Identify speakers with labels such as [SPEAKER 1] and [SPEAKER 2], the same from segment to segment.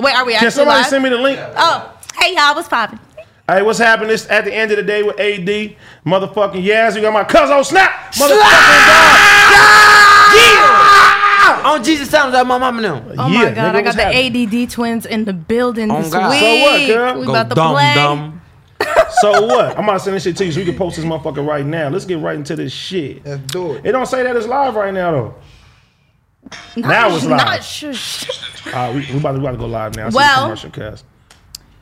[SPEAKER 1] Wait, are we actually
[SPEAKER 2] Can somebody
[SPEAKER 1] live?
[SPEAKER 2] send me the link?
[SPEAKER 1] oh, hey y'all, what's poppin'?
[SPEAKER 2] Hey, what's happening? It's at the end of the day with AD. Motherfucking Yaz. We got my cousin on Snap. Motherfucking dog.
[SPEAKER 3] On Jesus Sounds, like my mama knew.
[SPEAKER 4] Oh
[SPEAKER 2] yeah,
[SPEAKER 4] my god,
[SPEAKER 2] nigga,
[SPEAKER 4] I
[SPEAKER 2] what's
[SPEAKER 4] got the
[SPEAKER 2] happening?
[SPEAKER 4] ADD twins in the building
[SPEAKER 3] Oh
[SPEAKER 4] this
[SPEAKER 3] God.
[SPEAKER 4] week.
[SPEAKER 2] So what, girl?
[SPEAKER 4] We
[SPEAKER 3] Go
[SPEAKER 4] about to
[SPEAKER 3] dumb,
[SPEAKER 4] play.
[SPEAKER 3] dumb.
[SPEAKER 2] So what? I'm about to send this shit to you so you can post this motherfucker right now. Let's get right into this shit.
[SPEAKER 5] Let's do it.
[SPEAKER 2] It don't say that it's live right now, though.
[SPEAKER 4] Not
[SPEAKER 2] Now
[SPEAKER 4] sh-
[SPEAKER 2] it's live.
[SPEAKER 4] not sh-
[SPEAKER 2] All right, we, we, about to, we about to go live now. I see the
[SPEAKER 4] Well-
[SPEAKER 2] commercial cast.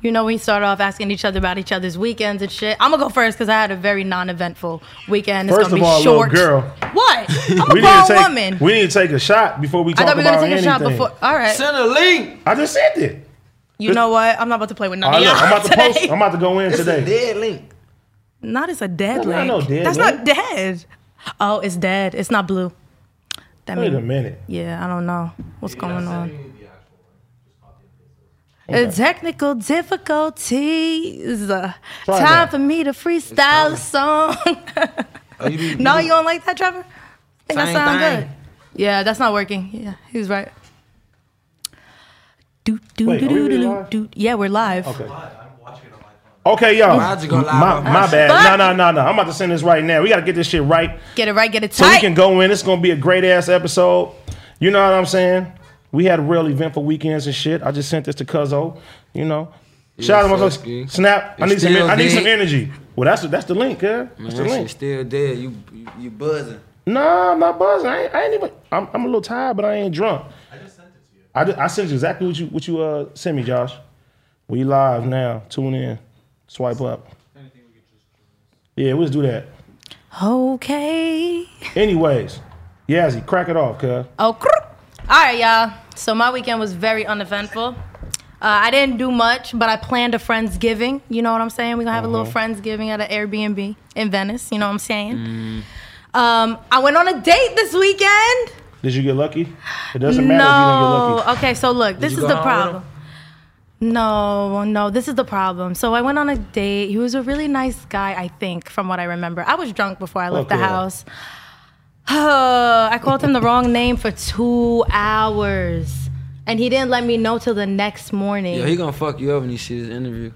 [SPEAKER 4] You know, we started off asking each other about each other's weekends and shit. I'm gonna go first because I had a very non-eventful weekend. It's
[SPEAKER 2] First
[SPEAKER 4] gonna
[SPEAKER 2] of
[SPEAKER 4] be
[SPEAKER 2] all,
[SPEAKER 4] short.
[SPEAKER 2] little girl,
[SPEAKER 4] What? I'm a
[SPEAKER 2] we need, to
[SPEAKER 4] grown
[SPEAKER 2] take,
[SPEAKER 4] woman.
[SPEAKER 2] we need to take a shot before we
[SPEAKER 4] I
[SPEAKER 2] talk
[SPEAKER 4] thought we were
[SPEAKER 2] about
[SPEAKER 4] gonna take a
[SPEAKER 2] anything.
[SPEAKER 4] shot before. All right.
[SPEAKER 3] Send a link.
[SPEAKER 2] I just said that.
[SPEAKER 4] You know what? I'm not about to play with none
[SPEAKER 2] All right,
[SPEAKER 4] of y'all
[SPEAKER 2] look, I'm about to
[SPEAKER 4] today.
[SPEAKER 2] post. I'm about to go in
[SPEAKER 3] It's a
[SPEAKER 2] today.
[SPEAKER 3] dead link.
[SPEAKER 4] Not as a dead
[SPEAKER 2] Well, I
[SPEAKER 4] link.
[SPEAKER 2] know dead
[SPEAKER 4] That's
[SPEAKER 2] link.
[SPEAKER 4] not dead. Oh, it's dead. It's not blue. That
[SPEAKER 2] Wait a
[SPEAKER 4] means
[SPEAKER 2] minute.
[SPEAKER 4] Yeah, I don't know what's going on. Uh, technical difficulties. Uh,
[SPEAKER 2] Try
[SPEAKER 4] Time
[SPEAKER 2] that.
[SPEAKER 4] for me to freestyle a song.
[SPEAKER 3] Oh, you be-
[SPEAKER 4] no, you don't like that, Trevor? I think that
[SPEAKER 3] Same
[SPEAKER 4] sound
[SPEAKER 3] thing.
[SPEAKER 4] good. Yeah, that's not working. Yeah, he's right. Do, do,
[SPEAKER 2] Wait,
[SPEAKER 4] do,
[SPEAKER 2] are
[SPEAKER 4] do,
[SPEAKER 2] we really
[SPEAKER 4] do,
[SPEAKER 2] live?
[SPEAKER 4] do. Yeah, we're live.
[SPEAKER 2] Okay. Okay, y'all.
[SPEAKER 3] Why'd you go live
[SPEAKER 2] my,
[SPEAKER 3] on
[SPEAKER 2] my
[SPEAKER 3] us?
[SPEAKER 2] bad. No, no, no, no. I'm about to send this right now. We got to get this shit right
[SPEAKER 4] Get it right, get it
[SPEAKER 2] so we
[SPEAKER 4] tight.
[SPEAKER 2] can go in. It's gonna be a great ass episode. You know what I'm saying? We had a real eventful weekends and shit. I just sent this to Cuzzo. You know, shout out to my
[SPEAKER 3] so ski.
[SPEAKER 2] Snap. I
[SPEAKER 3] It's
[SPEAKER 2] need some.
[SPEAKER 3] still
[SPEAKER 2] I need some
[SPEAKER 3] big.
[SPEAKER 2] energy. Well, that's the, that's the link, yeah. That's the
[SPEAKER 3] That shit
[SPEAKER 2] link.
[SPEAKER 3] still dead. You you, you buzzing.
[SPEAKER 2] Nah, I'm not buzzing. I ain't, I ain't even. I'm, I'm a little tired, but I ain't drunk. I just sent it to you. I, sent you exactly what you what you uh sent me, Josh. We live now. Tune in. Swipe up. Yeah, we'll just do that.
[SPEAKER 4] Okay.
[SPEAKER 2] Anyways, Yazzie, crack it off, cuz.
[SPEAKER 4] Oh, crrr. all right, y'all. So my weekend was very uneventful. Uh, I didn't do much, but I planned a friendsgiving. You know what I'm saying? We're gonna have a little friendsgiving at an Airbnb in Venice. You know what I'm saying? Um, I went on a date this weekend.
[SPEAKER 2] Did you get lucky? It doesn't matter if you
[SPEAKER 4] no.
[SPEAKER 2] didn't get lucky.
[SPEAKER 4] Okay, so look, this
[SPEAKER 3] you
[SPEAKER 4] is
[SPEAKER 3] go
[SPEAKER 4] the
[SPEAKER 3] out with him?
[SPEAKER 4] problem. No, no, this is the problem. So I went on a date. He was a really nice guy, I think, from what I remember. I was drunk before I left
[SPEAKER 2] Okay.
[SPEAKER 4] the house. I called him the wrong name for two hours. And he didn't let me know till the next morning.
[SPEAKER 3] Yo, he gonna fuck you up when you see this interview.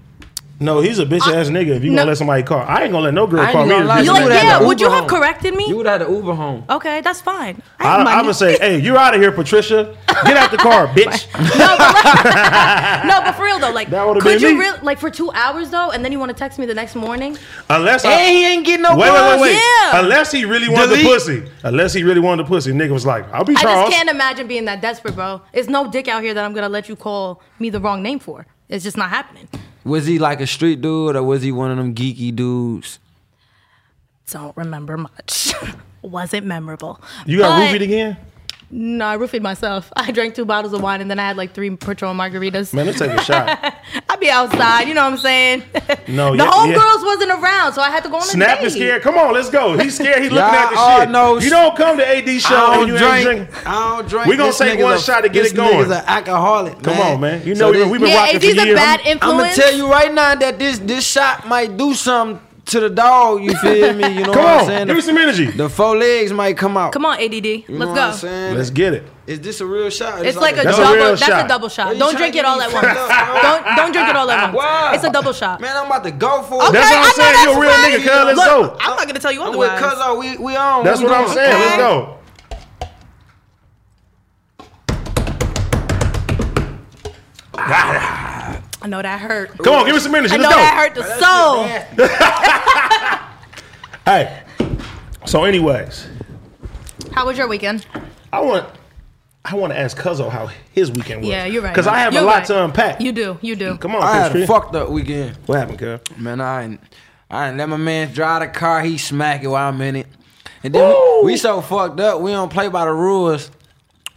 [SPEAKER 2] No, he's a bitch ass nigga if you
[SPEAKER 4] No.
[SPEAKER 2] gonna let somebody call. I ain't gonna let no girl
[SPEAKER 3] I ain't
[SPEAKER 2] call me.
[SPEAKER 3] gonna
[SPEAKER 2] to
[SPEAKER 3] lie,
[SPEAKER 2] do
[SPEAKER 4] You're like,
[SPEAKER 2] that.
[SPEAKER 3] you would've had
[SPEAKER 4] yeah,
[SPEAKER 3] to
[SPEAKER 4] would you
[SPEAKER 3] Uber
[SPEAKER 4] have
[SPEAKER 3] home.
[SPEAKER 4] corrected me?
[SPEAKER 3] You would have to Uber home.
[SPEAKER 4] okay, that's fine. I
[SPEAKER 2] I,
[SPEAKER 4] have
[SPEAKER 2] I
[SPEAKER 4] money.
[SPEAKER 2] would say, hey, you're out of here, Patricia. Get out the car, bitch.
[SPEAKER 4] no, but like- no, but for real though, like,
[SPEAKER 2] That would've
[SPEAKER 4] could
[SPEAKER 2] been
[SPEAKER 4] you
[SPEAKER 2] me.
[SPEAKER 4] real like for two hours though, and then you want to text me the next morning?
[SPEAKER 2] Unless I.
[SPEAKER 3] And he ain't getting no
[SPEAKER 2] Wait, wait, wait,
[SPEAKER 3] pussy.
[SPEAKER 2] wait.
[SPEAKER 4] Yeah.
[SPEAKER 2] Unless he really wanted
[SPEAKER 3] Delete.
[SPEAKER 2] the pussy. Unless he really wanted the pussy. Nigga was like, I'll be
[SPEAKER 4] I
[SPEAKER 2] Charles.
[SPEAKER 4] just can't imagine being that desperate, bro. It's no dick out here that I'm gonna let you call me the wrong name for. It's just not happening.
[SPEAKER 3] Was he like a street dude or was he one of them geeky dudes?
[SPEAKER 4] Don't remember much. Wasn't memorable.
[SPEAKER 2] You got
[SPEAKER 4] But-
[SPEAKER 2] roofied again?
[SPEAKER 4] No, I roofied myself. I drank two bottles of wine and then I had like three Patron margaritas.
[SPEAKER 2] Man, let's take a shot.
[SPEAKER 4] I'd be outside, you know what I'm saying?
[SPEAKER 2] No,
[SPEAKER 4] the
[SPEAKER 2] yeah,
[SPEAKER 4] homegirls
[SPEAKER 2] yeah.
[SPEAKER 4] wasn't around, so I had to go on a
[SPEAKER 2] Snap
[SPEAKER 4] date.
[SPEAKER 2] is scared. Come on, let's go. He's scared. He looking at
[SPEAKER 3] Y'all all
[SPEAKER 2] the shit.
[SPEAKER 3] know-
[SPEAKER 2] you don't come to AD show and you ain't drinking.
[SPEAKER 3] I don't drink.
[SPEAKER 2] We gonna
[SPEAKER 3] This
[SPEAKER 2] take
[SPEAKER 3] nigga's
[SPEAKER 2] one
[SPEAKER 3] a-
[SPEAKER 2] shot to get
[SPEAKER 3] this
[SPEAKER 2] it going.
[SPEAKER 3] Nigga's an alcoholic.
[SPEAKER 2] Come on, man. You
[SPEAKER 3] So
[SPEAKER 2] know we
[SPEAKER 3] this-
[SPEAKER 2] been, we been
[SPEAKER 4] Yeah,
[SPEAKER 2] rocking
[SPEAKER 4] AD's a
[SPEAKER 2] for years.
[SPEAKER 4] bad
[SPEAKER 3] I'm
[SPEAKER 4] influence.
[SPEAKER 3] gonna tell you right now that this this shot might do something to the dog. You feel me? You know
[SPEAKER 2] Come
[SPEAKER 3] what
[SPEAKER 2] on,
[SPEAKER 3] I'm saying?
[SPEAKER 2] give me some energy.
[SPEAKER 3] The four legs might come out.
[SPEAKER 4] Come on, ADD.
[SPEAKER 3] You know
[SPEAKER 4] Let's
[SPEAKER 3] what I'm
[SPEAKER 4] go.
[SPEAKER 3] saying?
[SPEAKER 2] Let's get it.
[SPEAKER 3] Is this a real shot?
[SPEAKER 4] It's like a
[SPEAKER 2] That's a
[SPEAKER 4] double.
[SPEAKER 2] real
[SPEAKER 4] that's
[SPEAKER 2] shot.
[SPEAKER 4] a double shot.
[SPEAKER 3] Yo, you
[SPEAKER 4] Don't
[SPEAKER 3] tryna
[SPEAKER 4] drink
[SPEAKER 3] get
[SPEAKER 4] it all
[SPEAKER 3] me
[SPEAKER 4] at once.
[SPEAKER 3] fucked up, bro.
[SPEAKER 4] don't don't drink it all at once.
[SPEAKER 3] Wow.
[SPEAKER 4] It's a double shot.
[SPEAKER 3] Man, I'm about to go for it.
[SPEAKER 4] Okay,
[SPEAKER 2] That's what I'm
[SPEAKER 4] I know
[SPEAKER 2] saying. You a
[SPEAKER 4] that's
[SPEAKER 2] real
[SPEAKER 4] right.
[SPEAKER 2] nigga, cuz. Let's
[SPEAKER 4] Look,
[SPEAKER 2] go.
[SPEAKER 4] I'm not gonna tell you
[SPEAKER 3] I'm with
[SPEAKER 4] otherwise.
[SPEAKER 3] Cuzzo. We we on.
[SPEAKER 2] That's
[SPEAKER 3] We
[SPEAKER 2] what I'm
[SPEAKER 3] doing-
[SPEAKER 2] saying. Let's
[SPEAKER 4] Okay.
[SPEAKER 2] go.
[SPEAKER 4] I know that hurt.
[SPEAKER 2] Come on, give me some energy.
[SPEAKER 4] I know
[SPEAKER 2] Let's go.
[SPEAKER 4] that hurt the soul.
[SPEAKER 2] Hey. So, anyways,
[SPEAKER 4] How was your weekend?
[SPEAKER 2] I want I want to ask Cuzzo how his weekend was.
[SPEAKER 4] Yeah, you're right.
[SPEAKER 2] Because I have
[SPEAKER 4] You're
[SPEAKER 2] a lot
[SPEAKER 4] right.
[SPEAKER 2] to unpack.
[SPEAKER 4] You do, you do.
[SPEAKER 2] Come on,
[SPEAKER 3] I had
[SPEAKER 2] Chris.
[SPEAKER 3] a fucked up weekend.
[SPEAKER 2] What happened, cuz?
[SPEAKER 3] Man, I ain't, I ain't let my man drive the car. He smack it while I'm in it. And then we, we so fucked up. We don't play by the rules.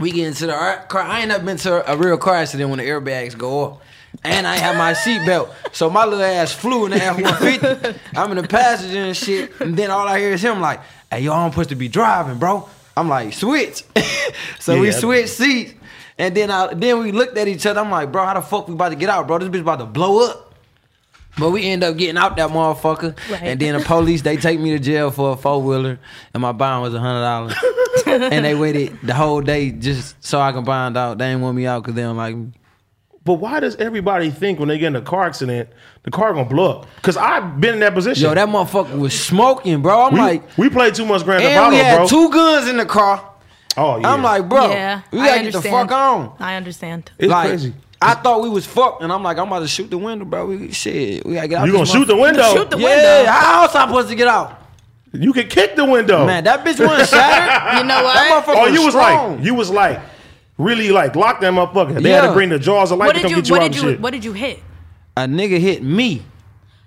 [SPEAKER 3] We get into the ar- car. I ain't never been to a real car accident when the airbags go off. And I ain't have my seatbelt. So my little ass flew in the F 150. I'm in the passenger and shit. And then all I hear is him like, hey, yo, I'm supposed to be driving, bro. I'm like, switch. so we
[SPEAKER 2] Yeah.
[SPEAKER 3] switched seats. And then I, then we looked at each other. I'm like, bro, how the fuck we about to get out, bro? This bitch about to blow up. But we end up getting out that motherfucker,
[SPEAKER 4] Right.
[SPEAKER 3] and then the police they take me to jail for a four wheeler, and my bond was a hundred dollars, and they waited the whole day just so I can bond out. They ain't want me out because they don't like me.
[SPEAKER 2] But why does everybody think when they get in a car accident, the car gonna blow up? Because I've been in that position.
[SPEAKER 3] Yo, that motherfucker was smoking, bro. I'm
[SPEAKER 2] we,
[SPEAKER 3] like,
[SPEAKER 2] we played too much Grand Theft
[SPEAKER 3] and we
[SPEAKER 2] Auto,
[SPEAKER 3] had
[SPEAKER 2] bro.
[SPEAKER 3] two guns in the car.
[SPEAKER 2] oh yeah,
[SPEAKER 3] I'm like, bro,
[SPEAKER 4] yeah,
[SPEAKER 3] we
[SPEAKER 4] I
[SPEAKER 3] gotta get the
[SPEAKER 4] understand.
[SPEAKER 3] fuck on.
[SPEAKER 4] I understand.
[SPEAKER 2] it's
[SPEAKER 3] like,
[SPEAKER 2] crazy.
[SPEAKER 3] I thought we was fucked, and I'm like, I'm about to shoot the window, bro. We shit, we gotta get out.
[SPEAKER 2] You gonna
[SPEAKER 3] this
[SPEAKER 2] shoot the
[SPEAKER 3] motherfucker.
[SPEAKER 2] window?
[SPEAKER 1] Shoot the
[SPEAKER 3] Yeah,
[SPEAKER 1] window.
[SPEAKER 3] how else I'm supposed to get out?
[SPEAKER 2] you can kick the window,
[SPEAKER 3] Man, that bitch wasn't shattered.
[SPEAKER 4] You know what?
[SPEAKER 3] That motherfucker
[SPEAKER 2] Oh, you was
[SPEAKER 3] strong.
[SPEAKER 2] like, you was like, really like lock that motherfucker. They had to
[SPEAKER 3] Yeah.
[SPEAKER 2] bring the jaws of light
[SPEAKER 4] What
[SPEAKER 2] to
[SPEAKER 4] did
[SPEAKER 2] come
[SPEAKER 4] you?
[SPEAKER 2] get you
[SPEAKER 4] What
[SPEAKER 2] out
[SPEAKER 4] did
[SPEAKER 2] and
[SPEAKER 4] you?
[SPEAKER 2] shit.
[SPEAKER 4] What did you hit?
[SPEAKER 3] a nigga hit me.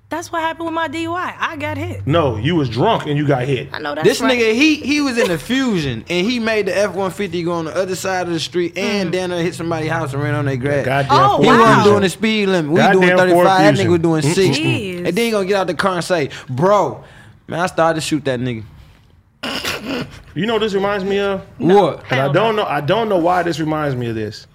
[SPEAKER 4] That's what happened with my DUI. I got hit.
[SPEAKER 2] no, you was drunk and you got hit.
[SPEAKER 4] I know that's
[SPEAKER 3] This
[SPEAKER 4] right.
[SPEAKER 3] nigga, he he was in the fusion and he made the F one fifty go on the other side of the street and down there hit somebody's house and ran on their grass.
[SPEAKER 2] Goddamn.
[SPEAKER 4] Mm. Oh,
[SPEAKER 2] Ford
[SPEAKER 3] He
[SPEAKER 4] Wow.
[SPEAKER 3] wasn't
[SPEAKER 2] Fusion.
[SPEAKER 3] doing the speed limit. We
[SPEAKER 2] Goddamn
[SPEAKER 3] doing
[SPEAKER 2] Ford
[SPEAKER 3] 35. That nigga
[SPEAKER 2] Fusion.
[SPEAKER 3] was doing 60.
[SPEAKER 4] Jeez.
[SPEAKER 3] And then he gonna get out the car and say, bro, man, I started to shoot that nigga.
[SPEAKER 2] You know what this reminds me of?
[SPEAKER 3] What?
[SPEAKER 2] And I
[SPEAKER 4] Hell
[SPEAKER 2] don't know. I don't know why this reminds me of this.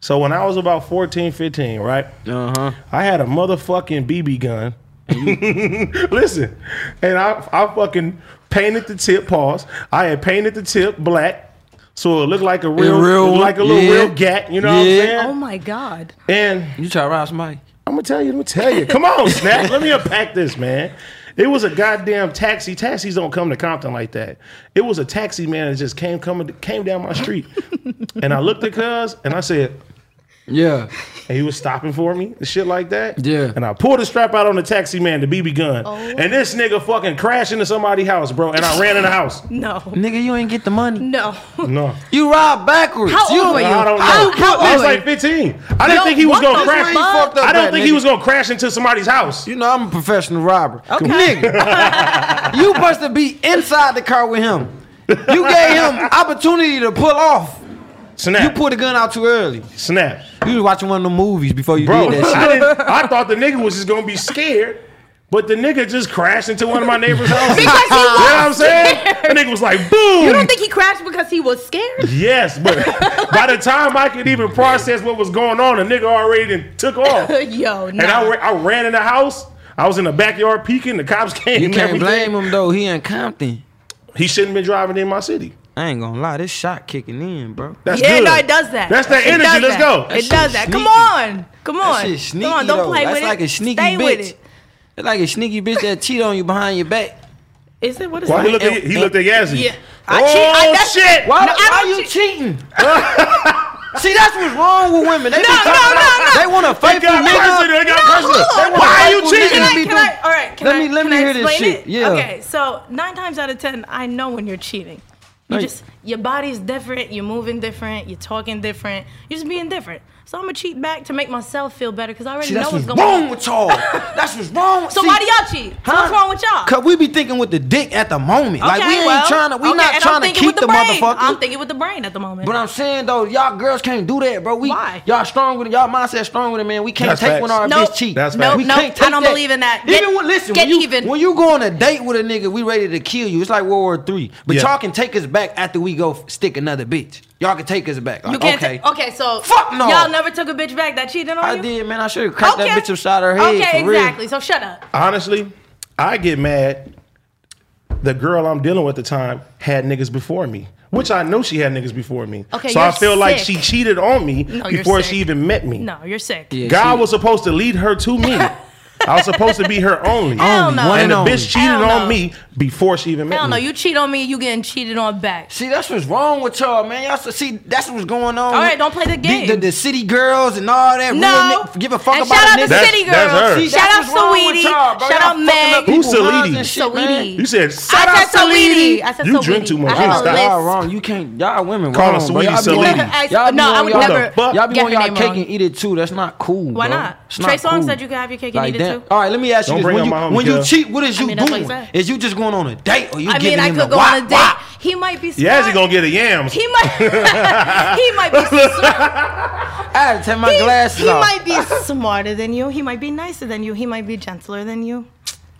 [SPEAKER 2] So when I was about 14, 15, right?
[SPEAKER 3] Uh-huh.
[SPEAKER 2] I had a motherfucking BB gun. Listen, and I I fucking painted the tip. Pause. I had painted the tip black, so it looked like a real,
[SPEAKER 3] real
[SPEAKER 2] looked
[SPEAKER 3] one,
[SPEAKER 2] like a little
[SPEAKER 3] yeah.
[SPEAKER 2] real gat. You know
[SPEAKER 3] Yeah.
[SPEAKER 2] what
[SPEAKER 4] Oh
[SPEAKER 2] I'm saying?
[SPEAKER 4] my god.
[SPEAKER 2] And
[SPEAKER 3] You try to rob somebody?
[SPEAKER 2] I'm gonna tell you. Let me tell you. Come on, Snap. let me unpack this, man. It was a goddamn taxi. Taxis don't come to Compton like that. It was a taxi man that just came coming came down my street, and I looked at Cuz and I said,
[SPEAKER 3] Yeah.
[SPEAKER 2] and he was stopping for me and shit like that.
[SPEAKER 3] Yeah.
[SPEAKER 2] And I pulled the strap out on the taxi man, the BB gun, and this nigga fucking crashed into somebody's house, bro. And I ran in the house.
[SPEAKER 4] No.
[SPEAKER 3] Nigga, you ain't get the money.
[SPEAKER 4] No.
[SPEAKER 2] No,
[SPEAKER 3] You robbed backwards.
[SPEAKER 4] How
[SPEAKER 3] you
[SPEAKER 4] old were you?
[SPEAKER 2] I don't know.
[SPEAKER 4] How- how
[SPEAKER 2] I was
[SPEAKER 4] old?
[SPEAKER 2] like 15. I didn't
[SPEAKER 4] Yo,
[SPEAKER 2] think he was
[SPEAKER 4] what
[SPEAKER 2] gonna
[SPEAKER 4] the
[SPEAKER 3] That's where
[SPEAKER 2] crash.
[SPEAKER 3] you
[SPEAKER 4] fuck?
[SPEAKER 3] fucked up
[SPEAKER 2] I
[SPEAKER 3] at,
[SPEAKER 2] don't think he
[SPEAKER 3] nigga.
[SPEAKER 2] was gonna crash into somebody's house.
[SPEAKER 3] You know I'm a professional robber. Nigga, you supposed to be inside the car with him. You gave him opportunity to pull off. You
[SPEAKER 2] Snap.
[SPEAKER 3] pulled the gun out too early.
[SPEAKER 2] Snap.
[SPEAKER 3] You was watching one of the movies before you
[SPEAKER 2] Bro,
[SPEAKER 3] did
[SPEAKER 2] I,
[SPEAKER 3] that shit.
[SPEAKER 2] didn't, I thought the nigga was just gonna be scared, but the nigga just crashed into one of my neighbor's houses.
[SPEAKER 1] Because he
[SPEAKER 2] you know what I'm
[SPEAKER 1] was
[SPEAKER 2] saying? The nigga was like, boom.
[SPEAKER 1] You don't think he crashed because he was scared?
[SPEAKER 2] yes, but by the time I could even process what was going on, the nigga already done took off. And
[SPEAKER 1] Yo, no.
[SPEAKER 2] I, ra- I ran in the house. I was in the backyard peeking. The cops came.
[SPEAKER 3] You
[SPEAKER 2] and
[SPEAKER 3] can't
[SPEAKER 2] everything.
[SPEAKER 3] blame him though. He in Compton.
[SPEAKER 2] He shouldn't been driving in my city.
[SPEAKER 3] I ain't gonna lie, this shot kicking in, bro.
[SPEAKER 2] That's
[SPEAKER 4] Yeah,
[SPEAKER 2] good.
[SPEAKER 4] no, it does that.
[SPEAKER 2] That's that
[SPEAKER 4] It
[SPEAKER 2] energy.
[SPEAKER 4] does
[SPEAKER 2] Let's
[SPEAKER 4] that.
[SPEAKER 2] go.
[SPEAKER 4] It
[SPEAKER 3] shit
[SPEAKER 4] does that. Come
[SPEAKER 3] sneaky.
[SPEAKER 4] on. Come on.
[SPEAKER 3] That shit sneaky
[SPEAKER 4] Come on, don't
[SPEAKER 3] though.
[SPEAKER 4] play
[SPEAKER 3] That's
[SPEAKER 4] with
[SPEAKER 3] like
[SPEAKER 4] it.
[SPEAKER 3] a sneaky
[SPEAKER 4] Stay
[SPEAKER 3] bitch.
[SPEAKER 4] with it.
[SPEAKER 3] It's like a sneaky bitch that cheat on you behind your back.
[SPEAKER 4] Is it what is
[SPEAKER 2] Why he
[SPEAKER 4] it?
[SPEAKER 2] looked at he looked at Yazzie.
[SPEAKER 4] Yeah.
[SPEAKER 2] Oh
[SPEAKER 4] cheat- I- that's-
[SPEAKER 2] shit!
[SPEAKER 3] Why,
[SPEAKER 4] No, I
[SPEAKER 3] why
[SPEAKER 4] don't
[SPEAKER 3] you
[SPEAKER 4] cheat.
[SPEAKER 3] cheating? See, that's what's wrong with women. They be
[SPEAKER 4] no,
[SPEAKER 3] talking
[SPEAKER 4] no,
[SPEAKER 3] about- They want a
[SPEAKER 2] They
[SPEAKER 3] faithful
[SPEAKER 2] got personal.
[SPEAKER 3] nigga.
[SPEAKER 2] They got personal.
[SPEAKER 3] hold on.
[SPEAKER 2] Why are you
[SPEAKER 3] Faithful nigga
[SPEAKER 2] cheating?
[SPEAKER 3] to
[SPEAKER 4] Can I,
[SPEAKER 3] be
[SPEAKER 4] can I,
[SPEAKER 3] doing-
[SPEAKER 4] all right, can
[SPEAKER 3] Let
[SPEAKER 4] I,
[SPEAKER 3] me- let
[SPEAKER 4] can
[SPEAKER 3] me
[SPEAKER 4] I
[SPEAKER 3] hear this
[SPEAKER 4] explain
[SPEAKER 3] shit.
[SPEAKER 4] It?
[SPEAKER 3] Yeah.
[SPEAKER 4] Okay, so nine times out of ten, I know when you're cheating. You
[SPEAKER 3] Like-
[SPEAKER 4] just your body's different, you're moving different, you're talking different, you're just being different. So I'm gonna cheat back to make myself feel better because I already
[SPEAKER 3] See,
[SPEAKER 4] know
[SPEAKER 3] that's
[SPEAKER 4] what's
[SPEAKER 3] what's
[SPEAKER 4] going
[SPEAKER 3] wrong
[SPEAKER 4] on.
[SPEAKER 3] with y'all. That's what's wrong.
[SPEAKER 4] So
[SPEAKER 3] See,
[SPEAKER 4] why do y'all cheat? So What's wrong with y'all?
[SPEAKER 3] Cause we be thinking with the dick at the moment. like
[SPEAKER 4] Okay,
[SPEAKER 3] we ain't
[SPEAKER 4] well,
[SPEAKER 3] trying to. We
[SPEAKER 4] okay,
[SPEAKER 3] not
[SPEAKER 4] and I'm
[SPEAKER 3] trying to
[SPEAKER 4] thinking
[SPEAKER 3] keep
[SPEAKER 4] with
[SPEAKER 3] the,
[SPEAKER 4] brain.
[SPEAKER 3] motherfucker.
[SPEAKER 4] I'm thinking with the brain at the moment.
[SPEAKER 3] But I'm saying though, y'all girls can't do that, bro. We
[SPEAKER 4] Why?
[SPEAKER 3] y'all strong with it. Y'all mindset strong with it, man. We can't
[SPEAKER 2] That's
[SPEAKER 3] take
[SPEAKER 2] facts.
[SPEAKER 3] when our
[SPEAKER 4] Nope.
[SPEAKER 3] bitch cheat.
[SPEAKER 2] That's Nope, facts.
[SPEAKER 3] we
[SPEAKER 4] nope.
[SPEAKER 3] can't take
[SPEAKER 4] I don't believe in that.
[SPEAKER 3] Even
[SPEAKER 4] Get-
[SPEAKER 3] when, listen,
[SPEAKER 4] get
[SPEAKER 3] when you,
[SPEAKER 4] even.
[SPEAKER 3] When you go on a date with a nigga, we ready to kill you. It's like World War Three. But
[SPEAKER 2] Yeah.
[SPEAKER 3] y'all can take us back after we go f- stick another bitch. Y'all can take us back. Like,
[SPEAKER 4] you can't.
[SPEAKER 3] okay.
[SPEAKER 4] Okay. okay, so
[SPEAKER 3] Fuck no.
[SPEAKER 4] Y'all never took a bitch back that cheated on
[SPEAKER 3] I
[SPEAKER 4] you.
[SPEAKER 3] did, man. I should have cracked that bitch upside her head.
[SPEAKER 4] Okay,
[SPEAKER 3] for real.
[SPEAKER 4] exactly. So shut up.
[SPEAKER 2] Honestly, I get mad. The girl I'm dealing with at the time had niggas before me, which I know she had niggas before me.
[SPEAKER 4] Okay,
[SPEAKER 2] so I
[SPEAKER 4] you're
[SPEAKER 2] feel like she
[SPEAKER 4] sick.
[SPEAKER 2] cheated on me
[SPEAKER 4] you're
[SPEAKER 2] before
[SPEAKER 4] sick.
[SPEAKER 2] she even met me.
[SPEAKER 4] No, you're sick.
[SPEAKER 3] Yeah,
[SPEAKER 2] God
[SPEAKER 3] she-
[SPEAKER 2] was supposed to lead her to me. I was supposed to be her only.
[SPEAKER 4] Hell no.
[SPEAKER 3] one
[SPEAKER 2] And the
[SPEAKER 3] only.
[SPEAKER 2] bitch cheated
[SPEAKER 4] Hell
[SPEAKER 2] on
[SPEAKER 4] no.
[SPEAKER 2] me before she even met
[SPEAKER 4] Hell no,
[SPEAKER 2] me.
[SPEAKER 4] you cheat on me, you getting cheated on back.
[SPEAKER 3] See, that's what's wrong with y'all, man. Y'all so- see, that's what's going on. All
[SPEAKER 4] right, don't play the game.
[SPEAKER 3] The, the city girls and all that.
[SPEAKER 4] No,
[SPEAKER 3] real ni- give a fuck
[SPEAKER 4] and
[SPEAKER 3] about
[SPEAKER 4] shout
[SPEAKER 3] a
[SPEAKER 4] out
[SPEAKER 3] nigga.
[SPEAKER 4] to
[SPEAKER 2] That's-
[SPEAKER 4] City Girls.
[SPEAKER 2] that's her.
[SPEAKER 3] See,
[SPEAKER 4] Shout
[SPEAKER 3] that's
[SPEAKER 4] out
[SPEAKER 3] what's wrong with
[SPEAKER 4] Saweetie.
[SPEAKER 3] y'all, bro.
[SPEAKER 4] Shout
[SPEAKER 3] Y'all
[SPEAKER 4] out
[SPEAKER 3] fucking up
[SPEAKER 4] Meg.
[SPEAKER 2] Who's
[SPEAKER 3] people's
[SPEAKER 2] Saweetie?
[SPEAKER 3] lives and shit, man.
[SPEAKER 4] Saweetie.
[SPEAKER 2] You said,
[SPEAKER 4] I
[SPEAKER 2] "Shut up."
[SPEAKER 4] said
[SPEAKER 3] out
[SPEAKER 4] Saweetie.
[SPEAKER 3] Saweetie.
[SPEAKER 4] I said
[SPEAKER 2] You drink
[SPEAKER 4] Saweetie.
[SPEAKER 2] too
[SPEAKER 4] I
[SPEAKER 2] much.
[SPEAKER 4] have
[SPEAKER 2] You gotta
[SPEAKER 4] a
[SPEAKER 2] stop.
[SPEAKER 4] list.
[SPEAKER 3] Y'all wrong. You can't. Y'all women
[SPEAKER 2] Call her
[SPEAKER 3] wrong. bro.
[SPEAKER 2] sweetie,
[SPEAKER 3] Y'all be
[SPEAKER 2] sweetie.
[SPEAKER 3] on-
[SPEAKER 4] I-
[SPEAKER 3] y'all be
[SPEAKER 4] no,
[SPEAKER 3] on
[SPEAKER 4] I would
[SPEAKER 3] y'all-
[SPEAKER 4] never
[SPEAKER 3] Y'all be
[SPEAKER 4] get her
[SPEAKER 3] on y'all
[SPEAKER 4] name
[SPEAKER 3] cake
[SPEAKER 4] wrong.
[SPEAKER 3] and eat it too. That's not cool.
[SPEAKER 4] Why
[SPEAKER 3] bro.
[SPEAKER 4] not?
[SPEAKER 3] It's
[SPEAKER 4] Trey Songz
[SPEAKER 3] cool.
[SPEAKER 4] said you could have your cake and
[SPEAKER 3] like,
[SPEAKER 4] eat it too. you.
[SPEAKER 3] All right, let me ask you
[SPEAKER 2] Don't
[SPEAKER 3] this:
[SPEAKER 2] bring
[SPEAKER 3] when
[SPEAKER 2] up
[SPEAKER 3] you,
[SPEAKER 2] my homie,
[SPEAKER 3] when you
[SPEAKER 2] Kev.
[SPEAKER 3] cheat, what is you
[SPEAKER 4] mean, that's what he
[SPEAKER 3] doing?
[SPEAKER 4] said.
[SPEAKER 3] Is you just going on a date, or you
[SPEAKER 4] I mean,
[SPEAKER 3] giving
[SPEAKER 4] I
[SPEAKER 3] him the
[SPEAKER 4] could go
[SPEAKER 3] wop,
[SPEAKER 4] on a date.
[SPEAKER 3] wop?
[SPEAKER 4] He might be.
[SPEAKER 2] Yes, he
[SPEAKER 4] smart.
[SPEAKER 2] gonna get a yams.
[SPEAKER 4] He might. he might be. Smart.
[SPEAKER 3] I had to take my
[SPEAKER 4] He,
[SPEAKER 3] glasses
[SPEAKER 4] he
[SPEAKER 3] off.
[SPEAKER 4] might be smarter than you. He might be nicer than you. He might be gentler than you.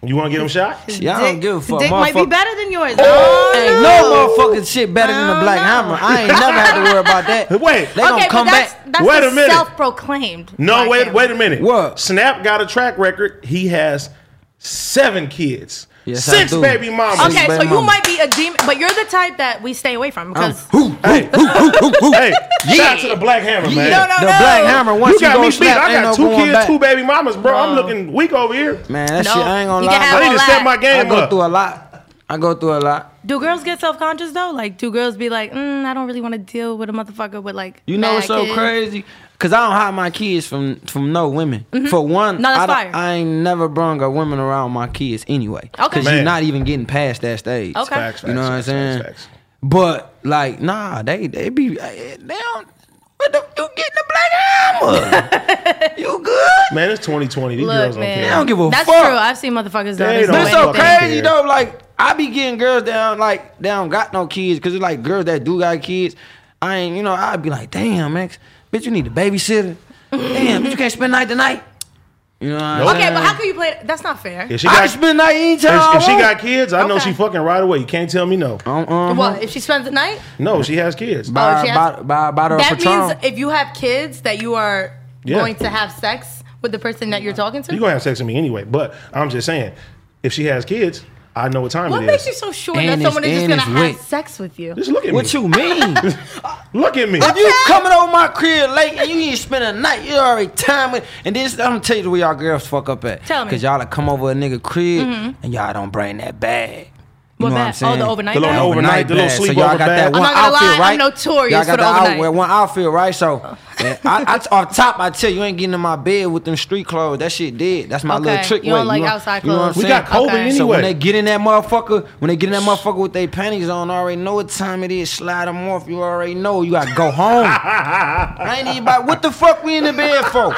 [SPEAKER 2] You want to get him shot?
[SPEAKER 3] Yeah, I don't
[SPEAKER 4] Dick,
[SPEAKER 3] give a fuck.
[SPEAKER 4] dick might be
[SPEAKER 3] motherfucker.
[SPEAKER 4] better than yours. Oh,
[SPEAKER 3] Ain't no motherfucking shit better than the
[SPEAKER 4] I
[SPEAKER 3] Black
[SPEAKER 4] don't know.
[SPEAKER 3] Hammer. I ain't never had to worry about that.
[SPEAKER 2] Wait.
[SPEAKER 3] they
[SPEAKER 4] okay,
[SPEAKER 3] gonna come
[SPEAKER 4] but that's,
[SPEAKER 3] back.
[SPEAKER 4] that's
[SPEAKER 2] Wait
[SPEAKER 4] the
[SPEAKER 2] a minute.
[SPEAKER 4] self-proclaimed.
[SPEAKER 2] No,
[SPEAKER 4] Black
[SPEAKER 2] wait,
[SPEAKER 4] Hammer.
[SPEAKER 2] wait a minute.
[SPEAKER 3] What?
[SPEAKER 2] Snap got a track record. He has seven kids,
[SPEAKER 3] Yes, I
[SPEAKER 2] six
[SPEAKER 3] do.
[SPEAKER 2] baby mamas.
[SPEAKER 4] Okay,
[SPEAKER 3] She's
[SPEAKER 4] so
[SPEAKER 3] bad
[SPEAKER 4] you
[SPEAKER 3] mama.
[SPEAKER 4] might be a demon, but you're the type that we stay away from because
[SPEAKER 3] Um, Who?
[SPEAKER 2] Hey, hey, shout out to the Black Hammer, man.
[SPEAKER 4] No, no,
[SPEAKER 3] the
[SPEAKER 4] no.
[SPEAKER 3] Black Hammer. Once
[SPEAKER 2] You
[SPEAKER 3] you,
[SPEAKER 2] got
[SPEAKER 3] go
[SPEAKER 2] me beat.
[SPEAKER 3] slap,
[SPEAKER 2] I
[SPEAKER 3] ain't
[SPEAKER 2] got
[SPEAKER 3] no
[SPEAKER 2] two
[SPEAKER 3] going
[SPEAKER 2] kids,
[SPEAKER 3] back.
[SPEAKER 2] two baby mamas, bro. I'm looking weak over here.
[SPEAKER 3] Man, that
[SPEAKER 4] No,
[SPEAKER 3] shit. I ain't gonna
[SPEAKER 4] you
[SPEAKER 3] lie.
[SPEAKER 4] can have
[SPEAKER 3] bro.
[SPEAKER 2] I need to
[SPEAKER 4] all
[SPEAKER 2] step
[SPEAKER 4] that.
[SPEAKER 2] my
[SPEAKER 3] I
[SPEAKER 2] game
[SPEAKER 3] go
[SPEAKER 2] up.
[SPEAKER 3] through a lot. I go through a lot.
[SPEAKER 4] do girls get self-conscious though? Like, do girls be like, mm, I don't really want to deal with a motherfucker with like.
[SPEAKER 3] You know
[SPEAKER 4] mad
[SPEAKER 3] what's so
[SPEAKER 4] kids."
[SPEAKER 3] crazy? Cause I don't hide my kids from from no women. For
[SPEAKER 4] No,
[SPEAKER 3] one,
[SPEAKER 4] that's
[SPEAKER 3] I, don't-
[SPEAKER 4] fire.
[SPEAKER 3] I ain't never brung a woman around my kids anyway.
[SPEAKER 4] Okay.
[SPEAKER 3] Cause
[SPEAKER 2] Man.
[SPEAKER 3] you're not even getting past that stage.
[SPEAKER 4] Okay.
[SPEAKER 2] Facts,
[SPEAKER 3] You know
[SPEAKER 2] facts,
[SPEAKER 3] what I'm
[SPEAKER 2] facts,
[SPEAKER 3] saying?
[SPEAKER 2] facts, facts.
[SPEAKER 3] But like, nah, they they be they don't. What the, you getting the black hammer? you good?
[SPEAKER 2] Man, it's 2020. These
[SPEAKER 4] Look,
[SPEAKER 2] girls don't
[SPEAKER 4] man.
[SPEAKER 2] care.
[SPEAKER 3] I don't give a
[SPEAKER 4] That's
[SPEAKER 3] fuck.
[SPEAKER 4] true. I've seen motherfuckers do
[SPEAKER 2] They
[SPEAKER 4] this.
[SPEAKER 2] don't
[SPEAKER 3] That's so
[SPEAKER 2] fucking care.
[SPEAKER 3] crazy though. Like I be getting girls down like they don't got no kids because it's like girls that do got kids. I ain't you know I'd be like damn ex bitch you need a babysitter. Damn bitch you can't spend night tonight. You know what I'm
[SPEAKER 2] Nope.
[SPEAKER 4] Okay,
[SPEAKER 3] saying?
[SPEAKER 4] but how can you play? That's not fair.
[SPEAKER 2] If she
[SPEAKER 3] I
[SPEAKER 2] got,
[SPEAKER 3] can spend night anytime
[SPEAKER 2] if-
[SPEAKER 3] I
[SPEAKER 2] if she
[SPEAKER 3] want.
[SPEAKER 2] got kids, I know
[SPEAKER 4] Okay.
[SPEAKER 2] she fucking right away. You can't tell me no.
[SPEAKER 3] Uh-uh.
[SPEAKER 4] What if she spends the night?
[SPEAKER 2] No, she has kids.
[SPEAKER 4] Oh,
[SPEAKER 3] Buy,
[SPEAKER 4] she has-
[SPEAKER 3] buy, buy, buy her a
[SPEAKER 4] that
[SPEAKER 3] Patron.
[SPEAKER 4] means if you have kids, that you are
[SPEAKER 2] Yeah.
[SPEAKER 4] going to have sex with the person that you're talking to.
[SPEAKER 2] You're gonna have sex with me anyway. But I'm just saying, if she has kids, I know what time
[SPEAKER 4] what
[SPEAKER 2] it
[SPEAKER 4] makes
[SPEAKER 2] is.
[SPEAKER 4] you so sure
[SPEAKER 3] And
[SPEAKER 4] that
[SPEAKER 3] it's-
[SPEAKER 4] someone is just
[SPEAKER 3] and
[SPEAKER 4] gonna
[SPEAKER 3] it's
[SPEAKER 4] have
[SPEAKER 3] lit.
[SPEAKER 4] sex with you?
[SPEAKER 2] Just look at
[SPEAKER 3] what
[SPEAKER 2] me.
[SPEAKER 3] you mean?
[SPEAKER 2] Look at me.
[SPEAKER 3] if you coming over my crib late and you ain't spend a night, you already time it. And this, I'm gonna tell you where y'all girls fuck up at.
[SPEAKER 4] Tell me. Mm-hmm.
[SPEAKER 3] Cause y'all like come over a nigga crib and y'all don't bring that bag. You
[SPEAKER 4] What
[SPEAKER 3] know
[SPEAKER 4] bag?
[SPEAKER 3] what I'm saying?
[SPEAKER 4] Oh, the overnight
[SPEAKER 2] The
[SPEAKER 4] bag.
[SPEAKER 2] little overnight, the little
[SPEAKER 3] bag. So
[SPEAKER 2] sleepover
[SPEAKER 3] y'all got
[SPEAKER 2] bag.
[SPEAKER 3] that
[SPEAKER 2] I'm
[SPEAKER 3] one
[SPEAKER 4] not gonna
[SPEAKER 3] outfit,
[SPEAKER 4] lie, I'm
[SPEAKER 3] right?
[SPEAKER 4] notorious
[SPEAKER 3] y'all
[SPEAKER 4] for
[SPEAKER 3] got
[SPEAKER 4] the
[SPEAKER 3] that
[SPEAKER 4] overnight. Oh.
[SPEAKER 3] outfit, one outfit, right? So, yeah, I, I, off top, I tell you, you ain't getting in my bed with them street clothes. That shit dead. That's my
[SPEAKER 4] Okay.
[SPEAKER 3] little trick.
[SPEAKER 4] You don't
[SPEAKER 3] way.
[SPEAKER 4] like
[SPEAKER 3] know-
[SPEAKER 4] outside
[SPEAKER 3] you know what
[SPEAKER 4] clothes.
[SPEAKER 3] I'm
[SPEAKER 2] We got
[SPEAKER 3] saying?
[SPEAKER 2] COVID
[SPEAKER 4] Okay.
[SPEAKER 2] anyway.
[SPEAKER 3] So when they get in that motherfucker, when they get in that motherfucker with their panties on, I already know what time it is. Slide them off. You already know. You gotta go home. I ain't even about what the fuck we in the bed for.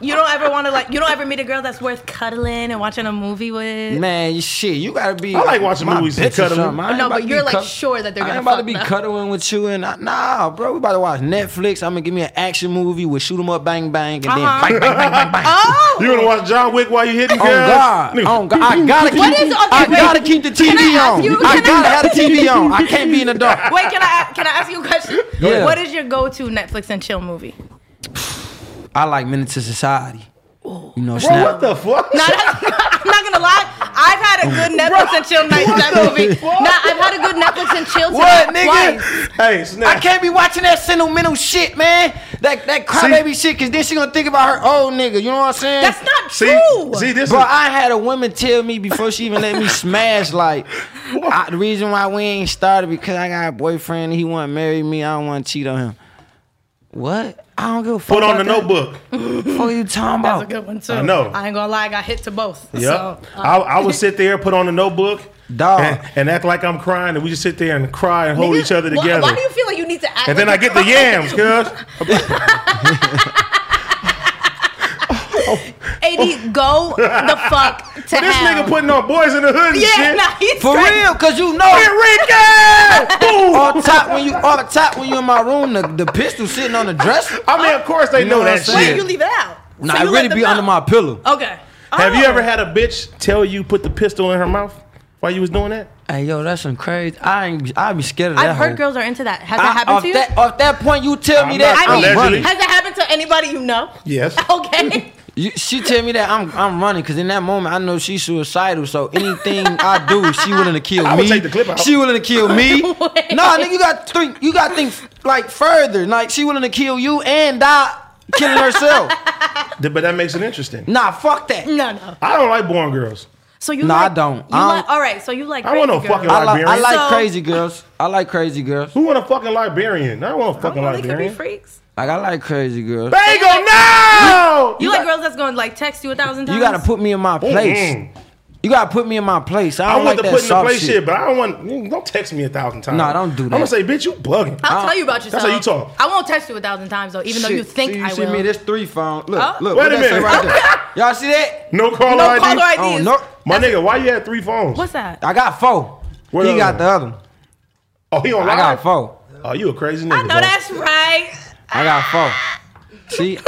[SPEAKER 4] You don't ever want to like. You don't ever meet a girl that's worth cuddling and watching a movie with.
[SPEAKER 3] Man, you- shit, you gotta be.
[SPEAKER 2] I like watching
[SPEAKER 3] my
[SPEAKER 2] movies and
[SPEAKER 3] bitch or
[SPEAKER 2] cuddling.
[SPEAKER 3] something. I ain't
[SPEAKER 4] No,
[SPEAKER 3] about
[SPEAKER 4] but
[SPEAKER 3] to be
[SPEAKER 4] you're, like,
[SPEAKER 3] cuddling.
[SPEAKER 4] sure that they're
[SPEAKER 3] I
[SPEAKER 4] gonna
[SPEAKER 3] ain't about to
[SPEAKER 4] fuck
[SPEAKER 3] be
[SPEAKER 4] them.
[SPEAKER 3] cuddling with you and I, nah, bro. We about to watch Netflix. I'm gonna give me an action movie with shoot 'em up, bang bang, and
[SPEAKER 4] Uh-huh.
[SPEAKER 3] then bang bang bang bang bang.
[SPEAKER 4] Oh,
[SPEAKER 2] You gonna watch John Wick while you hitting
[SPEAKER 3] On
[SPEAKER 2] girls?
[SPEAKER 3] Oh, God,
[SPEAKER 2] Nigga,
[SPEAKER 3] on God, I gotta keep,
[SPEAKER 4] What is- okay,
[SPEAKER 3] I
[SPEAKER 4] wait.
[SPEAKER 3] gotta keep the TV
[SPEAKER 4] Can I ask
[SPEAKER 3] on.
[SPEAKER 4] you-
[SPEAKER 3] I
[SPEAKER 4] can I-
[SPEAKER 3] gotta have the TV on. I can't be in the dark.
[SPEAKER 4] Wait, can I can I ask you a question?
[SPEAKER 3] ahead.
[SPEAKER 4] What is your go-to Netflix and chill movie?
[SPEAKER 3] I like Minutes to Society. You know,
[SPEAKER 2] Bro,
[SPEAKER 3] snap.
[SPEAKER 2] what the fuck?
[SPEAKER 4] Now, that's, I'm not gonna lie. I've had a good Netflix and chill night with that movie. Nah, I've had a good Netflix and chill
[SPEAKER 3] What,
[SPEAKER 4] tonight
[SPEAKER 3] nigga?
[SPEAKER 4] twice.
[SPEAKER 2] hey,
[SPEAKER 3] I
[SPEAKER 2] snap.
[SPEAKER 3] can't be watching that sentimental shit, man. That that crybaby shit, cause then she gonna think about her old nigga. You know what I'm saying?
[SPEAKER 4] That's not
[SPEAKER 2] See,
[SPEAKER 4] true.
[SPEAKER 2] see this
[SPEAKER 3] Bro,
[SPEAKER 2] is
[SPEAKER 3] I had a woman tell me before she even let me smash. Like, I, the reason why we ain't started because I got a boyfriend. and He want to marry me. I don't want to cheat on him. What? I don't give a fuck.
[SPEAKER 2] put on the
[SPEAKER 3] about that.
[SPEAKER 2] notebook.
[SPEAKER 3] What you talking
[SPEAKER 4] That's a
[SPEAKER 3] about?
[SPEAKER 4] good one too.
[SPEAKER 2] I know.
[SPEAKER 4] I ain't gonna lie. I got hit to both.
[SPEAKER 2] Yep.
[SPEAKER 4] So, uh.
[SPEAKER 2] I, I would sit there, put on the notebook,
[SPEAKER 3] Dog.
[SPEAKER 2] and, and act like I'm crying, and we just sit there and cry and hold
[SPEAKER 4] Nigga,
[SPEAKER 2] each other
[SPEAKER 4] why-
[SPEAKER 2] together.
[SPEAKER 4] Why, do you feel like you need to act?
[SPEAKER 2] and then I
[SPEAKER 4] like
[SPEAKER 2] get the yams, cuz.
[SPEAKER 4] AD, go the fuck to
[SPEAKER 2] This
[SPEAKER 4] hell.
[SPEAKER 2] nigga putting on boys in the hood and
[SPEAKER 4] yeah,
[SPEAKER 2] shit.
[SPEAKER 4] nah, he's
[SPEAKER 3] For
[SPEAKER 4] crazy.
[SPEAKER 3] real, cause you know.
[SPEAKER 2] Enrique! Boom!
[SPEAKER 3] On top when you on top when you in my room, the, the pistol sitting on the dresser.
[SPEAKER 2] I mean, of course they
[SPEAKER 3] You
[SPEAKER 2] know
[SPEAKER 3] know
[SPEAKER 2] that
[SPEAKER 3] what I'm
[SPEAKER 4] Wait,
[SPEAKER 3] saying?
[SPEAKER 2] shit.
[SPEAKER 4] you leave it out.
[SPEAKER 3] Nah,
[SPEAKER 4] So
[SPEAKER 3] I
[SPEAKER 4] you let
[SPEAKER 3] really
[SPEAKER 4] them
[SPEAKER 3] be under
[SPEAKER 4] know.
[SPEAKER 3] my pillow.
[SPEAKER 4] Okay.
[SPEAKER 2] Have you
[SPEAKER 4] Oh.
[SPEAKER 2] ever had a bitch tell you put the pistol in her mouth while you was doing that?
[SPEAKER 3] Hey yo, that's some crazy. I ain't. I be scared of that.
[SPEAKER 4] I've heard
[SPEAKER 3] hoe.
[SPEAKER 4] girls are into that. Has
[SPEAKER 3] I-
[SPEAKER 4] that happened
[SPEAKER 3] off
[SPEAKER 4] to you?
[SPEAKER 3] That, off that point, you tell me
[SPEAKER 2] I'm
[SPEAKER 3] that
[SPEAKER 2] not
[SPEAKER 3] I'm
[SPEAKER 4] I
[SPEAKER 2] allegedly.
[SPEAKER 4] mean,
[SPEAKER 3] running.
[SPEAKER 4] has that happened to anybody you know?
[SPEAKER 2] Yes.
[SPEAKER 4] Okay.
[SPEAKER 3] You, she tell me that I'm I'm running because in that moment I know she's suicidal. So anything I do, she willing to kill
[SPEAKER 2] I would
[SPEAKER 3] me.
[SPEAKER 2] take the clip out.
[SPEAKER 3] She willing to kill me. no, nigga, you got to think. You got to think like further. Like she willing to kill you and die killing herself.
[SPEAKER 2] Th- But that makes it interesting.
[SPEAKER 3] nah, fuck that.
[SPEAKER 4] no, no.
[SPEAKER 2] I don't like born girls.
[SPEAKER 4] So you?
[SPEAKER 3] No, I
[SPEAKER 4] like,
[SPEAKER 3] don't.
[SPEAKER 4] You
[SPEAKER 3] I
[SPEAKER 4] like,
[SPEAKER 3] don't-
[SPEAKER 4] all right. So you like?
[SPEAKER 2] I don't
[SPEAKER 4] crazy
[SPEAKER 2] want no fucking
[SPEAKER 4] girls.
[SPEAKER 3] I, li- I
[SPEAKER 2] Librarian.
[SPEAKER 3] like
[SPEAKER 4] So-
[SPEAKER 3] crazy girls. I like crazy girls.
[SPEAKER 2] Who want a fucking librarian? I don't want a fucking
[SPEAKER 4] Well, they could be
[SPEAKER 2] librarian.
[SPEAKER 4] freaks.
[SPEAKER 3] Like I like crazy girls.
[SPEAKER 2] Bagel, no!
[SPEAKER 4] You,
[SPEAKER 3] You
[SPEAKER 4] like
[SPEAKER 3] got-
[SPEAKER 4] girls that's gonna like text you a thousand times.
[SPEAKER 3] You gotta put me in my place.
[SPEAKER 2] Mm-mm.
[SPEAKER 3] You gotta put me in my place. I
[SPEAKER 2] I
[SPEAKER 3] don't
[SPEAKER 2] want
[SPEAKER 3] like
[SPEAKER 2] to
[SPEAKER 3] that
[SPEAKER 2] put in the
[SPEAKER 3] soft
[SPEAKER 2] place
[SPEAKER 3] shit.
[SPEAKER 2] shit. but I don't want. Don't text me a thousand times.
[SPEAKER 3] Nah, don't do
[SPEAKER 2] I'm gonna
[SPEAKER 3] that.
[SPEAKER 2] say, bitch, you bugging.
[SPEAKER 4] I'll tell you about
[SPEAKER 2] That's
[SPEAKER 4] yourself.
[SPEAKER 2] how you talk.
[SPEAKER 4] I won't text you a thousand times though, even though you
[SPEAKER 3] Shit.
[SPEAKER 4] think
[SPEAKER 3] See, you
[SPEAKER 4] I
[SPEAKER 3] see
[SPEAKER 4] will.
[SPEAKER 3] me? This three phone. Look,
[SPEAKER 4] Oh.
[SPEAKER 3] look.
[SPEAKER 2] Wait
[SPEAKER 3] what
[SPEAKER 2] a
[SPEAKER 3] that say
[SPEAKER 2] minute.
[SPEAKER 3] Right there? Y'all see that?
[SPEAKER 2] No caller
[SPEAKER 1] No
[SPEAKER 2] ID.
[SPEAKER 1] caller ID.
[SPEAKER 3] Oh
[SPEAKER 1] These-
[SPEAKER 3] no,
[SPEAKER 2] My nigga, why you had three phones?
[SPEAKER 4] What's that?
[SPEAKER 3] I got four.
[SPEAKER 2] What
[SPEAKER 3] he
[SPEAKER 2] other
[SPEAKER 3] got
[SPEAKER 2] one?
[SPEAKER 3] the other. one.
[SPEAKER 2] Oh, he on
[SPEAKER 3] I
[SPEAKER 2] live.
[SPEAKER 3] got four.
[SPEAKER 2] Oh, you a crazy nigga.
[SPEAKER 1] I know
[SPEAKER 2] bro.
[SPEAKER 1] that's right.
[SPEAKER 3] I got four. See,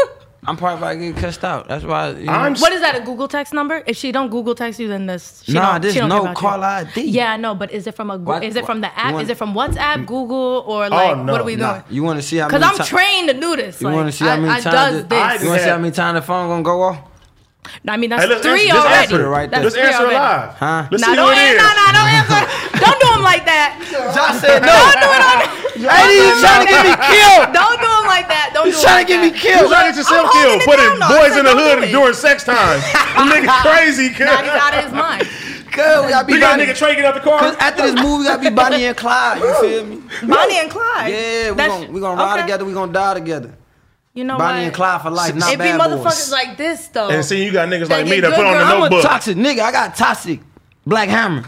[SPEAKER 3] I'm probably about to get cussed out. That's why. You know.
[SPEAKER 2] I'm
[SPEAKER 4] What is that? A Google text number? If she don't Google text you, then this. She
[SPEAKER 3] Nah,
[SPEAKER 4] don't,
[SPEAKER 3] this
[SPEAKER 4] she don't care
[SPEAKER 3] no
[SPEAKER 4] about you.
[SPEAKER 3] caller ID.
[SPEAKER 4] Yeah, I know, but is it from a? Goo-
[SPEAKER 3] What- Mm.
[SPEAKER 4] Is it from the app?
[SPEAKER 3] what-
[SPEAKER 4] is it from WhatsApp, Google, or like
[SPEAKER 2] Oh, no,
[SPEAKER 4] what are we
[SPEAKER 2] nah.
[SPEAKER 4] doing?
[SPEAKER 3] You want to see how
[SPEAKER 4] Because
[SPEAKER 3] many
[SPEAKER 4] I'm
[SPEAKER 3] ti-
[SPEAKER 4] trained to do this.
[SPEAKER 3] You
[SPEAKER 4] like,
[SPEAKER 3] want to see how many
[SPEAKER 4] I, I
[SPEAKER 3] times?
[SPEAKER 4] does
[SPEAKER 3] the-
[SPEAKER 4] this.
[SPEAKER 3] You want to see how many times the phone gonna go off?
[SPEAKER 4] I mean, that's
[SPEAKER 2] Hey, let's
[SPEAKER 4] three
[SPEAKER 2] answer, let's
[SPEAKER 4] already.
[SPEAKER 2] Answer it right there.
[SPEAKER 4] That's
[SPEAKER 2] Let's
[SPEAKER 4] three
[SPEAKER 2] answer it
[SPEAKER 4] already.
[SPEAKER 2] live.
[SPEAKER 3] Huh?
[SPEAKER 2] Let's
[SPEAKER 4] Nah,
[SPEAKER 2] see who
[SPEAKER 4] don't,
[SPEAKER 2] it
[SPEAKER 4] an-
[SPEAKER 2] is.
[SPEAKER 4] nah, nah, don't answer. don't do them like that.
[SPEAKER 3] Josh said no.
[SPEAKER 4] Don't do it on.
[SPEAKER 3] Hey, he's trying to get me killed.
[SPEAKER 4] Don't do them like that. Don't do
[SPEAKER 3] He's
[SPEAKER 4] 'em
[SPEAKER 3] trying
[SPEAKER 4] like
[SPEAKER 3] to get
[SPEAKER 4] that.
[SPEAKER 3] me
[SPEAKER 2] You
[SPEAKER 3] killed.
[SPEAKER 2] trying to get yourself
[SPEAKER 4] I'm holding
[SPEAKER 2] killed.
[SPEAKER 4] it
[SPEAKER 2] Putting
[SPEAKER 4] down, though. I
[SPEAKER 2] boys
[SPEAKER 4] said
[SPEAKER 2] in the
[SPEAKER 4] don't
[SPEAKER 2] hood
[SPEAKER 4] do it.
[SPEAKER 2] during sex time. nigga crazy, kid.
[SPEAKER 4] Nah, he's out of his mind.
[SPEAKER 3] Good, we gotta be
[SPEAKER 2] We got a nigga
[SPEAKER 3] body-
[SPEAKER 2] Trey get out the car.
[SPEAKER 3] Cause after this movie, we gotta be Bonnie and Clyde. You feel me?
[SPEAKER 1] Bonnie and Clyde.
[SPEAKER 3] Yeah, we
[SPEAKER 4] That's-
[SPEAKER 3] gonna we gonna ride
[SPEAKER 4] okay.
[SPEAKER 3] together. We gonna die together.
[SPEAKER 4] You know what?
[SPEAKER 3] Bonnie and Clyde for life, not
[SPEAKER 4] It be
[SPEAKER 3] bad
[SPEAKER 4] motherfuckers
[SPEAKER 3] boys.
[SPEAKER 4] like this though.
[SPEAKER 2] And see, you got niggas
[SPEAKER 4] They
[SPEAKER 2] like
[SPEAKER 4] get
[SPEAKER 2] me that
[SPEAKER 4] good
[SPEAKER 2] put on
[SPEAKER 4] girl.
[SPEAKER 2] the
[SPEAKER 3] I'm a
[SPEAKER 2] notebook.
[SPEAKER 3] toxic nigga. I got toxic. Black Hammer.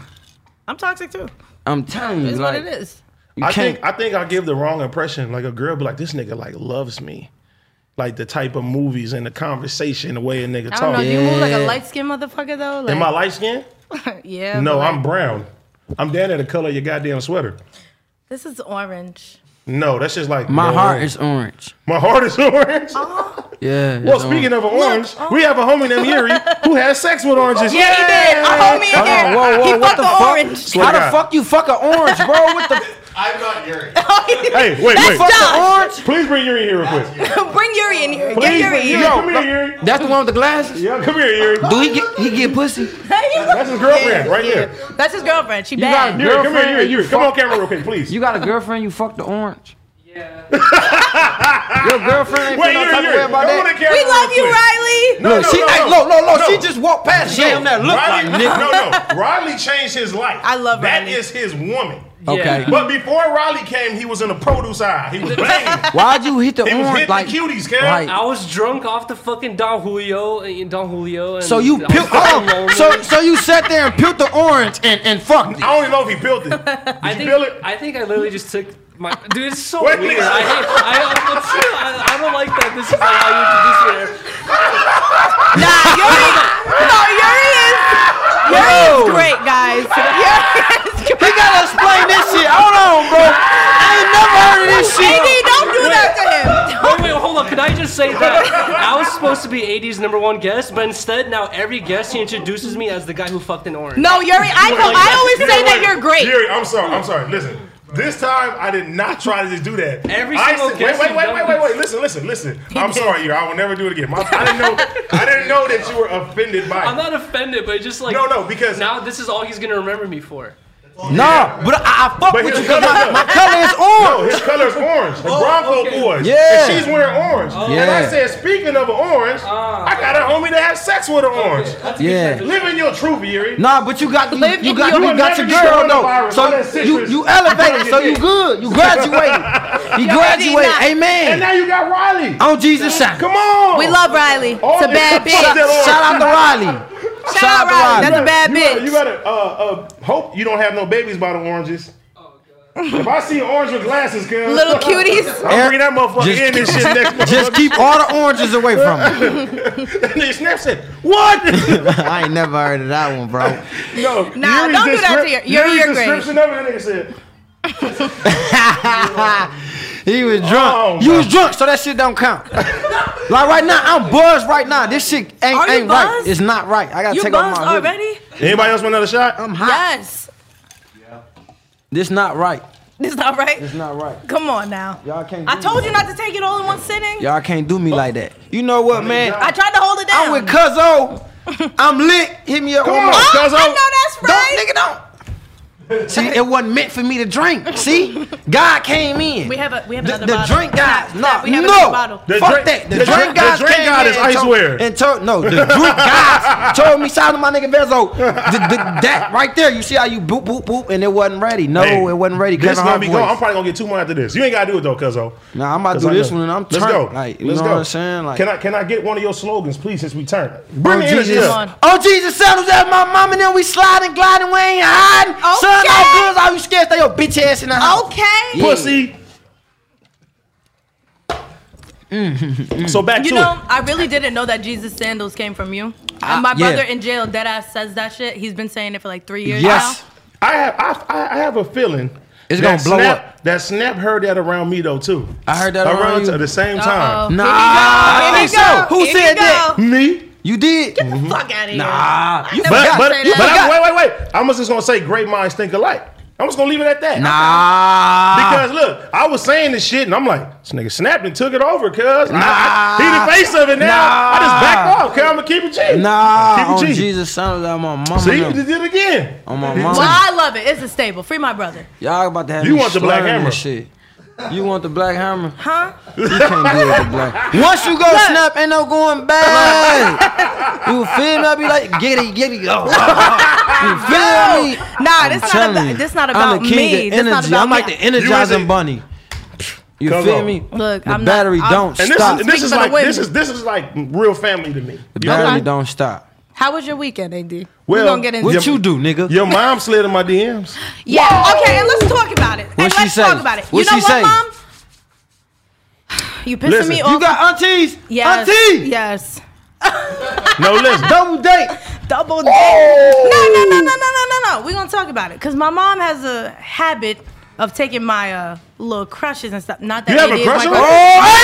[SPEAKER 1] I'm toxic too.
[SPEAKER 3] I'm telling you,
[SPEAKER 4] It's
[SPEAKER 3] like
[SPEAKER 4] what it is.
[SPEAKER 3] you
[SPEAKER 2] I
[SPEAKER 3] can't.
[SPEAKER 2] think I think I give the wrong impression. Like a girl be like, this nigga like loves me. Like the type of movies and the conversation, the way a nigga
[SPEAKER 4] I don't know.
[SPEAKER 2] talk.
[SPEAKER 4] You move like a
[SPEAKER 3] Yeah.
[SPEAKER 4] light skinned motherfucker though. Like,
[SPEAKER 2] Am I light skinned?
[SPEAKER 4] yeah. but
[SPEAKER 2] No,
[SPEAKER 4] like,
[SPEAKER 2] I'm brown. I'm down at the color of your goddamn sweater.
[SPEAKER 4] This is orange.
[SPEAKER 2] No, that's just like
[SPEAKER 3] my
[SPEAKER 2] bro,
[SPEAKER 3] heart is orange.
[SPEAKER 2] my heart is orange.
[SPEAKER 3] Yeah.
[SPEAKER 2] well, speaking of an orange, we have a homie named Yuri who has sex with oranges.
[SPEAKER 1] Yeah, he did. A homie in
[SPEAKER 3] Hold on,
[SPEAKER 1] here.
[SPEAKER 3] whoa, whoa,
[SPEAKER 1] he
[SPEAKER 3] what
[SPEAKER 1] fucked
[SPEAKER 3] the
[SPEAKER 1] the
[SPEAKER 3] fuck?
[SPEAKER 1] orange.
[SPEAKER 2] Swear
[SPEAKER 3] how
[SPEAKER 2] to
[SPEAKER 3] the
[SPEAKER 2] God.
[SPEAKER 3] fuck you fuck an orange, bro? What the
[SPEAKER 5] I'm not Yuri.
[SPEAKER 2] Hey, wait, wait.
[SPEAKER 3] fuck the orange?
[SPEAKER 2] Please bring Yuri here real quick.
[SPEAKER 1] Bring Yuri in here. Get
[SPEAKER 2] Please
[SPEAKER 1] Yuri in
[SPEAKER 2] bring
[SPEAKER 1] here.
[SPEAKER 2] Yuri. Come here, Yuri.
[SPEAKER 3] That's the one with the glasses.
[SPEAKER 2] Yeah, come here, Yuri.
[SPEAKER 3] Do he get he get pussy? You
[SPEAKER 2] That's his girlfriend right there.
[SPEAKER 1] That's his girlfriend. She
[SPEAKER 3] got a
[SPEAKER 1] bad.
[SPEAKER 2] Yuri, come here,
[SPEAKER 3] girlfriend?
[SPEAKER 2] Yuri. Yuri. Come on camera real quick, please.
[SPEAKER 3] You got a girlfriend? You fuck the orange? Yeah. Your girlfriend ain't
[SPEAKER 2] Wait,
[SPEAKER 3] feel
[SPEAKER 2] Yuri,
[SPEAKER 3] no type of
[SPEAKER 2] Yuri.
[SPEAKER 3] way about
[SPEAKER 2] Come on the
[SPEAKER 3] that.
[SPEAKER 2] camera
[SPEAKER 1] We
[SPEAKER 2] real
[SPEAKER 1] love you,
[SPEAKER 2] quick.
[SPEAKER 1] Riley.
[SPEAKER 2] No,
[SPEAKER 3] Look,
[SPEAKER 2] no,
[SPEAKER 3] she
[SPEAKER 2] no,
[SPEAKER 3] like,
[SPEAKER 2] no.
[SPEAKER 3] look, look, look,
[SPEAKER 2] No.
[SPEAKER 3] she just walked past. She on that look
[SPEAKER 2] Riley,
[SPEAKER 3] like nigga.
[SPEAKER 2] No, no. Riley changed his life.
[SPEAKER 1] I love
[SPEAKER 2] That
[SPEAKER 1] Riley.
[SPEAKER 2] is his woman.
[SPEAKER 3] Okay.
[SPEAKER 2] But before Riley came, he was in the produce aisle. He was banging.
[SPEAKER 3] Why'd you hit the
[SPEAKER 2] He was
[SPEAKER 3] orange?
[SPEAKER 2] hitting
[SPEAKER 3] like
[SPEAKER 2] cuties, kid.
[SPEAKER 3] Like,
[SPEAKER 6] I was drunk off the fucking Don Julio and Don Julio. And
[SPEAKER 3] so you
[SPEAKER 6] I was
[SPEAKER 3] pil-
[SPEAKER 6] fucking
[SPEAKER 3] oh,
[SPEAKER 6] lonely.
[SPEAKER 3] so so you sat there and peeled the orange and and fucked it.
[SPEAKER 2] I don't even know if he built it. Did
[SPEAKER 6] I
[SPEAKER 2] you
[SPEAKER 6] think
[SPEAKER 2] build it?
[SPEAKER 6] I think I literally just took my dude. It's so
[SPEAKER 2] Wait,
[SPEAKER 6] weird.
[SPEAKER 2] nigga.
[SPEAKER 6] I, hate, I, it's true. I I don't like that. This is like how you do this. Here.
[SPEAKER 1] Nah, Yuri. No, Yuri is. Yuri is
[SPEAKER 3] Yo.
[SPEAKER 1] great, guys. Yuri is
[SPEAKER 3] He
[SPEAKER 1] great.
[SPEAKER 3] gotta explain this shit. Hold on, bro. I ain't never heard of this shit.
[SPEAKER 1] AB, don't do that to him.
[SPEAKER 6] Wait, wait, hold on. Can I just say that I was supposed to be '80s number one guest, but instead now every guest he introduces me as the guy who fucked an orange.
[SPEAKER 1] No, Yuri. I know. I always
[SPEAKER 2] You know
[SPEAKER 1] say that
[SPEAKER 2] what?
[SPEAKER 1] you're great.
[SPEAKER 2] Yuri, I'm sorry. I'm sorry. Listen. This time I did not try to just do that.
[SPEAKER 6] Every
[SPEAKER 2] I
[SPEAKER 6] single
[SPEAKER 2] said-
[SPEAKER 6] guest
[SPEAKER 2] Wait,
[SPEAKER 6] you've
[SPEAKER 2] wait, wait,
[SPEAKER 6] done
[SPEAKER 2] wait, wait,
[SPEAKER 6] this-
[SPEAKER 2] wait. Listen, listen, listen. I'm sorry, Yuri. I will never do it again. My, I didn't know. I didn't know that you were offended by.
[SPEAKER 6] I'm
[SPEAKER 2] it.
[SPEAKER 6] not offended, but just like
[SPEAKER 2] No, no, because-
[SPEAKER 6] now this is all he's gonna remember me for.
[SPEAKER 3] Nah, but I, I fuck
[SPEAKER 2] But
[SPEAKER 3] with
[SPEAKER 2] his
[SPEAKER 3] you because my,
[SPEAKER 2] color-
[SPEAKER 3] my color is
[SPEAKER 2] No,
[SPEAKER 3] orange.
[SPEAKER 2] his color's orange. The Bronco
[SPEAKER 6] Oh, okay. Oh.
[SPEAKER 2] boys.
[SPEAKER 3] Yeah.
[SPEAKER 2] And she's wearing orange. And I
[SPEAKER 3] Yeah.
[SPEAKER 2] said, speaking of an orange, I got a homie that has sex with an orange.
[SPEAKER 6] Ah. That's a good
[SPEAKER 3] Yeah.
[SPEAKER 6] transition.
[SPEAKER 2] Live in your truth, Yuri.
[SPEAKER 3] Nah, but you got you,
[SPEAKER 1] Live
[SPEAKER 3] you
[SPEAKER 1] in your-
[SPEAKER 2] You
[SPEAKER 3] got you got
[SPEAKER 2] will
[SPEAKER 3] your
[SPEAKER 2] never get
[SPEAKER 3] girl though.
[SPEAKER 2] coronavirus. All that
[SPEAKER 3] So
[SPEAKER 2] citrus.
[SPEAKER 3] you you
[SPEAKER 2] You
[SPEAKER 3] elevated, so you
[SPEAKER 2] did.
[SPEAKER 3] good. You graduated. You graduated.
[SPEAKER 1] not.
[SPEAKER 2] And
[SPEAKER 3] Amen.
[SPEAKER 2] now you got Riley.
[SPEAKER 3] On Jesus' sign.
[SPEAKER 2] Come on.
[SPEAKER 1] We love Riley.
[SPEAKER 2] Oh,
[SPEAKER 1] It's a bad
[SPEAKER 2] Shout
[SPEAKER 1] bitch.
[SPEAKER 3] Shout out to Riley.
[SPEAKER 1] Shout out Riley. That's a bad
[SPEAKER 2] you Gotta,
[SPEAKER 1] bitch.
[SPEAKER 2] you gotta uh, uh, hope you don't have no babies by the oranges. If I see an orange with glasses, cuz.
[SPEAKER 1] Little cuties.
[SPEAKER 2] I'm bringing that motherfucker
[SPEAKER 3] Just-
[SPEAKER 2] in this shit next month.
[SPEAKER 3] Just keep all the oranges away from me.
[SPEAKER 2] Nigga Snaps said, What?
[SPEAKER 3] I ain't never heard of that one, bro.
[SPEAKER 2] No,
[SPEAKER 1] Nah, don't do that to your- you're-
[SPEAKER 2] Yuri's
[SPEAKER 1] you're great.
[SPEAKER 2] description of it, that nigga said,
[SPEAKER 3] He was drunk.
[SPEAKER 2] Oh,
[SPEAKER 3] you
[SPEAKER 2] my-
[SPEAKER 3] was drunk, so that shit don't count. like right now, I'm buzzed right now. This shit ain't,
[SPEAKER 1] Are you
[SPEAKER 3] ain't right.
[SPEAKER 1] buzzed?
[SPEAKER 3] It's not right. I gotta
[SPEAKER 1] You
[SPEAKER 3] take
[SPEAKER 1] buzzed
[SPEAKER 3] off my hoodie.
[SPEAKER 1] already?
[SPEAKER 2] Anybody else want another shot?
[SPEAKER 3] I'm hot.
[SPEAKER 1] Yes.
[SPEAKER 3] This not right.
[SPEAKER 1] This not right.
[SPEAKER 3] It's not right.
[SPEAKER 1] Come on now.
[SPEAKER 3] Y'all can't. Do
[SPEAKER 1] I told you not to take it all in one sitting.
[SPEAKER 3] Y'all can't do me like that. You know what, man?
[SPEAKER 1] I tried to hold it down.
[SPEAKER 3] I'm with Cuzzo. I'm lit. Hit me up
[SPEAKER 2] Come
[SPEAKER 3] one
[SPEAKER 2] on,
[SPEAKER 3] more.
[SPEAKER 2] Cuzzo.
[SPEAKER 1] I know that's right.
[SPEAKER 3] Don't, nigga, don't. See, it wasn't meant for me to drink. See, God came in.
[SPEAKER 4] We have a we have
[SPEAKER 3] the,
[SPEAKER 4] another
[SPEAKER 3] the
[SPEAKER 4] bottle.
[SPEAKER 3] drink guys,
[SPEAKER 4] Snap, snap,
[SPEAKER 3] no,
[SPEAKER 4] we have another
[SPEAKER 3] no,
[SPEAKER 4] bottle.
[SPEAKER 2] The
[SPEAKER 3] fuck
[SPEAKER 2] drink-
[SPEAKER 3] that.
[SPEAKER 2] the
[SPEAKER 3] The, drink
[SPEAKER 2] drink- the
[SPEAKER 3] guys,
[SPEAKER 2] drink
[SPEAKER 3] came
[SPEAKER 2] guy
[SPEAKER 3] in
[SPEAKER 2] is
[SPEAKER 3] and
[SPEAKER 2] Ice
[SPEAKER 3] told-
[SPEAKER 2] Wear.
[SPEAKER 3] and told no, the drink guys told me shout out to my nigga Vezo, the, the, that right there. You see how you boop boop boop, and it wasn't ready. No,
[SPEAKER 2] Hey,
[SPEAKER 3] it wasn't ready.
[SPEAKER 2] This
[SPEAKER 3] Kevin
[SPEAKER 2] gonna
[SPEAKER 3] Hart
[SPEAKER 2] be
[SPEAKER 3] voice.
[SPEAKER 2] going. I'm probably gonna get two more after this. You ain't gotta do it though, Cuzzo.
[SPEAKER 3] Nah, I'm about to
[SPEAKER 2] 'Cause
[SPEAKER 3] do
[SPEAKER 2] I
[SPEAKER 3] this
[SPEAKER 2] know.
[SPEAKER 3] one and I'm
[SPEAKER 2] Let's
[SPEAKER 3] turned.
[SPEAKER 2] go.
[SPEAKER 3] Like, you
[SPEAKER 2] Let's
[SPEAKER 3] know
[SPEAKER 2] go.
[SPEAKER 3] what I'm saying? Like-
[SPEAKER 2] can I can I get one of your slogans, please? Since we turn,
[SPEAKER 3] Oh,
[SPEAKER 2] bring the energy
[SPEAKER 3] Jesus.
[SPEAKER 2] up.
[SPEAKER 3] Oh, Jesus, settles at my mom, and then we sliding, gliding, we ain't hiding. Son, all
[SPEAKER 1] Okay.
[SPEAKER 3] good. Are you scared? Stay your bitch ass in the house.
[SPEAKER 1] Okay.
[SPEAKER 3] Yeah.
[SPEAKER 2] Pussy.
[SPEAKER 3] Mm.
[SPEAKER 2] So back
[SPEAKER 4] You
[SPEAKER 2] to
[SPEAKER 4] know,
[SPEAKER 2] it.
[SPEAKER 4] I really didn't know that Jesus sandals came from you. and my
[SPEAKER 3] Ah, yeah.
[SPEAKER 4] brother in jail, dead ass says that shit. He's been saying it for like three years
[SPEAKER 3] Yes.
[SPEAKER 2] I have I, I- I have a feeling.
[SPEAKER 3] It's
[SPEAKER 2] that
[SPEAKER 3] gonna blow
[SPEAKER 2] Snap-
[SPEAKER 3] up.
[SPEAKER 2] That Snap heard that around me though too.
[SPEAKER 3] I heard that around
[SPEAKER 2] around
[SPEAKER 3] you.
[SPEAKER 2] at the same
[SPEAKER 4] now. Uh-oh.
[SPEAKER 2] time.
[SPEAKER 3] Nah,
[SPEAKER 4] Here
[SPEAKER 3] I
[SPEAKER 4] we
[SPEAKER 3] think
[SPEAKER 4] go.
[SPEAKER 3] so. Who
[SPEAKER 4] Here we
[SPEAKER 3] said
[SPEAKER 4] go.
[SPEAKER 3] that?
[SPEAKER 2] Me.
[SPEAKER 3] You did.
[SPEAKER 4] Fuck out of here.
[SPEAKER 3] Nah, you
[SPEAKER 4] never
[SPEAKER 2] But
[SPEAKER 4] got
[SPEAKER 3] forgot.
[SPEAKER 2] but,
[SPEAKER 4] say
[SPEAKER 2] but
[SPEAKER 4] that.
[SPEAKER 2] I, wait wait wait. I'm just gonna say great minds think alike. I'm just gonna leave it at that.
[SPEAKER 3] Nah.
[SPEAKER 2] Because look, I was saying this shit and I'm like, this nigga snapped and took it over, cuz. I- I-
[SPEAKER 3] Nah.
[SPEAKER 2] he the face of it now. I just
[SPEAKER 3] Nah.
[SPEAKER 2] back off, cuz I'm gonna keep it G.
[SPEAKER 3] Nah,
[SPEAKER 2] keep
[SPEAKER 3] on
[SPEAKER 2] it G.
[SPEAKER 3] Jesus sounded like my mama.
[SPEAKER 2] See, you
[SPEAKER 3] them.
[SPEAKER 2] just did it again.
[SPEAKER 3] on my
[SPEAKER 4] Well,
[SPEAKER 3] mama.
[SPEAKER 4] I love it. It's a staple. Free my brother.
[SPEAKER 3] Y'all about to have
[SPEAKER 2] You
[SPEAKER 3] me
[SPEAKER 2] want the Black
[SPEAKER 3] slurring and
[SPEAKER 2] Hammer.
[SPEAKER 3] Shit. You want the black hammer?
[SPEAKER 4] Huh?
[SPEAKER 3] You can't deal with the black. Once you go snap, ain't no going back. You feel me? I be like, get it, get it. Oh, oh. You feel me?
[SPEAKER 4] Nah, this not
[SPEAKER 3] telling
[SPEAKER 4] about-
[SPEAKER 3] you,
[SPEAKER 4] this not
[SPEAKER 3] I'm
[SPEAKER 4] about
[SPEAKER 3] the king
[SPEAKER 4] me.
[SPEAKER 3] Of
[SPEAKER 4] This
[SPEAKER 3] energy.
[SPEAKER 4] not about
[SPEAKER 3] I'm like
[SPEAKER 4] me.
[SPEAKER 3] the energizing
[SPEAKER 2] You
[SPEAKER 3] bunny. You
[SPEAKER 2] Come
[SPEAKER 3] feel
[SPEAKER 2] on.
[SPEAKER 3] me?
[SPEAKER 4] Look,
[SPEAKER 3] the
[SPEAKER 4] I'm not-
[SPEAKER 3] battery
[SPEAKER 4] I'm-
[SPEAKER 3] don't
[SPEAKER 2] And this
[SPEAKER 3] stop.
[SPEAKER 2] is this
[SPEAKER 4] Speaking
[SPEAKER 2] is
[SPEAKER 4] for the
[SPEAKER 2] like
[SPEAKER 4] women.
[SPEAKER 2] this is this is like real family to me.
[SPEAKER 3] the battery
[SPEAKER 4] Okay.
[SPEAKER 3] don't stop.
[SPEAKER 4] How was your weekend, AD?
[SPEAKER 2] Well,
[SPEAKER 4] we gonna get into
[SPEAKER 3] What
[SPEAKER 2] Yeah.
[SPEAKER 3] you do, nigga?
[SPEAKER 2] Your mom slid in my DMs.
[SPEAKER 4] Yeah, okay, and let's talk about it. and
[SPEAKER 3] What'd she
[SPEAKER 4] let's
[SPEAKER 3] say?
[SPEAKER 4] talk about it.
[SPEAKER 3] What'd
[SPEAKER 4] you know
[SPEAKER 3] she
[SPEAKER 4] what,
[SPEAKER 3] say?
[SPEAKER 4] Mom? You pissing
[SPEAKER 2] Listen,
[SPEAKER 4] me
[SPEAKER 2] you
[SPEAKER 4] off.
[SPEAKER 3] You got aunties.
[SPEAKER 4] yes,
[SPEAKER 3] Auntie.
[SPEAKER 4] yes.
[SPEAKER 2] No, listen.
[SPEAKER 3] Double date.
[SPEAKER 4] Double date. No, no, no, no, no, no, no, no. We're gonna talk about it. Cause my mom has a habit of taking my uh, little crushes and stuff. Not that
[SPEAKER 2] You have
[SPEAKER 4] it
[SPEAKER 2] a
[SPEAKER 4] is
[SPEAKER 2] crush
[SPEAKER 4] my
[SPEAKER 2] on
[SPEAKER 4] crush.
[SPEAKER 2] her?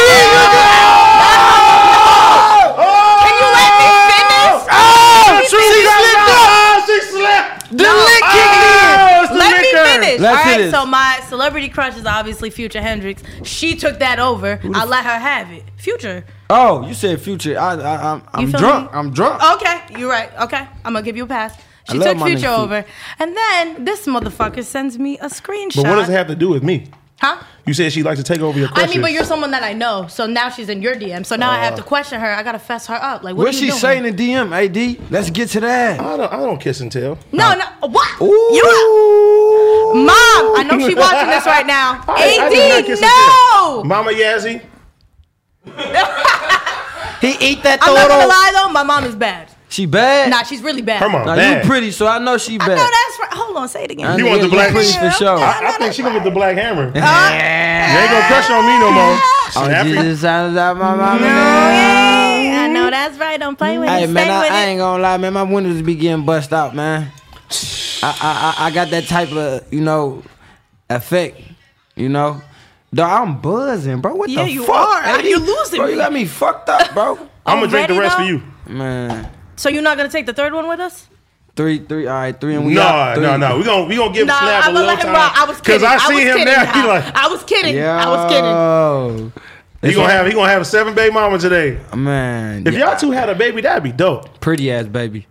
[SPEAKER 4] Can you let me finish?
[SPEAKER 3] Oh, she slipped up.
[SPEAKER 2] Oh, she slipped.
[SPEAKER 3] The lick kicked in.
[SPEAKER 2] Oh, it's
[SPEAKER 4] Ah,
[SPEAKER 2] the
[SPEAKER 4] Let
[SPEAKER 2] liquor.
[SPEAKER 4] me finish.
[SPEAKER 3] Let's
[SPEAKER 4] All right,
[SPEAKER 3] finish.
[SPEAKER 4] so my celebrity crush is obviously Future Hendrix. She took that over. I let her have it. Future.
[SPEAKER 3] Oh, you said future. I, I, I'm, I'm
[SPEAKER 4] You feel
[SPEAKER 3] drunk.
[SPEAKER 4] me? Oh,
[SPEAKER 3] I'm drunk.
[SPEAKER 4] Okay, you're right. Okay, I'm gonna give you a pass. She
[SPEAKER 3] love
[SPEAKER 4] took
[SPEAKER 3] my nigga
[SPEAKER 4] Future
[SPEAKER 3] Future.
[SPEAKER 4] over, and then this motherfucker sends me a screenshot.
[SPEAKER 2] But what does it have to do with me?
[SPEAKER 4] Huh?
[SPEAKER 2] You said she likes to take over your
[SPEAKER 4] I
[SPEAKER 2] crushes.
[SPEAKER 4] mean, but you're someone that I know, so now she's in your DM. So now I have to question her. I gotta fess her up. Like, what
[SPEAKER 3] Uh, What's
[SPEAKER 4] are
[SPEAKER 3] she
[SPEAKER 4] you doing?
[SPEAKER 3] saying in DM, AD? Let's get to that.
[SPEAKER 2] I don't. I don't kiss and tell.
[SPEAKER 4] No, no. What?
[SPEAKER 3] Ooh.
[SPEAKER 4] You, mom? I know she's watching this right now.
[SPEAKER 2] I- I do not
[SPEAKER 4] Ad,
[SPEAKER 2] kiss and tell.
[SPEAKER 4] no.
[SPEAKER 2] Mama Yazzie.
[SPEAKER 3] He eat that
[SPEAKER 4] I'm not gonna
[SPEAKER 3] throat.
[SPEAKER 4] lie though. My mom is bad.
[SPEAKER 3] She bad.
[SPEAKER 4] Nah, she's really bad.
[SPEAKER 2] Come on,
[SPEAKER 3] Now,
[SPEAKER 2] bad.
[SPEAKER 3] you pretty, so I know she
[SPEAKER 4] I
[SPEAKER 3] bad.
[SPEAKER 4] know that's right. Hold on, say it
[SPEAKER 3] I
[SPEAKER 4] again.
[SPEAKER 2] You
[SPEAKER 3] know
[SPEAKER 2] want the black-
[SPEAKER 3] pretty for sure.
[SPEAKER 4] Yeah.
[SPEAKER 2] I think she gonna get the black hammer. You
[SPEAKER 4] Huh?
[SPEAKER 2] ain't gonna crush on me no more.
[SPEAKER 3] Oh,
[SPEAKER 2] Snappy.
[SPEAKER 3] Jesus, I love my mama.
[SPEAKER 4] Hey, I know that's right. Don't play with
[SPEAKER 3] Hey
[SPEAKER 4] it.
[SPEAKER 3] man,
[SPEAKER 4] Stay
[SPEAKER 3] I,
[SPEAKER 4] with
[SPEAKER 3] I
[SPEAKER 4] it.
[SPEAKER 3] ain't gonna lie, man. My windows be getting bust out, man. I, I I I got that type of you know effect, you know. Dog, I'm buzzing, bro. What
[SPEAKER 4] Yeah,
[SPEAKER 3] the
[SPEAKER 4] you
[SPEAKER 3] fuck?
[SPEAKER 4] are. I-
[SPEAKER 3] baby?
[SPEAKER 4] you losing
[SPEAKER 3] Bro,
[SPEAKER 4] me.
[SPEAKER 3] you got me fucked up, bro.
[SPEAKER 2] I'm gonna drink the
[SPEAKER 4] Already,
[SPEAKER 2] rest for
[SPEAKER 4] though?
[SPEAKER 2] you.
[SPEAKER 3] man,
[SPEAKER 4] So you're not gonna take the third one with us?
[SPEAKER 3] three, three. All right, three and we
[SPEAKER 2] No,
[SPEAKER 3] out. Three.
[SPEAKER 2] no, no. We gonna we gonna give
[SPEAKER 4] Nah,
[SPEAKER 2] Snap a
[SPEAKER 4] I'm gonna
[SPEAKER 2] little
[SPEAKER 4] let him
[SPEAKER 2] time.
[SPEAKER 4] rock. I was kidding.
[SPEAKER 2] I see
[SPEAKER 4] was
[SPEAKER 2] him
[SPEAKER 4] kidding,
[SPEAKER 2] now. He
[SPEAKER 4] Hal.
[SPEAKER 2] like
[SPEAKER 4] I was kidding.
[SPEAKER 3] Yo.
[SPEAKER 4] I was kidding.
[SPEAKER 2] he gonna have he gonna have a seven baby mama today.
[SPEAKER 3] man.
[SPEAKER 2] If
[SPEAKER 3] yeah,
[SPEAKER 2] y'all two had a baby, that'd be dope.
[SPEAKER 3] pretty ass baby.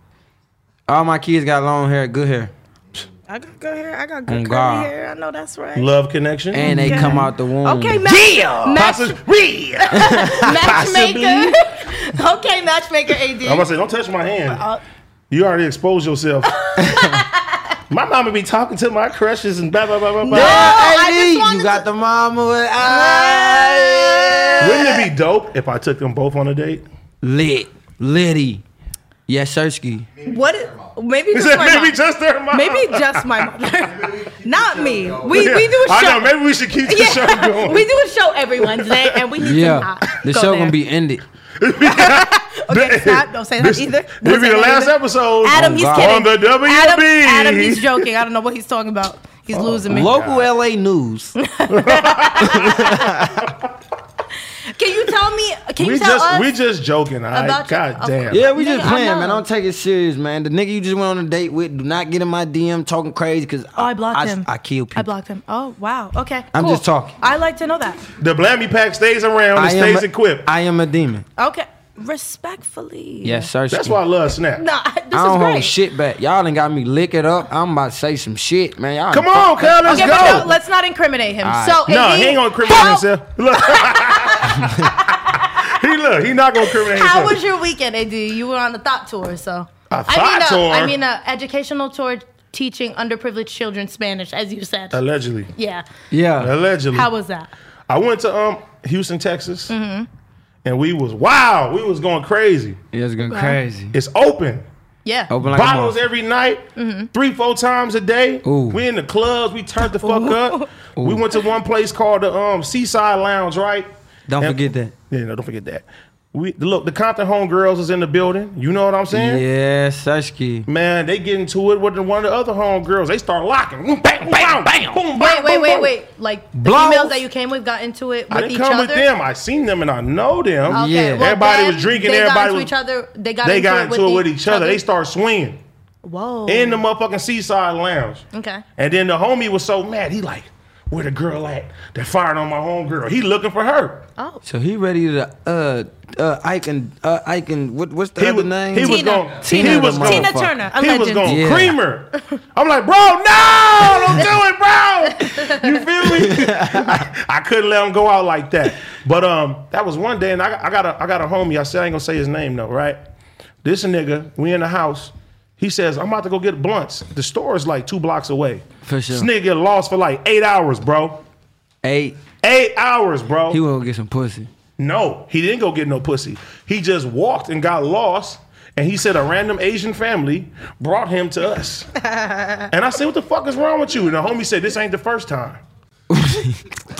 [SPEAKER 3] All my kids got long hair, good hair,
[SPEAKER 4] I got good hair. I got
[SPEAKER 3] On
[SPEAKER 4] good
[SPEAKER 3] God.
[SPEAKER 4] curly hair. I know that's right.
[SPEAKER 2] Love connection.
[SPEAKER 3] and they come out the womb.
[SPEAKER 4] Okay, match, match,
[SPEAKER 2] Mm. Possibly- real. I'm
[SPEAKER 4] matchmaker. okay, matchmaker
[SPEAKER 2] about to
[SPEAKER 4] AD.
[SPEAKER 2] say, don't touch my hand. You already exposed yourself. my mama be talking to my crushes and blah blah blah blah blah.
[SPEAKER 4] Oh, I just
[SPEAKER 3] Hey,
[SPEAKER 4] wanted
[SPEAKER 3] you got the mama. with- Ah, yeah.
[SPEAKER 2] Wouldn't it be dope if I took them both on a date?
[SPEAKER 4] Oh
[SPEAKER 3] Lit. Litty. Yes, Sersky.
[SPEAKER 4] What? is- Maybe
[SPEAKER 2] He
[SPEAKER 4] just
[SPEAKER 2] said,
[SPEAKER 4] my
[SPEAKER 2] maybe
[SPEAKER 4] mom.
[SPEAKER 2] just their mom.
[SPEAKER 4] Maybe just my mother. Not me. We
[SPEAKER 2] Yeah.
[SPEAKER 4] we do a show.
[SPEAKER 2] I know. Maybe we should keep the show going.
[SPEAKER 4] we do a show every Wednesday, and we need to
[SPEAKER 3] Yeah.
[SPEAKER 4] not
[SPEAKER 3] The
[SPEAKER 4] go
[SPEAKER 3] show
[SPEAKER 4] there.
[SPEAKER 3] gonna be ended.
[SPEAKER 4] Okay, stop. Don't say that
[SPEAKER 2] This-
[SPEAKER 4] either. Don't
[SPEAKER 2] This be
[SPEAKER 4] say
[SPEAKER 2] the
[SPEAKER 4] that
[SPEAKER 2] last
[SPEAKER 4] either.
[SPEAKER 2] episode.
[SPEAKER 4] Adam, he's
[SPEAKER 3] Oh, God.
[SPEAKER 4] kidding.
[SPEAKER 2] On the WB.
[SPEAKER 4] Adam, Adam, he's joking. I don't know what he's talking about. He's losing me.
[SPEAKER 3] Local LA news.
[SPEAKER 4] Can you tell me? Can
[SPEAKER 2] We
[SPEAKER 4] you tell
[SPEAKER 2] just
[SPEAKER 4] us?
[SPEAKER 2] we just joking. All right?
[SPEAKER 4] about your-
[SPEAKER 2] God damn.
[SPEAKER 3] Yeah, we just
[SPEAKER 4] Nigga, I
[SPEAKER 3] playing,
[SPEAKER 4] know.
[SPEAKER 3] man. Don't take it serious, man. The nigga you just went on a date with, do not get in my DM talking crazy because
[SPEAKER 4] oh, I blocked him.
[SPEAKER 3] I kill people.
[SPEAKER 4] I blocked him. Oh wow. Okay.
[SPEAKER 3] I'm
[SPEAKER 4] cool.
[SPEAKER 3] just talking.
[SPEAKER 4] I like to know that.
[SPEAKER 2] The Blammy Pack stays around and
[SPEAKER 3] I am
[SPEAKER 2] stays
[SPEAKER 3] a-
[SPEAKER 2] equipped.
[SPEAKER 3] I am a demon.
[SPEAKER 4] Okay. Respectfully.
[SPEAKER 3] Yes, Sersky.
[SPEAKER 2] That's why I love Snap.
[SPEAKER 4] No, I- this
[SPEAKER 3] I
[SPEAKER 4] is
[SPEAKER 3] don't
[SPEAKER 4] great.
[SPEAKER 3] hold shit back. Y'all done got me lick it up. I'm about to say some shit, man. Y'all
[SPEAKER 2] Come
[SPEAKER 3] done
[SPEAKER 2] on,
[SPEAKER 3] fucked
[SPEAKER 2] cuz,
[SPEAKER 3] up.
[SPEAKER 2] let's
[SPEAKER 4] Okay,
[SPEAKER 2] go.
[SPEAKER 4] but no, let's not incriminate him.
[SPEAKER 3] right.
[SPEAKER 4] So
[SPEAKER 2] No,
[SPEAKER 4] and
[SPEAKER 2] he
[SPEAKER 4] he,
[SPEAKER 2] ain't gonna incriminate
[SPEAKER 4] how,
[SPEAKER 2] himself. Look. he look, he not gonna incriminate
[SPEAKER 4] How
[SPEAKER 2] himself.
[SPEAKER 4] was your weekend, Ad? You were on the thought tour, so
[SPEAKER 2] A
[SPEAKER 4] I
[SPEAKER 2] thought
[SPEAKER 4] mean, a-
[SPEAKER 2] tour?
[SPEAKER 4] I mean, a educational tour teaching underprivileged children Spanish, as you said.
[SPEAKER 2] Allegedly.
[SPEAKER 4] yeah.
[SPEAKER 3] Yeah.
[SPEAKER 2] Allegedly.
[SPEAKER 4] How Mm-hmm. was that?
[SPEAKER 2] I went to um Houston, Texas, and we was wow, we was going crazy.
[SPEAKER 3] It's going crazy.
[SPEAKER 2] It's open.
[SPEAKER 4] Yeah.
[SPEAKER 2] Oh,
[SPEAKER 3] Open like a
[SPEAKER 2] Bottles
[SPEAKER 3] mother-
[SPEAKER 2] every night,
[SPEAKER 4] Mm-hmm.
[SPEAKER 2] three, four times a day.
[SPEAKER 3] Ooh.
[SPEAKER 2] We in the clubs, we turned the fuck up. We went to one place called the um Seaside Lounge, right?
[SPEAKER 3] Don't
[SPEAKER 2] And-
[SPEAKER 3] forget that.
[SPEAKER 2] Yeah, no, don't forget that. We look, the Compton Home Girls is in the building. You know what I'm saying?
[SPEAKER 3] Yeah, Sashki.
[SPEAKER 2] Man, they get into it with the- one of the other home girls. They start locking. Boom, bang, bam, bam, boom,
[SPEAKER 4] Wait,
[SPEAKER 2] bam,
[SPEAKER 4] wait,
[SPEAKER 2] boom,
[SPEAKER 4] wait,
[SPEAKER 2] boom.
[SPEAKER 4] wait. Like the
[SPEAKER 3] Blows.
[SPEAKER 4] females that you came with got into it
[SPEAKER 2] oh, I
[SPEAKER 4] with
[SPEAKER 2] didn't
[SPEAKER 4] each
[SPEAKER 2] come
[SPEAKER 4] other.
[SPEAKER 2] with them. I seen them and I know them.
[SPEAKER 4] Okay,
[SPEAKER 3] Yeah.
[SPEAKER 4] well,
[SPEAKER 2] Everybody
[SPEAKER 4] then
[SPEAKER 2] was drinking,
[SPEAKER 4] They
[SPEAKER 2] everybody
[SPEAKER 4] got into
[SPEAKER 2] was-
[SPEAKER 4] each other. They got
[SPEAKER 2] They
[SPEAKER 4] into
[SPEAKER 2] got
[SPEAKER 4] it
[SPEAKER 2] into it with each other. They start swinging
[SPEAKER 4] Whoa.
[SPEAKER 2] in the motherfucking seaside lounge.
[SPEAKER 4] okay.
[SPEAKER 2] And then the homie was so mad. He like, where the girl at? They fired on my home girl. He looking for her.
[SPEAKER 4] Oh.
[SPEAKER 3] So he ready to uh uh Ike and uh Ike and what what's the
[SPEAKER 2] He
[SPEAKER 3] other
[SPEAKER 2] was,
[SPEAKER 3] name?
[SPEAKER 2] he was
[SPEAKER 4] Tina.
[SPEAKER 2] going.
[SPEAKER 3] Tina
[SPEAKER 2] He
[SPEAKER 3] the
[SPEAKER 2] was going.
[SPEAKER 4] Tina
[SPEAKER 3] Motherfucker.
[SPEAKER 4] Turner, a
[SPEAKER 2] He was
[SPEAKER 4] legend.
[SPEAKER 2] going
[SPEAKER 3] Yeah.
[SPEAKER 2] creamer. I'm like, bro, no, don't do it, bro. You feel me? I, I couldn't let him go out like that. But um, that was one day, and I, got- I got a I got a homie. I said I ain't gonna say his name though, right? This nigga, we in the house. He says, I'm about to go get blunts. The store is like two blocks away.
[SPEAKER 3] For sure.
[SPEAKER 2] This nigga lost for like eight hours, bro.
[SPEAKER 3] Eight.
[SPEAKER 2] Eight hours, bro.
[SPEAKER 3] He won't get some pussy.
[SPEAKER 2] No, he didn't go get no pussy. He just walked and got lost. And he said a random Asian family brought him to us. and I said, What the fuck is wrong with you? And the homie said, This ain't the first time.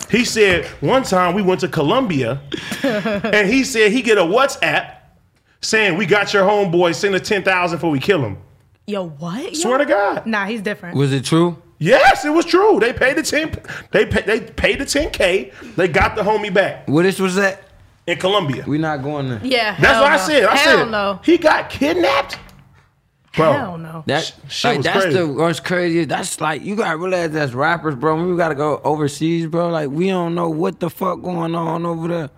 [SPEAKER 2] he said, One time we went to Colombia and he said he get a WhatsApp saying, We got your homeboy, send us 10,000 before we kill him.
[SPEAKER 4] Yo, what? Yo?
[SPEAKER 2] Swear to God.
[SPEAKER 4] Nah, he's different.
[SPEAKER 3] Was it true?
[SPEAKER 2] Yes, it was true. They paid the 10 they pay, they paid the 10K. They got the homie back
[SPEAKER 3] What this was that?
[SPEAKER 2] in Colombia.
[SPEAKER 3] We not going there.
[SPEAKER 4] yeah.
[SPEAKER 2] That's
[SPEAKER 4] hell
[SPEAKER 2] what I
[SPEAKER 4] no.
[SPEAKER 2] said. I
[SPEAKER 4] hell
[SPEAKER 2] said
[SPEAKER 4] no.
[SPEAKER 2] he got kidnapped. Bro,
[SPEAKER 4] Hell no.
[SPEAKER 3] That
[SPEAKER 2] Sh- shit
[SPEAKER 3] like,
[SPEAKER 2] was
[SPEAKER 3] that's
[SPEAKER 2] crazy.
[SPEAKER 3] the what's crazy. That's like you gotta realize that's rappers, bro. We gotta go overseas, bro. Like we don't know what the fuck going on over there.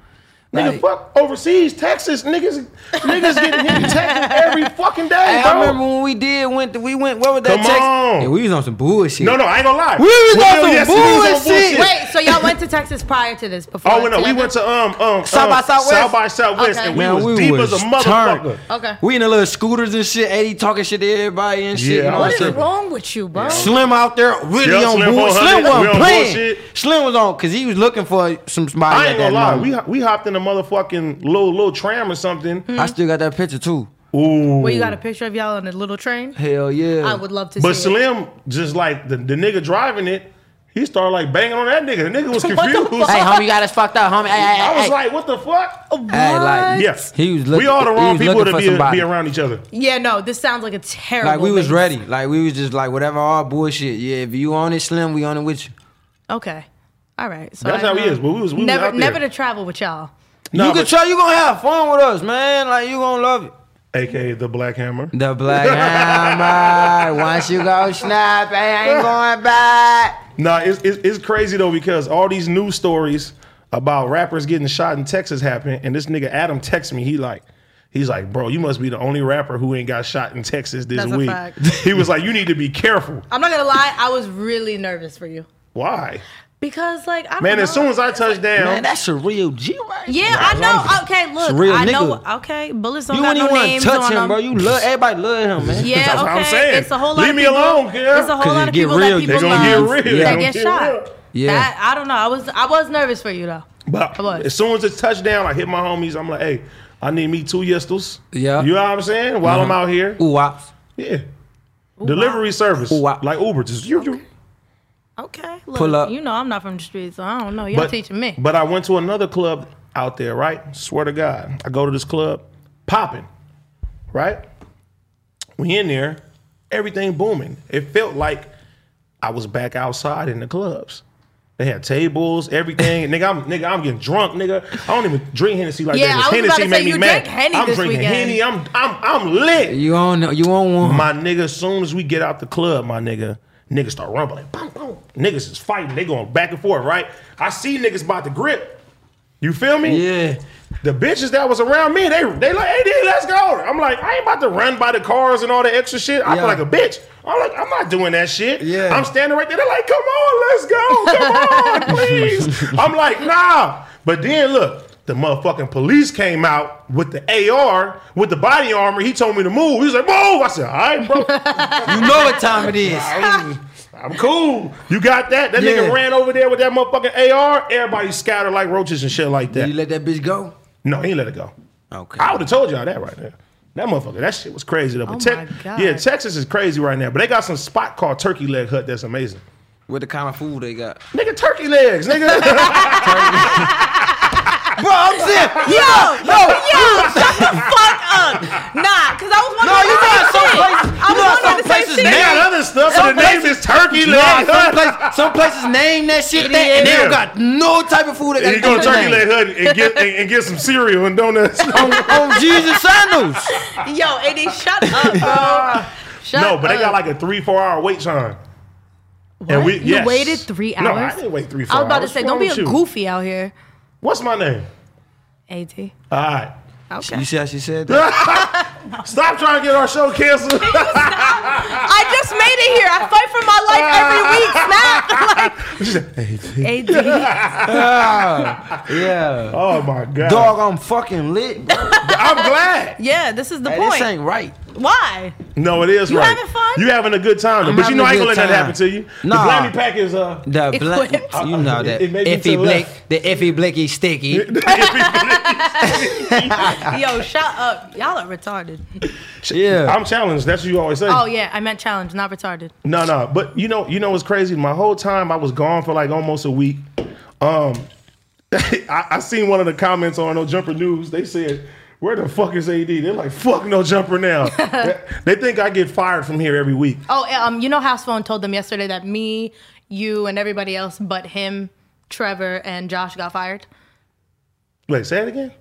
[SPEAKER 2] nigga,
[SPEAKER 3] Like-
[SPEAKER 2] fuck overseas, Texas, niggas, niggas getting hit in Texas every fucking day,
[SPEAKER 3] Hey,
[SPEAKER 2] bro.
[SPEAKER 3] I remember when we did went to, we went where was that
[SPEAKER 2] Come
[SPEAKER 3] Texas?
[SPEAKER 2] on.
[SPEAKER 3] Yeah, we was on some bullshit.
[SPEAKER 2] no, no, I ain't gonna lie.
[SPEAKER 3] We was on some
[SPEAKER 2] yes, we was on
[SPEAKER 3] bullshit.
[SPEAKER 4] Wait, so y'all went to Texas prior to this? Before
[SPEAKER 2] Oh no, we
[SPEAKER 4] together?
[SPEAKER 2] went to um um
[SPEAKER 3] South by
[SPEAKER 2] um,
[SPEAKER 3] Southwest?
[SPEAKER 2] South by Southwest,
[SPEAKER 4] Okay.
[SPEAKER 2] and we
[SPEAKER 3] Man,
[SPEAKER 2] was
[SPEAKER 3] we
[SPEAKER 2] deep
[SPEAKER 3] was
[SPEAKER 2] as a motherfucker.
[SPEAKER 3] turned.
[SPEAKER 4] Okay.
[SPEAKER 3] We in the little scooters and shit, 80 talking shit to everybody and shit.
[SPEAKER 2] Yeah,
[SPEAKER 3] you know
[SPEAKER 2] I
[SPEAKER 4] What
[SPEAKER 3] I'm
[SPEAKER 4] is
[SPEAKER 3] saying?
[SPEAKER 4] wrong with you, bro?
[SPEAKER 3] Slim out there really
[SPEAKER 2] Yeah,
[SPEAKER 3] on
[SPEAKER 2] Slim
[SPEAKER 3] bullshit.
[SPEAKER 2] 100,
[SPEAKER 3] Slim
[SPEAKER 2] we
[SPEAKER 3] wasn't
[SPEAKER 2] on
[SPEAKER 3] playing.
[SPEAKER 2] bullshit.
[SPEAKER 3] Slim was on because he was looking for some somebody.
[SPEAKER 2] I
[SPEAKER 3] at
[SPEAKER 2] ain't
[SPEAKER 3] that
[SPEAKER 2] gonna lie,
[SPEAKER 3] moment. Hmm.
[SPEAKER 2] we ho- we hopped in a motherfucking little little tram or something.
[SPEAKER 3] I still got that picture too.
[SPEAKER 2] Ooh,
[SPEAKER 4] Well, you got a picture of y'all on a little train?
[SPEAKER 3] Hell yeah.
[SPEAKER 4] I would love to
[SPEAKER 2] but
[SPEAKER 4] see. it.
[SPEAKER 2] Slim just like the, the nigga driving it, he started like banging on that nigga. The nigga was confused.
[SPEAKER 3] Hey, homie, you got us fucked up, homie. Hey, hey, hey,
[SPEAKER 2] I was
[SPEAKER 3] hey.
[SPEAKER 2] like, what the fuck?
[SPEAKER 3] Hey, like,
[SPEAKER 2] Yes.
[SPEAKER 3] He was looking.
[SPEAKER 2] we all the
[SPEAKER 3] he
[SPEAKER 2] wrong
[SPEAKER 3] was
[SPEAKER 2] people
[SPEAKER 3] looking
[SPEAKER 2] to
[SPEAKER 3] for
[SPEAKER 2] be,
[SPEAKER 3] somebody.
[SPEAKER 2] be around each other.
[SPEAKER 4] Yeah, no, this sounds like a terrible.
[SPEAKER 3] Like we was
[SPEAKER 4] mix.
[SPEAKER 3] ready. Like we was just like whatever all bullshit. Yeah, if you on it, Slim, we on it with you.
[SPEAKER 4] Okay, all right. So
[SPEAKER 2] That's
[SPEAKER 4] I
[SPEAKER 2] how he
[SPEAKER 4] know.
[SPEAKER 2] is. But we was we
[SPEAKER 4] never,
[SPEAKER 2] was out there.
[SPEAKER 4] never to travel with y'all.
[SPEAKER 2] No,
[SPEAKER 3] you can
[SPEAKER 2] but-
[SPEAKER 3] try. You gonna have fun with us, man. Like you gonna love it.
[SPEAKER 2] AKA the Black Hammer.
[SPEAKER 3] The black hammer. Once you go snap, I ain't going back.
[SPEAKER 2] Nah, it's, it's it's crazy though because all these news stories about rappers getting shot in Texas happen, and this nigga Adam texts me. He like. He's like, bro, you must be the only rapper who ain't got shot in Texas this
[SPEAKER 4] That's a
[SPEAKER 2] week.
[SPEAKER 4] fact.
[SPEAKER 2] He was like, you need to be careful.
[SPEAKER 4] I'm not gonna lie, I was really nervous for you
[SPEAKER 2] Why?
[SPEAKER 4] because, like, I don't
[SPEAKER 2] Man, as
[SPEAKER 4] know.
[SPEAKER 2] soon as I touch down,
[SPEAKER 3] Man, that's a real G right there.
[SPEAKER 4] yeah, I know. Okay, look,
[SPEAKER 3] real
[SPEAKER 4] I
[SPEAKER 3] nigga.
[SPEAKER 4] know. Okay, bullets don't
[SPEAKER 3] You
[SPEAKER 4] got
[SPEAKER 3] wouldn't
[SPEAKER 4] no
[SPEAKER 3] even want
[SPEAKER 4] names
[SPEAKER 3] to touch
[SPEAKER 4] on
[SPEAKER 3] him,
[SPEAKER 4] them.
[SPEAKER 3] bro. You love everybody love him, man.
[SPEAKER 4] yeah,
[SPEAKER 2] That's
[SPEAKER 4] okay.
[SPEAKER 2] what I'm saying.
[SPEAKER 4] It's a whole lot.
[SPEAKER 2] Leave
[SPEAKER 4] of
[SPEAKER 2] me
[SPEAKER 4] people,
[SPEAKER 2] alone, girl.
[SPEAKER 4] It's a
[SPEAKER 3] 'Cause
[SPEAKER 4] whole lot
[SPEAKER 3] it
[SPEAKER 4] of
[SPEAKER 3] get
[SPEAKER 4] people
[SPEAKER 3] real.
[SPEAKER 4] that
[SPEAKER 3] They
[SPEAKER 4] people
[SPEAKER 2] gonna get
[SPEAKER 4] love
[SPEAKER 2] real.
[SPEAKER 4] that
[SPEAKER 2] They
[SPEAKER 4] get
[SPEAKER 2] gonna get
[SPEAKER 4] shot.
[SPEAKER 2] real.
[SPEAKER 3] Yeah.
[SPEAKER 4] That I don't know. I was I was nervous for you though.
[SPEAKER 2] But
[SPEAKER 4] I was.
[SPEAKER 2] as soon as it's touchdown, I hit my homies. I'm like, hey, I need me two yestles.
[SPEAKER 3] Yeah. Uh-huh.
[SPEAKER 2] You know what I'm saying? While I'm out here.
[SPEAKER 3] Ooh, wops.
[SPEAKER 2] Yeah. Delivery service.
[SPEAKER 3] wow.
[SPEAKER 2] Like Uber. Just you, you.
[SPEAKER 4] Okay, look,
[SPEAKER 3] Pull up.
[SPEAKER 4] You know I'm not from the streets, so I don't know. Y'all
[SPEAKER 2] But,
[SPEAKER 4] teaching me.
[SPEAKER 2] But I went to another club out there, right? Swear to God. I go to this club, popping, right? We in there, everything booming. It felt like I was back outside in the clubs. They had tables, everything. nigga, I'm nigga, I'm getting drunk, nigga. I don't even drink Hennessy like
[SPEAKER 4] Yeah,
[SPEAKER 2] that. 'cause
[SPEAKER 4] I was about
[SPEAKER 2] Hennessy
[SPEAKER 4] to
[SPEAKER 2] make
[SPEAKER 4] say,
[SPEAKER 2] me
[SPEAKER 4] you
[SPEAKER 2] mad.
[SPEAKER 4] drank Henny
[SPEAKER 2] I'm
[SPEAKER 4] this
[SPEAKER 2] drinking
[SPEAKER 4] weekend.
[SPEAKER 2] Henny. I'm I'm I'm lit.
[SPEAKER 3] You on you on one.
[SPEAKER 2] My nigga, as soon as we get out the club, my nigga, niggas start rumbling. Boom, boom. Niggas is fighting. They going back and forth, right? I see niggas about to grip. You feel me?
[SPEAKER 3] yeah.
[SPEAKER 2] The bitches that was around me, they they like, hey, dude, let's go. I'm like, I ain't about to run by the cars and all that extra shit. I
[SPEAKER 3] Yeah.
[SPEAKER 2] feel like a bitch. I'm like, I'm not doing that shit.
[SPEAKER 3] Yeah.
[SPEAKER 2] I'm standing right there. They're like, come on, let's go. Come on, please. I'm like, nah. But then look, the motherfucking police came out with the AR, with the body armor. He told me to move. He was like, move. I said, all right, bro.
[SPEAKER 3] You know what time it is.
[SPEAKER 2] I'm cool. You got that? That
[SPEAKER 3] Yeah.
[SPEAKER 2] nigga ran over there with that motherfucking AR. Everybody scattered like roaches and shit like that.
[SPEAKER 3] You let that bitch go.
[SPEAKER 2] no, he ain't let it go.
[SPEAKER 3] Okay.
[SPEAKER 2] I would have told y'all that right there. That motherfucker, that shit was crazy though. But
[SPEAKER 4] Oh
[SPEAKER 2] Tex-
[SPEAKER 4] my God.
[SPEAKER 2] Yeah, Texas is crazy right now. But they got some spot called Turkey Leg Hut that's amazing.
[SPEAKER 3] With the kind of food they got.
[SPEAKER 2] Nigga, turkey legs, nigga.
[SPEAKER 3] Bro, I'm saying.
[SPEAKER 1] Yo, yo, yo, shut the fuck up. Nah, because I was
[SPEAKER 3] No,
[SPEAKER 1] wondering
[SPEAKER 3] you
[SPEAKER 1] the
[SPEAKER 3] know
[SPEAKER 1] same
[SPEAKER 3] some
[SPEAKER 1] shit.
[SPEAKER 3] places.
[SPEAKER 1] I
[SPEAKER 3] You
[SPEAKER 1] was wondering
[SPEAKER 3] know some
[SPEAKER 1] the same
[SPEAKER 3] places
[SPEAKER 1] shit.
[SPEAKER 3] now-
[SPEAKER 2] Got other stuff, but the name is turkey
[SPEAKER 3] Nah,
[SPEAKER 2] leg.
[SPEAKER 3] some, place, some places name that shit that, and they don't got no type of food that got
[SPEAKER 2] You go to
[SPEAKER 3] nothing
[SPEAKER 2] turkey
[SPEAKER 3] named.
[SPEAKER 2] leg hut and get and, and get some cereal and donuts.
[SPEAKER 4] Oh
[SPEAKER 3] on, on Jesus sandals.
[SPEAKER 1] Yo, AD, shut up, bro. Shut
[SPEAKER 2] no, but they got
[SPEAKER 1] up.
[SPEAKER 2] like a three four hour wait time. And we,
[SPEAKER 4] You
[SPEAKER 2] yes.
[SPEAKER 4] waited three
[SPEAKER 2] No, I
[SPEAKER 4] hours?
[SPEAKER 2] didn't wait three four
[SPEAKER 4] I was about to
[SPEAKER 2] hours.
[SPEAKER 4] say,
[SPEAKER 2] What's
[SPEAKER 4] don't
[SPEAKER 2] wrong
[SPEAKER 4] be
[SPEAKER 2] with
[SPEAKER 4] a
[SPEAKER 2] you?
[SPEAKER 4] goofy out here.
[SPEAKER 2] What's my name?
[SPEAKER 4] At okay.
[SPEAKER 2] All right.
[SPEAKER 3] You see how she said that?
[SPEAKER 2] Stop trying to get our show canceled.
[SPEAKER 1] I just made it here. I fight for my life every week. Snap. Like,
[SPEAKER 4] AD.
[SPEAKER 3] yeah.
[SPEAKER 2] oh my god.
[SPEAKER 3] Dog, I'm fucking lit. Bro.
[SPEAKER 2] I'm glad.
[SPEAKER 4] yeah, this is the
[SPEAKER 3] Hey, this
[SPEAKER 4] point.
[SPEAKER 3] ain't right.
[SPEAKER 4] Why?
[SPEAKER 2] No, it is
[SPEAKER 4] You
[SPEAKER 2] right.
[SPEAKER 4] having fun?
[SPEAKER 2] You having a good time, though.
[SPEAKER 3] I'm
[SPEAKER 2] but you know I ain't gonna
[SPEAKER 3] having a
[SPEAKER 2] let that happen
[SPEAKER 3] good
[SPEAKER 2] to
[SPEAKER 3] time.
[SPEAKER 2] you.
[SPEAKER 3] Nah.
[SPEAKER 2] The Blammy Pack is uh.
[SPEAKER 3] The black,
[SPEAKER 4] flipped.
[SPEAKER 3] you know
[SPEAKER 2] It-
[SPEAKER 3] that
[SPEAKER 2] it made me
[SPEAKER 3] iffy
[SPEAKER 2] to
[SPEAKER 3] blick,
[SPEAKER 2] left.
[SPEAKER 3] the iffy blicky sticky.
[SPEAKER 4] Yo, shut up. Y'all are retarded.
[SPEAKER 3] Yeah,
[SPEAKER 2] I'm challenged. That's what you always say.
[SPEAKER 4] Oh, yeah, I meant challenge, not retarded.
[SPEAKER 2] No, no. But you know, you know what's crazy? My whole time I was gone for like almost a week. Um I, I seen one of the comments on No Jumper News. They said, Where the fuck is AD? They're like, fuck no jumper now. they think I get fired from here every week.
[SPEAKER 4] Oh, um, you know, House Phone told them yesterday that me, you, and everybody else but him, Trevor, and Josh got fired.
[SPEAKER 2] Wait, say it again?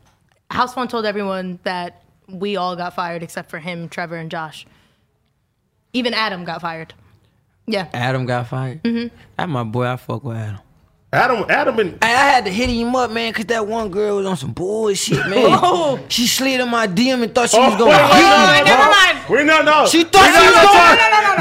[SPEAKER 4] House Phone told everyone that we all got fired except for him, Trevor, and Josh. Even Adam got fired. Yeah.
[SPEAKER 3] Adam got fired. Mm-hmm. That my boy. I fuck with Adam.
[SPEAKER 2] Adam Adam and
[SPEAKER 3] Hey, I had to hit him up, man, cause that one girl was on some bullshit, man.
[SPEAKER 4] Oh.
[SPEAKER 3] She slid in my DM and thought she
[SPEAKER 2] Oh,
[SPEAKER 3] was gonna.
[SPEAKER 2] wait, wait,
[SPEAKER 3] beat
[SPEAKER 2] no,
[SPEAKER 3] me,
[SPEAKER 2] no,
[SPEAKER 3] bro.
[SPEAKER 4] never mind.
[SPEAKER 2] We're not no.
[SPEAKER 3] She thought
[SPEAKER 2] We're
[SPEAKER 3] she
[SPEAKER 2] not
[SPEAKER 3] was going-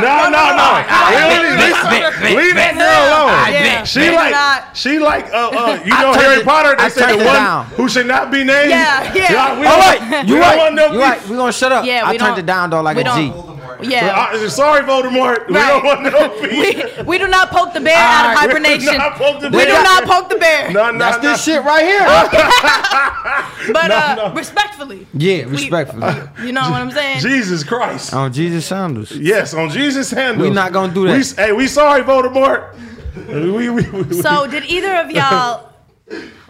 [SPEAKER 2] No, no, no.
[SPEAKER 3] bet,
[SPEAKER 2] Leave-
[SPEAKER 3] bet,
[SPEAKER 2] leave-
[SPEAKER 3] bet,
[SPEAKER 2] Leave that
[SPEAKER 3] bet. I
[SPEAKER 2] girl alone.
[SPEAKER 3] bet,
[SPEAKER 2] She
[SPEAKER 4] bet.
[SPEAKER 2] like
[SPEAKER 4] Not.
[SPEAKER 2] she like uh uh you
[SPEAKER 3] I
[SPEAKER 2] know
[SPEAKER 3] turned
[SPEAKER 2] Harry
[SPEAKER 3] it-
[SPEAKER 2] Potter they
[SPEAKER 3] I
[SPEAKER 2] say
[SPEAKER 3] turned
[SPEAKER 2] the
[SPEAKER 3] it
[SPEAKER 2] one
[SPEAKER 3] down.
[SPEAKER 2] who should not be named.
[SPEAKER 4] Yeah, yeah.
[SPEAKER 2] Yeah, we
[SPEAKER 3] All
[SPEAKER 2] don't-
[SPEAKER 3] right,
[SPEAKER 2] we
[SPEAKER 3] you
[SPEAKER 2] don't
[SPEAKER 3] right.
[SPEAKER 2] want no
[SPEAKER 3] You right. We gonna shut up.
[SPEAKER 4] Yeah,
[SPEAKER 3] I
[SPEAKER 4] we
[SPEAKER 3] turned
[SPEAKER 4] don't-
[SPEAKER 3] it down though, like
[SPEAKER 4] we
[SPEAKER 3] a G.
[SPEAKER 4] don't- Yeah.
[SPEAKER 2] I- sorry, Voldemort. We don't
[SPEAKER 4] Right.
[SPEAKER 2] want no beef.
[SPEAKER 4] We do not poke the bear out of
[SPEAKER 3] All right.
[SPEAKER 4] hibernation.
[SPEAKER 2] We're not poking the
[SPEAKER 4] We do
[SPEAKER 2] bear.
[SPEAKER 4] not poke the bear.
[SPEAKER 2] No, no,
[SPEAKER 3] That's
[SPEAKER 2] no.
[SPEAKER 3] this shit right here.
[SPEAKER 4] but uh,
[SPEAKER 2] no.
[SPEAKER 4] respectfully.
[SPEAKER 3] yeah, respectfully.
[SPEAKER 4] You know what I'm saying?
[SPEAKER 2] Jesus Christ.
[SPEAKER 3] On Jesus Sandals.
[SPEAKER 2] yes, on Jesus' handle.
[SPEAKER 3] We not gonna do that.
[SPEAKER 2] We, hey, we sorry, Voldemort. we, we, we,
[SPEAKER 4] So, did either of y'all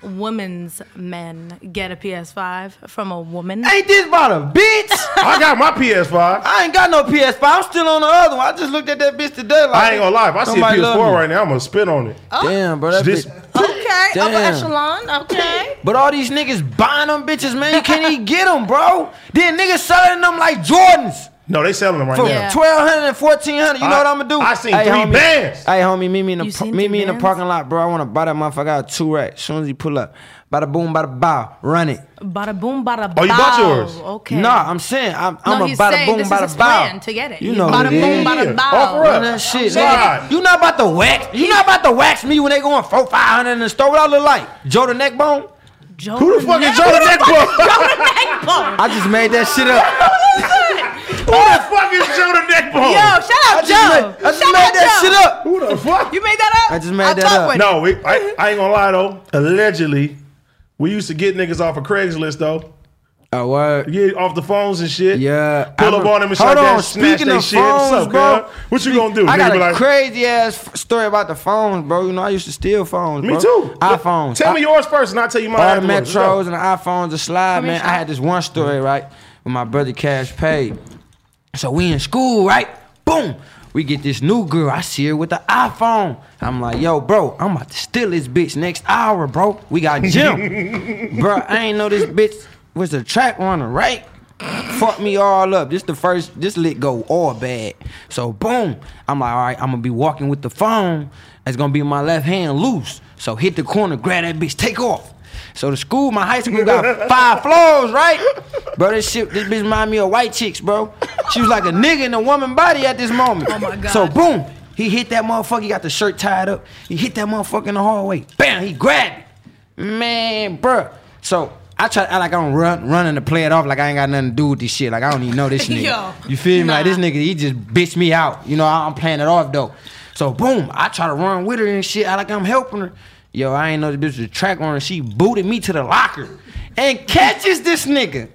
[SPEAKER 4] women's men get a PS5 from a woman?
[SPEAKER 3] Ain't this about a bitch?
[SPEAKER 2] I got my PS5.
[SPEAKER 3] I ain't got no PS5. I'm still on the other one. I just looked at that bitch today. Like,
[SPEAKER 2] I ain't gonna lie. If I see a
[SPEAKER 3] Somebody love
[SPEAKER 2] PS4
[SPEAKER 3] me.
[SPEAKER 2] right now, I'm gonna spit on it.
[SPEAKER 3] Damn, bro. That
[SPEAKER 2] This-
[SPEAKER 3] bitch.
[SPEAKER 4] Okay, upper
[SPEAKER 3] Damn.
[SPEAKER 4] echelon. Okay.
[SPEAKER 3] But all these niggas buying them bitches, man. You can't even get them, bro. Then niggas selling them like Jordans
[SPEAKER 2] No, they selling them right
[SPEAKER 3] for
[SPEAKER 2] now.
[SPEAKER 4] Yeah.
[SPEAKER 3] 1200 and 1400 You know
[SPEAKER 2] I-
[SPEAKER 3] what I'm gonna do?
[SPEAKER 2] I seen
[SPEAKER 3] Hey,
[SPEAKER 2] three
[SPEAKER 3] homie.
[SPEAKER 2] bands.
[SPEAKER 3] Hey, homie, meet me in the
[SPEAKER 4] You
[SPEAKER 3] par-
[SPEAKER 4] seen
[SPEAKER 3] meet
[SPEAKER 4] three
[SPEAKER 3] me in the
[SPEAKER 4] bands?
[SPEAKER 3] parking lot, bro. I wanna buy that motherfucker out two racks. Soon as he pull up, bada boom, bada bow, run it.
[SPEAKER 4] Bada boom, bada bow.
[SPEAKER 2] Oh, you bought yours?
[SPEAKER 4] Okay.
[SPEAKER 3] Nah, I'm saying I'm, I'm
[SPEAKER 4] No,
[SPEAKER 3] a
[SPEAKER 4] he's
[SPEAKER 3] bada
[SPEAKER 4] saying
[SPEAKER 3] boom,
[SPEAKER 4] this is his
[SPEAKER 3] bada bow.
[SPEAKER 4] plan to get it.
[SPEAKER 3] You
[SPEAKER 4] He's
[SPEAKER 3] know
[SPEAKER 4] bada
[SPEAKER 3] what it
[SPEAKER 4] boom,
[SPEAKER 3] is.
[SPEAKER 4] bada
[SPEAKER 2] Yeah.
[SPEAKER 4] bow.
[SPEAKER 2] Offer
[SPEAKER 3] Run
[SPEAKER 2] up.
[SPEAKER 3] that shit.
[SPEAKER 2] God.
[SPEAKER 3] nigga. You not about to wax. You not about to wax me when they going four five hundred in the store. What I look like? Joe the neck bone.
[SPEAKER 4] Joe
[SPEAKER 2] Who the fuck
[SPEAKER 4] Burnett.
[SPEAKER 2] is Joe the neck bone?
[SPEAKER 4] Neck bone.
[SPEAKER 3] I just made that shit up.
[SPEAKER 2] Who the fuck is Joe the neck bone?
[SPEAKER 4] Yo, shout
[SPEAKER 3] I
[SPEAKER 4] out
[SPEAKER 3] just
[SPEAKER 4] Joe.
[SPEAKER 3] made, I just
[SPEAKER 4] Shout
[SPEAKER 3] made
[SPEAKER 4] out
[SPEAKER 3] that
[SPEAKER 4] Joe.
[SPEAKER 3] shit up.
[SPEAKER 2] Who the fuck?
[SPEAKER 4] You made that up?
[SPEAKER 3] I just made that
[SPEAKER 4] fuck
[SPEAKER 3] up.
[SPEAKER 4] with
[SPEAKER 2] No, we, I, I ain't gonna lie though. Allegedly, we used to get niggas off of Craigslist though.
[SPEAKER 3] Oh word.
[SPEAKER 2] Get off the phones and shit.
[SPEAKER 3] Yeah.
[SPEAKER 2] Pull
[SPEAKER 3] I'm
[SPEAKER 2] up
[SPEAKER 3] a-
[SPEAKER 2] on them and shit
[SPEAKER 3] Hold
[SPEAKER 2] like
[SPEAKER 3] on,
[SPEAKER 2] that. Snatch
[SPEAKER 3] speaking
[SPEAKER 2] their
[SPEAKER 3] of
[SPEAKER 2] shit. What's
[SPEAKER 3] phones,
[SPEAKER 2] up,
[SPEAKER 3] bro?
[SPEAKER 2] girl? What you gonna do?
[SPEAKER 3] I
[SPEAKER 2] Nigga
[SPEAKER 3] got
[SPEAKER 2] be
[SPEAKER 3] a
[SPEAKER 2] like,
[SPEAKER 3] crazy ass f- story about the phones, bro. You know I used to steal phones.
[SPEAKER 2] Me
[SPEAKER 3] bro.
[SPEAKER 2] too.
[SPEAKER 3] iPhones.
[SPEAKER 2] Tell
[SPEAKER 3] I-
[SPEAKER 2] me yours first, and I'll tell you mine.
[SPEAKER 3] all the
[SPEAKER 2] afterwards.
[SPEAKER 3] metros
[SPEAKER 2] Go.
[SPEAKER 3] and the iPhones are slide, man. I
[SPEAKER 4] shot.
[SPEAKER 3] had this one story, right, with my brother Cash Paid. So we in school, right? Boom. We get this new girl. I see her with the iPhone. I'm like, yo, bro, I'm about to steal this bitch next hour, bro. We got gym. bro, I ain't know this bitch was a track runner, right? Fuck me all up. This the first, this lit go all bad. So boom. I'm like, all right, I'm gonna be walking with the phone. It's gonna be my left hand loose. So hit the corner, grab that bitch, take off. So the school, my high school got five floors, right? Bro, this shit, this bitch remind me of white chicks, bro. She was like a nigga in a woman body at this moment. Oh my god. So boom, he hit that motherfucker, he got the shirt tied up. He hit that motherfucker in the hallway. Bam, he grabbed it. Man, bruh. So I try to act like I'm run, running to play it off like I ain't got nothing to do with this shit. Like I don't even know this nigga.
[SPEAKER 4] Yo,
[SPEAKER 3] you feel me? Like
[SPEAKER 4] nah.
[SPEAKER 3] this nigga, he just bitched me out. You know, I- I'm playing it off though. So boom, I try to run with her and shit, act like I'm helping her. Yo, I ain't know the bitch was a track on her. She booted me to the locker and catches this nigga.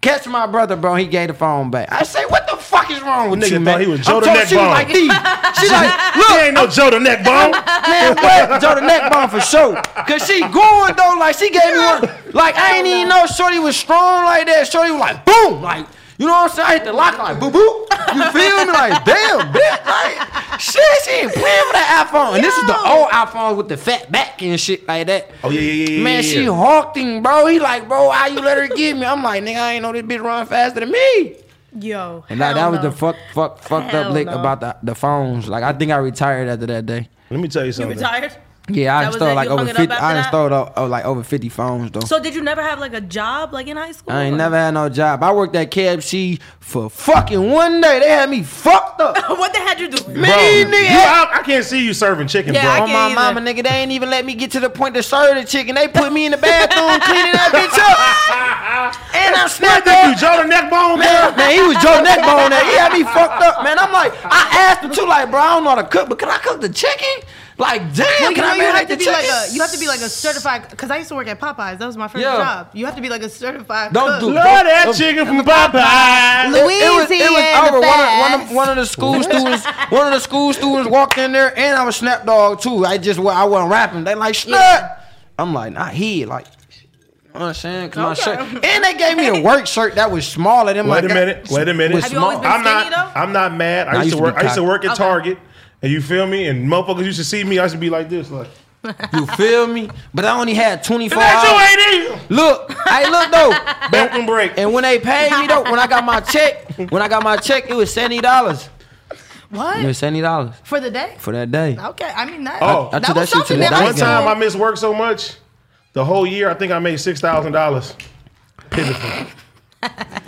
[SPEAKER 3] Catch my brother, bro. He gave the phone back. I say, what the fuck is wrong with
[SPEAKER 2] Nigga
[SPEAKER 3] you,
[SPEAKER 2] thought
[SPEAKER 3] man?
[SPEAKER 2] he was
[SPEAKER 3] I'm
[SPEAKER 2] Joe the
[SPEAKER 3] talking-
[SPEAKER 2] Neck
[SPEAKER 3] she was
[SPEAKER 2] Bone.
[SPEAKER 3] like, these. She like, look,
[SPEAKER 2] He ain't no Joe the neck bone.
[SPEAKER 3] man, what? Joe the neck bone for sure. Cause she going though, like she gave me one. Like I ain't even know Shorty was strong like that. Shorty was like boom, like you know what I'm saying. I hit the lock like boo boo. You feel me? Like damn, bitch. Like shit, she ain't playing with that iPhone. And this is the old iPhone with the fat back and shit like that.
[SPEAKER 2] Oh, yeah, yeah, yeah, yeah,
[SPEAKER 3] Man,
[SPEAKER 2] yeah.
[SPEAKER 3] she hawked him, bro. He like, bro, how you let her get me? I'm like, nigga, I ain't know this bitch run faster than me.
[SPEAKER 4] Yo.
[SPEAKER 3] And that, that
[SPEAKER 4] hell
[SPEAKER 3] was
[SPEAKER 4] no.
[SPEAKER 3] the fuck, fuck, fucked
[SPEAKER 4] Hell
[SPEAKER 3] up lick
[SPEAKER 4] no.
[SPEAKER 3] about the, the phones. Like, I think I retired after that day.
[SPEAKER 2] Let me tell you
[SPEAKER 4] You
[SPEAKER 2] something.
[SPEAKER 4] retired?
[SPEAKER 3] Yeah, I
[SPEAKER 4] That was
[SPEAKER 3] installed
[SPEAKER 4] it?
[SPEAKER 3] like
[SPEAKER 4] You
[SPEAKER 3] over
[SPEAKER 4] hung it up
[SPEAKER 3] fifty.
[SPEAKER 4] after
[SPEAKER 3] I
[SPEAKER 4] that?
[SPEAKER 3] installed o- o- like over fifty phones though.
[SPEAKER 4] So did you never have like a job like in high school?
[SPEAKER 3] I ain't never had no job. I worked at KFC for fucking one day. They had me fucked up.
[SPEAKER 4] what the hell you do?
[SPEAKER 2] Bro,
[SPEAKER 3] Me
[SPEAKER 2] you
[SPEAKER 3] nigga.
[SPEAKER 2] out, I can't see you serving chicken,
[SPEAKER 4] Yeah, I
[SPEAKER 2] bro.
[SPEAKER 3] On my
[SPEAKER 4] either.
[SPEAKER 3] mama, nigga, they ain't even let me get to the point to serve the chicken. They put me in the bathroom cleaning that bitch up, and I snapped
[SPEAKER 2] Thank you,
[SPEAKER 3] at
[SPEAKER 2] Joe the neck bone,
[SPEAKER 3] Man,
[SPEAKER 2] man.
[SPEAKER 3] man, he was Joe Neckbone. That he had me fucked up, man. I'm like, I asked him too, like, bro, I don't know how to cook, but can I cook the chicken? Like, damn,
[SPEAKER 4] Well, you
[SPEAKER 3] can
[SPEAKER 4] know,
[SPEAKER 3] I
[SPEAKER 4] you have
[SPEAKER 3] marinate
[SPEAKER 4] to
[SPEAKER 3] the
[SPEAKER 4] be
[SPEAKER 3] chicken?
[SPEAKER 4] like a you have to be like a certified because I used to work at Popeyes. That was my first
[SPEAKER 3] Yeah.
[SPEAKER 4] job. You have to be like a certified.
[SPEAKER 3] Don't
[SPEAKER 4] cook.
[SPEAKER 3] do
[SPEAKER 2] Love that chicken from Popeye.
[SPEAKER 3] It- it was- it was
[SPEAKER 1] Louisiana
[SPEAKER 3] over. One of, one,
[SPEAKER 1] fast.
[SPEAKER 3] of, one of the school students, one of the school students walked in there, and I was snap dog too. I just wa- I wasn't rapping. They like snap. I'm like, nah, he like. You know what I'm saying? 'Cause my shirt. And they gave me a work shirt that that was smaller than my.
[SPEAKER 2] Wait a minute. Wait a minute.
[SPEAKER 3] Have
[SPEAKER 4] you always been
[SPEAKER 2] I'm not.
[SPEAKER 4] skinny, though?
[SPEAKER 2] I'm not mad. I,
[SPEAKER 3] Nah,
[SPEAKER 2] used, to work.
[SPEAKER 3] be
[SPEAKER 2] I used to
[SPEAKER 3] cocky.
[SPEAKER 2] work at
[SPEAKER 4] Okay.
[SPEAKER 2] Target. And you feel me? And motherfuckers used to see me. I used to be like this, like.
[SPEAKER 3] You feel me? But I only had 24 hours.
[SPEAKER 2] That's your AD.
[SPEAKER 3] Look, hey, look though.
[SPEAKER 2] Back and break.
[SPEAKER 3] And when they paid me though, when I got my check, when I got my check, it was seventy dollars. It
[SPEAKER 4] what
[SPEAKER 3] was seventy dollars
[SPEAKER 4] for the day?
[SPEAKER 3] for that day.
[SPEAKER 4] Okay, I mean that.
[SPEAKER 2] Oh, I- I
[SPEAKER 4] that
[SPEAKER 3] took that
[SPEAKER 4] was
[SPEAKER 3] shit to
[SPEAKER 4] something
[SPEAKER 3] the
[SPEAKER 4] that
[SPEAKER 3] night
[SPEAKER 4] I
[SPEAKER 2] One
[SPEAKER 3] game.
[SPEAKER 2] time I missed work so much, the whole year I think I made six thousand dollars.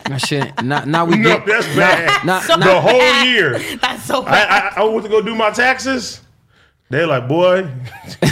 [SPEAKER 3] That shit. Now, now we
[SPEAKER 2] No,
[SPEAKER 3] get.
[SPEAKER 2] that's bad.
[SPEAKER 3] Now,
[SPEAKER 4] So-
[SPEAKER 3] now,
[SPEAKER 2] The whole year.
[SPEAKER 4] That's so
[SPEAKER 2] I,
[SPEAKER 4] bad.
[SPEAKER 2] I, I went to go do my taxes. They like, boy,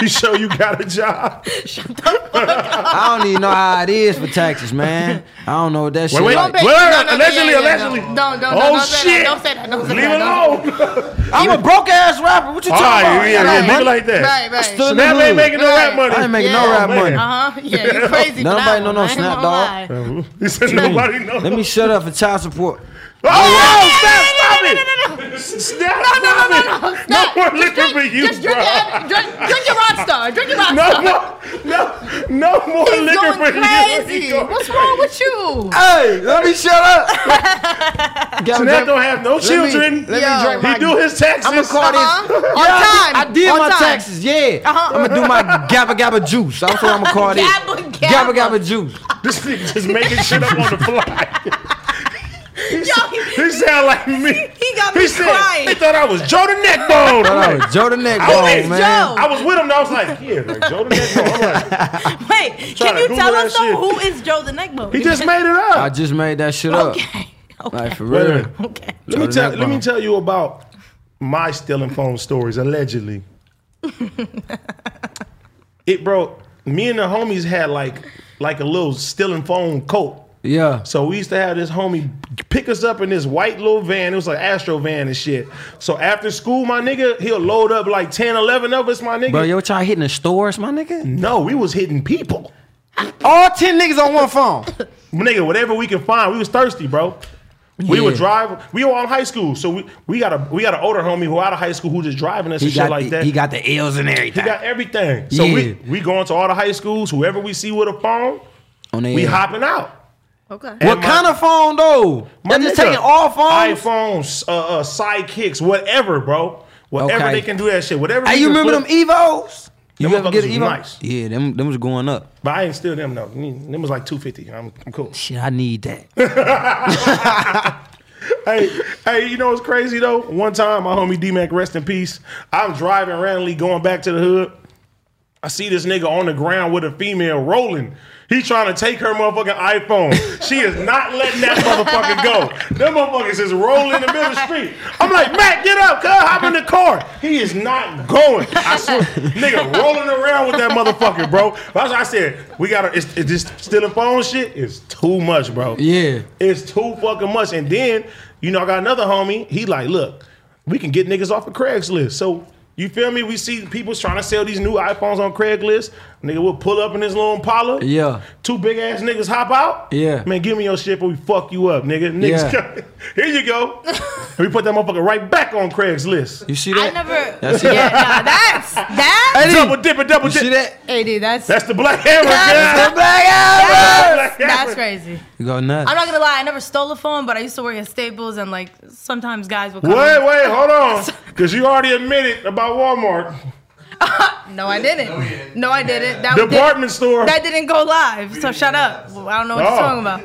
[SPEAKER 2] you sure you got a job?
[SPEAKER 3] I don't even know how it is for taxes, man. I don't know what that shit.
[SPEAKER 2] wait.
[SPEAKER 3] like.
[SPEAKER 2] Wait, wait, allegedly, allegedly.
[SPEAKER 4] No, no, no,
[SPEAKER 2] Oh,
[SPEAKER 4] don't say that.
[SPEAKER 2] shit.
[SPEAKER 4] Don't say that. Don't say
[SPEAKER 2] Leave it
[SPEAKER 4] that. don't-
[SPEAKER 2] alone.
[SPEAKER 3] I'm a broke ass rapper. What you
[SPEAKER 2] All
[SPEAKER 3] talking about?
[SPEAKER 2] right,
[SPEAKER 3] I
[SPEAKER 2] yeah,
[SPEAKER 3] got
[SPEAKER 2] yeah,
[SPEAKER 3] money.
[SPEAKER 2] nigga like that.
[SPEAKER 4] Right, right.
[SPEAKER 3] Still in the
[SPEAKER 2] Snap ain't
[SPEAKER 3] hood.
[SPEAKER 2] making no rap
[SPEAKER 4] Right.
[SPEAKER 2] money. Oh,
[SPEAKER 3] I ain't making no
[SPEAKER 4] Yeah.
[SPEAKER 3] rap
[SPEAKER 2] Man.
[SPEAKER 3] money.
[SPEAKER 4] Uh-huh. Yeah, you crazy.
[SPEAKER 3] Nobody
[SPEAKER 4] for that
[SPEAKER 3] know
[SPEAKER 4] one.
[SPEAKER 3] no
[SPEAKER 4] I ain't
[SPEAKER 3] snap,
[SPEAKER 4] gonna
[SPEAKER 3] dog.
[SPEAKER 4] lie.
[SPEAKER 2] He said nobody knows.
[SPEAKER 3] Let me shut up for child support.
[SPEAKER 2] Oh, wow, stop, stop it. Snap, stop it. No more liquor for you,
[SPEAKER 4] Just drink,
[SPEAKER 2] bro.
[SPEAKER 4] your, drink, drink your Rockstar. Drink your Rockstar.
[SPEAKER 2] No more, no, no more liquor for
[SPEAKER 4] Going
[SPEAKER 2] you.
[SPEAKER 4] crazy.
[SPEAKER 2] He going
[SPEAKER 4] What's wrong with you?
[SPEAKER 3] Hey, let me shut up.
[SPEAKER 2] Snap don't have no children.
[SPEAKER 3] Let me,
[SPEAKER 4] Yo.
[SPEAKER 3] drink my
[SPEAKER 2] he do his taxes.
[SPEAKER 3] I'm gonna call
[SPEAKER 4] Uh-huh.
[SPEAKER 3] this.
[SPEAKER 4] On
[SPEAKER 3] Yeah,
[SPEAKER 4] time.
[SPEAKER 3] I did, I did
[SPEAKER 4] On
[SPEAKER 3] my
[SPEAKER 4] time. Uh-huh.
[SPEAKER 3] taxes. Yeah, I'm gonna do my gabba gabba juice. That's what I'm gonna call this.
[SPEAKER 4] Gabba
[SPEAKER 3] gabba
[SPEAKER 4] gabba.
[SPEAKER 3] gabba juice.
[SPEAKER 2] This nigga just making shit up on the fly.
[SPEAKER 4] Yo, he-
[SPEAKER 2] He sound like me.
[SPEAKER 4] He got me
[SPEAKER 2] said,
[SPEAKER 4] crying.
[SPEAKER 2] He thought I was Joe the Neckbone.
[SPEAKER 3] All right, Joe the neck
[SPEAKER 2] I, was,
[SPEAKER 3] bone, man.
[SPEAKER 2] I was with him. And I was like, yeah, like Joe the Neckbone. I'm like,
[SPEAKER 4] wait,
[SPEAKER 2] Tryna
[SPEAKER 4] can you
[SPEAKER 2] Google
[SPEAKER 4] tell
[SPEAKER 2] that
[SPEAKER 4] us though
[SPEAKER 2] shit.
[SPEAKER 4] who is Joe the Neckbone?
[SPEAKER 2] he just made it
[SPEAKER 3] I
[SPEAKER 2] up.
[SPEAKER 3] just made that shit up.
[SPEAKER 4] Okay.
[SPEAKER 3] Like for
[SPEAKER 2] Wait a
[SPEAKER 3] real.
[SPEAKER 2] minute.
[SPEAKER 4] Okay.
[SPEAKER 2] Let me
[SPEAKER 3] the
[SPEAKER 2] tell. Let
[SPEAKER 3] Neckbone.
[SPEAKER 2] me tell you about my stealing phone stories. Allegedly, it bro. Me and the homies had like like a little stealing phone coat.
[SPEAKER 3] Yeah.
[SPEAKER 2] So we used to have this homie pick us up in this white little van. It was like Astro van and shit. So after school, my nigga, he'll load up like 10, 11 of us, my nigga.
[SPEAKER 3] Bro, yo, trying hitting the stores, my nigga.
[SPEAKER 2] No, we was hitting people.
[SPEAKER 3] All ten niggas on one phone.
[SPEAKER 2] Nigga, whatever we can find. We was thirsty, bro. We
[SPEAKER 3] Yeah.
[SPEAKER 2] would drive. We were on high school, so we, we got a we got an older homie who out of high school who just driving us
[SPEAKER 3] He
[SPEAKER 2] and shit
[SPEAKER 3] got,
[SPEAKER 2] like
[SPEAKER 3] the,
[SPEAKER 2] that.
[SPEAKER 3] he got the L's and everything.
[SPEAKER 2] He got everything. So we
[SPEAKER 3] Yeah.
[SPEAKER 2] we going to all the high schools. Whoever we see with a phone,
[SPEAKER 3] on the
[SPEAKER 2] we
[SPEAKER 3] L.
[SPEAKER 2] hopping out.
[SPEAKER 4] Okay.
[SPEAKER 3] What
[SPEAKER 2] And my-
[SPEAKER 3] kind of phone though?
[SPEAKER 2] My
[SPEAKER 3] They're just
[SPEAKER 2] nigga,
[SPEAKER 3] taking all phones.
[SPEAKER 2] iPhones, uh, uh, sidekicks, whatever, bro. Whatever
[SPEAKER 3] Okay.
[SPEAKER 2] they can do that shit. Whatever.
[SPEAKER 3] Hey,
[SPEAKER 2] we
[SPEAKER 3] you
[SPEAKER 2] can
[SPEAKER 3] remember them
[SPEAKER 2] flip-
[SPEAKER 3] Evos? You
[SPEAKER 2] Them
[SPEAKER 3] ever
[SPEAKER 2] motherfuckers
[SPEAKER 3] get an
[SPEAKER 2] was
[SPEAKER 3] Evo?
[SPEAKER 2] nice.
[SPEAKER 3] Yeah, them them was going up.
[SPEAKER 2] But I ain't steal them though. Mm, Them was like two fifty. I'm, I'm cool.
[SPEAKER 3] Shit, I need that.
[SPEAKER 2] hey, hey, you know what's crazy though? One time, my homie D Mac, rest in peace. I'm driving randomly going back to the hood. I see this nigga on the ground with a female rolling. He trying to take her motherfucking iPhone. She is not letting that motherfucker go. Them motherfuckers is rolling in the middle of the street. I'm like, Mac, get up, cuz, hop in the car. He is not going. I swear, nigga, rolling around with that motherfucker, bro. That's why I said, we gotta, it's, it's this stealing phone shit is too much, bro.
[SPEAKER 3] Yeah.
[SPEAKER 2] It's too fucking much. And then, you know, I got another homie. He like, look, we can get niggas off of Craigslist. So you feel me? We see people trying to sell these new iPhones on Craigslist. Nigga, we'll pull up in this little Impala.
[SPEAKER 3] Yeah.
[SPEAKER 2] Two big ass niggas hop out.
[SPEAKER 3] Yeah.
[SPEAKER 2] Man, give me your shit or we fuck you up, nigga. Niggas,
[SPEAKER 3] Yeah.
[SPEAKER 2] here you go. And we put that motherfucker right back on Craigslist.
[SPEAKER 3] You see
[SPEAKER 4] I
[SPEAKER 3] that?
[SPEAKER 4] never.
[SPEAKER 3] That's it.
[SPEAKER 4] yeah, nah, that's that.
[SPEAKER 3] Eddie,
[SPEAKER 2] Double dipping, double
[SPEAKER 3] you see
[SPEAKER 2] dipping.
[SPEAKER 3] that?
[SPEAKER 4] Hey, dude, that's
[SPEAKER 2] That's the black hammer,
[SPEAKER 4] That's
[SPEAKER 2] yeah.
[SPEAKER 4] the black
[SPEAKER 2] hammer.
[SPEAKER 4] that's crazy.
[SPEAKER 3] You go nuts.
[SPEAKER 4] I'm not gonna lie, I never stole a phone, but I used to work at Staples, and like sometimes guys would come.
[SPEAKER 2] Wait, wait, hold on. Because you already admitted about Walmart.
[SPEAKER 4] No, I didn't. No, I didn't. That did-
[SPEAKER 2] Department store.
[SPEAKER 4] that didn't go live. So shut up. I don't know what
[SPEAKER 2] Oh.
[SPEAKER 4] you're talking about.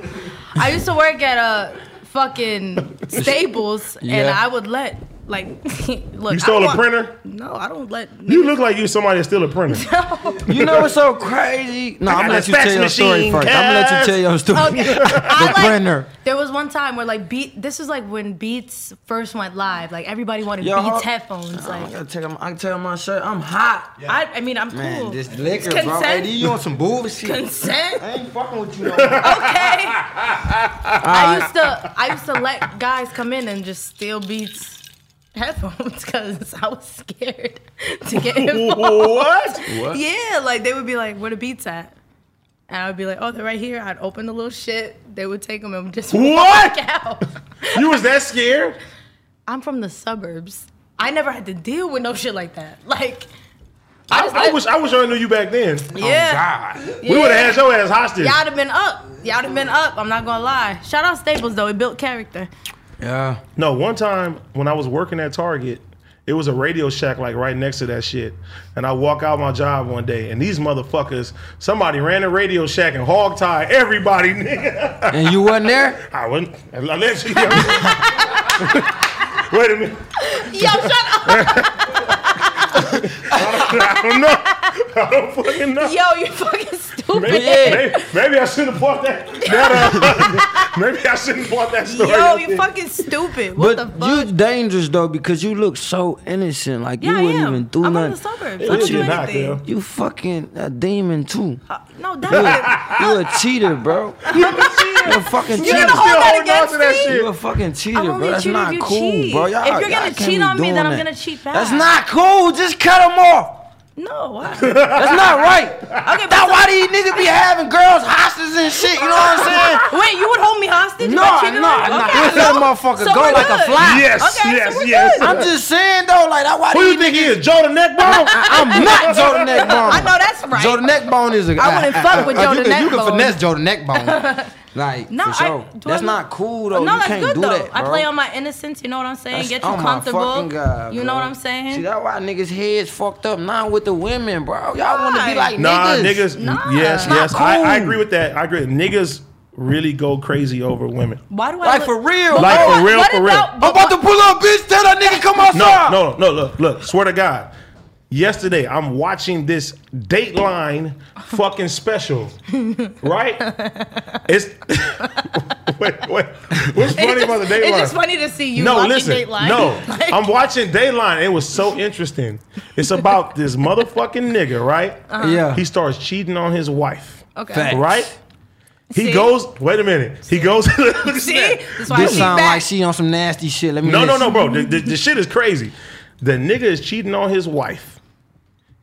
[SPEAKER 4] I used to work at a fucking Staples, and
[SPEAKER 3] Yeah.
[SPEAKER 4] I would let like look.
[SPEAKER 2] You stole
[SPEAKER 4] I
[SPEAKER 2] a
[SPEAKER 4] want-
[SPEAKER 2] printer?
[SPEAKER 4] No, I don't let.
[SPEAKER 2] You look like you somebody that's still a printer.
[SPEAKER 3] You know what's so crazy? No,
[SPEAKER 2] got
[SPEAKER 3] I'm gonna
[SPEAKER 2] a
[SPEAKER 3] let you tell
[SPEAKER 2] fax
[SPEAKER 3] your story
[SPEAKER 2] machine,
[SPEAKER 3] first. I'm gonna let you
[SPEAKER 2] cuz.
[SPEAKER 3] tell your story.
[SPEAKER 4] Okay. I
[SPEAKER 3] the
[SPEAKER 4] like-
[SPEAKER 3] printer.
[SPEAKER 4] There was one time where like beat. This was like when Beats first went live. Like everybody wanted
[SPEAKER 3] Yo,
[SPEAKER 4] Beats
[SPEAKER 3] hold- Oh
[SPEAKER 4] headphones.
[SPEAKER 3] I
[SPEAKER 4] Like
[SPEAKER 3] gotta take him. I can tell my shirt. I'm hot.
[SPEAKER 4] I, I mean, I'm
[SPEAKER 3] Man,
[SPEAKER 4] cool.
[SPEAKER 3] this liquor, bro.
[SPEAKER 4] Consent?
[SPEAKER 3] AD, you on some bullshit?
[SPEAKER 4] Consent.
[SPEAKER 3] I ain't fucking with you. No more.
[SPEAKER 4] okay. I used to I used to let guys come in and just steal beats headphones because I was scared to get involved.
[SPEAKER 2] what?
[SPEAKER 4] Yeah, like they would be like, "Where the beats at?" And I would be like, "Oh, they're right here." I'd open the little shit. They would take them and just
[SPEAKER 2] What?
[SPEAKER 4] walk out.
[SPEAKER 2] You was that scared?
[SPEAKER 4] I'm from the suburbs. I never had to deal with no shit like that. Like,
[SPEAKER 2] I,
[SPEAKER 4] just
[SPEAKER 2] I
[SPEAKER 4] let-
[SPEAKER 2] wish I wish I knew you back then. Oh,
[SPEAKER 4] yeah,
[SPEAKER 2] We would have had your ass hostage.
[SPEAKER 4] y'all'd have been up. Y'all'd have been up. I'm not gonna lie. Shout out Staples though. It built character.
[SPEAKER 3] Yeah.
[SPEAKER 2] No, one time when I was working at Target, it was a Radio Shack like right next to that shit. And I walk out my job one day, and these motherfuckers, somebody ran a Radio Shack and hog tied everybody. nigga.
[SPEAKER 3] And you wasn't there?
[SPEAKER 2] I wouldn't. I let you. Wait a minute.
[SPEAKER 4] Yo, shut up.
[SPEAKER 2] I don't know. I don't fucking know.
[SPEAKER 4] Yo, you fucking stupid.
[SPEAKER 2] Maybe,
[SPEAKER 3] Yeah.
[SPEAKER 2] maybe, maybe I shouldn't have bought that. that, uh, maybe I shouldn't have bought that story.
[SPEAKER 4] Yo,
[SPEAKER 2] up
[SPEAKER 4] you
[SPEAKER 2] there.
[SPEAKER 4] fucking stupid. What
[SPEAKER 3] But
[SPEAKER 4] the fuck?
[SPEAKER 3] you dangerous though because you look so innocent. Like
[SPEAKER 4] yeah,
[SPEAKER 3] you
[SPEAKER 4] I
[SPEAKER 3] wouldn't
[SPEAKER 4] am.
[SPEAKER 3] even
[SPEAKER 4] I'm
[SPEAKER 3] do
[SPEAKER 4] on the
[SPEAKER 3] nothing.
[SPEAKER 4] suburbs.
[SPEAKER 2] It
[SPEAKER 4] I don't
[SPEAKER 2] is
[SPEAKER 4] do
[SPEAKER 2] not, girl.
[SPEAKER 4] anything.
[SPEAKER 3] You fucking a demon too.
[SPEAKER 4] Uh, no, definitely.
[SPEAKER 3] You a cheater, bro. you a fucking
[SPEAKER 2] You
[SPEAKER 3] cheater.
[SPEAKER 2] still holding
[SPEAKER 4] against
[SPEAKER 2] on to that
[SPEAKER 4] me?
[SPEAKER 2] shit.
[SPEAKER 3] You a fucking cheater,
[SPEAKER 4] I'm
[SPEAKER 3] bro.
[SPEAKER 4] only a
[SPEAKER 3] That's
[SPEAKER 4] cheater if
[SPEAKER 3] not
[SPEAKER 4] you
[SPEAKER 3] cool,
[SPEAKER 4] cheat.
[SPEAKER 3] bro. Y'all,
[SPEAKER 4] If you're
[SPEAKER 3] y'all
[SPEAKER 4] gonna
[SPEAKER 3] can't
[SPEAKER 4] cheat
[SPEAKER 3] be
[SPEAKER 4] on me, then
[SPEAKER 3] doing
[SPEAKER 4] I'm
[SPEAKER 3] that.
[SPEAKER 4] gonna cheat back.
[SPEAKER 3] That's not cool. Just cut them off.
[SPEAKER 4] No, why? okay,
[SPEAKER 3] That's not right.
[SPEAKER 4] but
[SPEAKER 3] That's why these niggas be having girls hostages and shit. You know what I'm saying?
[SPEAKER 4] wait, you would hold me hostage?
[SPEAKER 3] No,
[SPEAKER 4] if I cheated
[SPEAKER 3] no,
[SPEAKER 4] on you?
[SPEAKER 3] no.
[SPEAKER 4] Okay,
[SPEAKER 3] Let that
[SPEAKER 4] so-
[SPEAKER 3] motherfucker
[SPEAKER 4] so
[SPEAKER 3] go
[SPEAKER 4] we're
[SPEAKER 3] like a
[SPEAKER 4] good.
[SPEAKER 3] fly.
[SPEAKER 2] Yes,
[SPEAKER 4] Okay, so
[SPEAKER 2] yes,
[SPEAKER 4] we're
[SPEAKER 2] yes.
[SPEAKER 4] good.
[SPEAKER 3] I'm just saying though, like that's why
[SPEAKER 2] Who you
[SPEAKER 3] these
[SPEAKER 2] think he is, Joe the neck bone?
[SPEAKER 3] I'm not Joe the Neckbone.
[SPEAKER 4] I know that's right.
[SPEAKER 3] Joe the Neckbone is a.
[SPEAKER 4] I wouldn't fuck with Joe the
[SPEAKER 3] you can- You
[SPEAKER 4] Neckbone.
[SPEAKER 3] can finesse Joe the Neckbone. Like
[SPEAKER 4] No,
[SPEAKER 3] for
[SPEAKER 4] I-
[SPEAKER 3] sure.
[SPEAKER 4] do I
[SPEAKER 3] that's
[SPEAKER 4] look-
[SPEAKER 3] not cool though.
[SPEAKER 4] no,
[SPEAKER 3] you
[SPEAKER 4] that's
[SPEAKER 3] can't
[SPEAKER 4] good
[SPEAKER 3] do
[SPEAKER 4] though.
[SPEAKER 3] that,
[SPEAKER 4] I
[SPEAKER 3] bro.
[SPEAKER 4] play on my innocence. You know what I'm saying?
[SPEAKER 3] That's-
[SPEAKER 4] Get you
[SPEAKER 3] oh my fucking
[SPEAKER 4] comfortable.
[SPEAKER 3] God,
[SPEAKER 4] you know
[SPEAKER 3] bro.
[SPEAKER 4] what I'm saying?
[SPEAKER 3] See that's why niggas heads fucked up now with the women, bro. Y'all want to
[SPEAKER 4] Why?
[SPEAKER 3] be like
[SPEAKER 2] Nah,
[SPEAKER 3] niggas.
[SPEAKER 2] niggas.
[SPEAKER 4] Nah.
[SPEAKER 2] Yes,
[SPEAKER 4] Not
[SPEAKER 2] yes. I, I
[SPEAKER 3] cool.
[SPEAKER 2] agree with that. I agree. Niggas really go crazy over women.
[SPEAKER 4] why do I
[SPEAKER 3] Like
[SPEAKER 4] look-
[SPEAKER 3] for real,
[SPEAKER 2] Like
[SPEAKER 3] bro.
[SPEAKER 2] for real,
[SPEAKER 4] what
[SPEAKER 2] for
[SPEAKER 4] about-
[SPEAKER 2] real.
[SPEAKER 4] but
[SPEAKER 2] I'm
[SPEAKER 3] I'm about to pull up, bitch. Tell that nigga come
[SPEAKER 2] No,
[SPEAKER 3] outside.
[SPEAKER 2] no, no. Look, look. Swear to God. Yesterday, I'm watching this Dateline fucking special. Right? It's wait, wait.
[SPEAKER 4] It's
[SPEAKER 2] What's funny
[SPEAKER 4] just-
[SPEAKER 2] about the Dateline?
[SPEAKER 4] It's just funny to see you watching Dateline.
[SPEAKER 2] No,
[SPEAKER 4] Like-
[SPEAKER 2] I'm watching Dateline. It was so interesting. It's about this motherfucking nigga, right?
[SPEAKER 4] Uh-huh.
[SPEAKER 3] Yeah.
[SPEAKER 2] He starts cheating on his wife,
[SPEAKER 4] Okay.
[SPEAKER 3] Fact.
[SPEAKER 2] right? He
[SPEAKER 4] See?
[SPEAKER 2] goes. Wait a minute. He goes. look at
[SPEAKER 4] See,
[SPEAKER 2] that.
[SPEAKER 4] that's why I
[SPEAKER 3] This
[SPEAKER 4] cheat
[SPEAKER 3] sound
[SPEAKER 4] back.
[SPEAKER 3] like she on some nasty shit. Let me.
[SPEAKER 2] No, no, no,
[SPEAKER 3] listen.
[SPEAKER 2] bro. The, the, the shit is crazy. The nigga is cheating on his wife.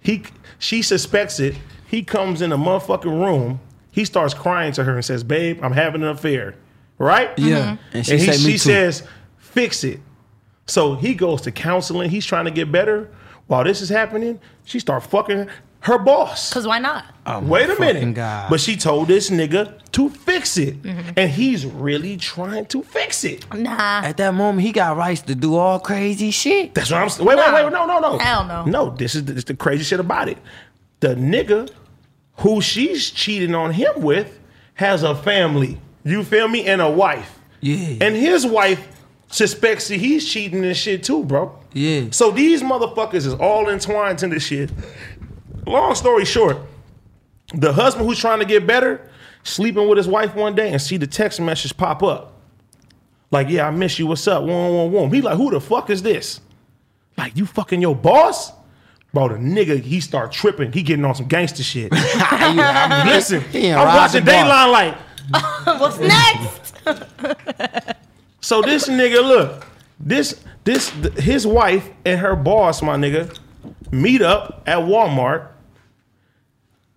[SPEAKER 2] He, she suspects it. He comes in the motherfucking room. He starts crying to her and says, "Babe, I'm having an affair." Right?
[SPEAKER 3] Yeah,
[SPEAKER 2] And,
[SPEAKER 3] and
[SPEAKER 2] she,
[SPEAKER 3] she
[SPEAKER 2] he,
[SPEAKER 3] said, "Me
[SPEAKER 2] she
[SPEAKER 3] too."
[SPEAKER 2] says, "Fix it." So he goes to counseling. He's trying to get better. While this is happening, she start fucking her boss.
[SPEAKER 4] Cause why not?
[SPEAKER 2] Wait a minute.
[SPEAKER 3] Oh, fucking God.
[SPEAKER 2] But she told this nigga to fix it, and he's really trying to fix it.
[SPEAKER 4] Nah.
[SPEAKER 3] At that moment, he got rights to do all crazy shit.
[SPEAKER 2] That's what I'm saying. Wait, wait, wait. No, no, no.
[SPEAKER 4] Hell no.
[SPEAKER 2] No, this is the, this the crazy shit about it. The nigga who she's cheating on him with has a family. You feel me? And a wife.
[SPEAKER 3] Yeah.
[SPEAKER 2] And his wife suspects that he's cheating and shit too, bro.
[SPEAKER 3] Yeah.
[SPEAKER 2] So these motherfuckers is all entwined in this shit. Long story short, the husband who's trying to get better, sleeping with his wife one day and see the text message pop up. Like, yeah, I miss you. What's up? One, one, one. He like, who the fuck is this? Like, you fucking your boss? Bro, the nigga, he start tripping. He getting on some gangster shit. Listen,
[SPEAKER 3] He ain't
[SPEAKER 2] I'm
[SPEAKER 3] robbed
[SPEAKER 2] watching
[SPEAKER 3] the bar.
[SPEAKER 2] Dayline like,
[SPEAKER 4] What's next?
[SPEAKER 2] so this nigga, look, this, this, th- his wife and her boss, my nigga, meet up at Walmart.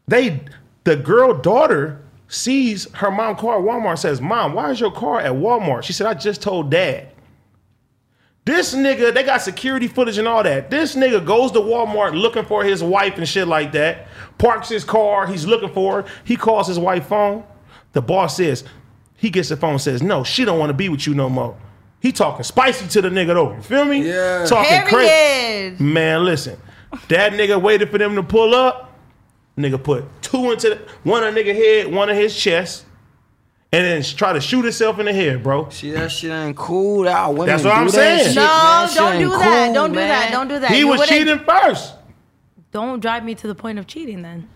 [SPEAKER 2] They the girl daughter sees her mom car at Walmart, says, Mom, why is your car at Walmart? She said, I just told dad. This nigga, they got security footage and all that. This nigga goes to Walmart looking for his wife and shit like that. Parks his car, he's looking for her. He calls his wife phone. The boss says, he gets the phone, says, No, she don't want to be with you no more. He talking spicy to the nigga though. You feel me?
[SPEAKER 3] Yeah.
[SPEAKER 2] Talking crazy.
[SPEAKER 1] Period.
[SPEAKER 2] Man, listen. That nigga waited for them to pull up. Nigga put two into the, one on nigga head, one on his chest, and then try to shoot himself in the head, bro.
[SPEAKER 3] See, that shit ain't cool. That women
[SPEAKER 2] That's what
[SPEAKER 3] do
[SPEAKER 2] I'm
[SPEAKER 3] that
[SPEAKER 2] saying.
[SPEAKER 3] shit,
[SPEAKER 1] No,
[SPEAKER 3] man. Shit
[SPEAKER 1] don't do
[SPEAKER 3] ain't
[SPEAKER 1] that.
[SPEAKER 3] cool,
[SPEAKER 1] Don't do
[SPEAKER 3] man.
[SPEAKER 1] that. Don't do that.
[SPEAKER 2] He
[SPEAKER 1] You
[SPEAKER 2] was
[SPEAKER 1] wouldn't-
[SPEAKER 2] cheating first.
[SPEAKER 4] Don't drive me to the point of cheating then.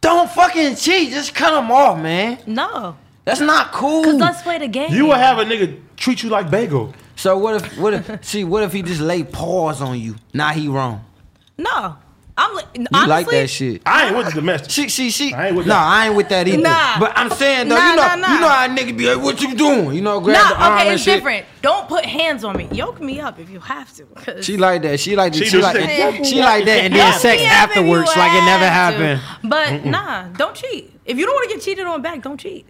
[SPEAKER 3] Don't fucking cheat. Just cut them off, man.
[SPEAKER 4] No.
[SPEAKER 3] That's not cool.
[SPEAKER 4] Because let's play the game.
[SPEAKER 2] You will have a nigga treat you like bagel.
[SPEAKER 3] So what if what if see what if he just lay paws on you? Nah, he wrong.
[SPEAKER 4] no. I'm li-
[SPEAKER 3] You
[SPEAKER 4] honestly,
[SPEAKER 3] like that shit.
[SPEAKER 2] I ain't with the domestic.
[SPEAKER 3] She she she.
[SPEAKER 2] I ain't with
[SPEAKER 3] no,
[SPEAKER 2] that.
[SPEAKER 3] I ain't with that either.
[SPEAKER 4] Nah.
[SPEAKER 3] But I'm saying though,
[SPEAKER 4] Nah,
[SPEAKER 3] you know,
[SPEAKER 4] nah, nah.
[SPEAKER 3] you know how a nigga be like, what you doing? You know, grab the
[SPEAKER 4] Nah,
[SPEAKER 3] arm
[SPEAKER 4] okay,
[SPEAKER 3] and
[SPEAKER 4] it's
[SPEAKER 3] shit.
[SPEAKER 4] different. Don't put hands on me. Yoke me up if you have to. 'cause-
[SPEAKER 3] She like that. She like that.
[SPEAKER 2] She
[SPEAKER 3] She,
[SPEAKER 2] just
[SPEAKER 3] like
[SPEAKER 2] said,
[SPEAKER 3] that.
[SPEAKER 2] "Fuck
[SPEAKER 3] She
[SPEAKER 2] you."
[SPEAKER 3] like that, and then
[SPEAKER 2] Yeah.
[SPEAKER 3] sex
[SPEAKER 4] Yeah, if you
[SPEAKER 3] afterwards, like it never
[SPEAKER 4] have to.
[SPEAKER 3] happened.
[SPEAKER 4] But nah, don't cheat. If you don't want to get cheated on back, don't cheat.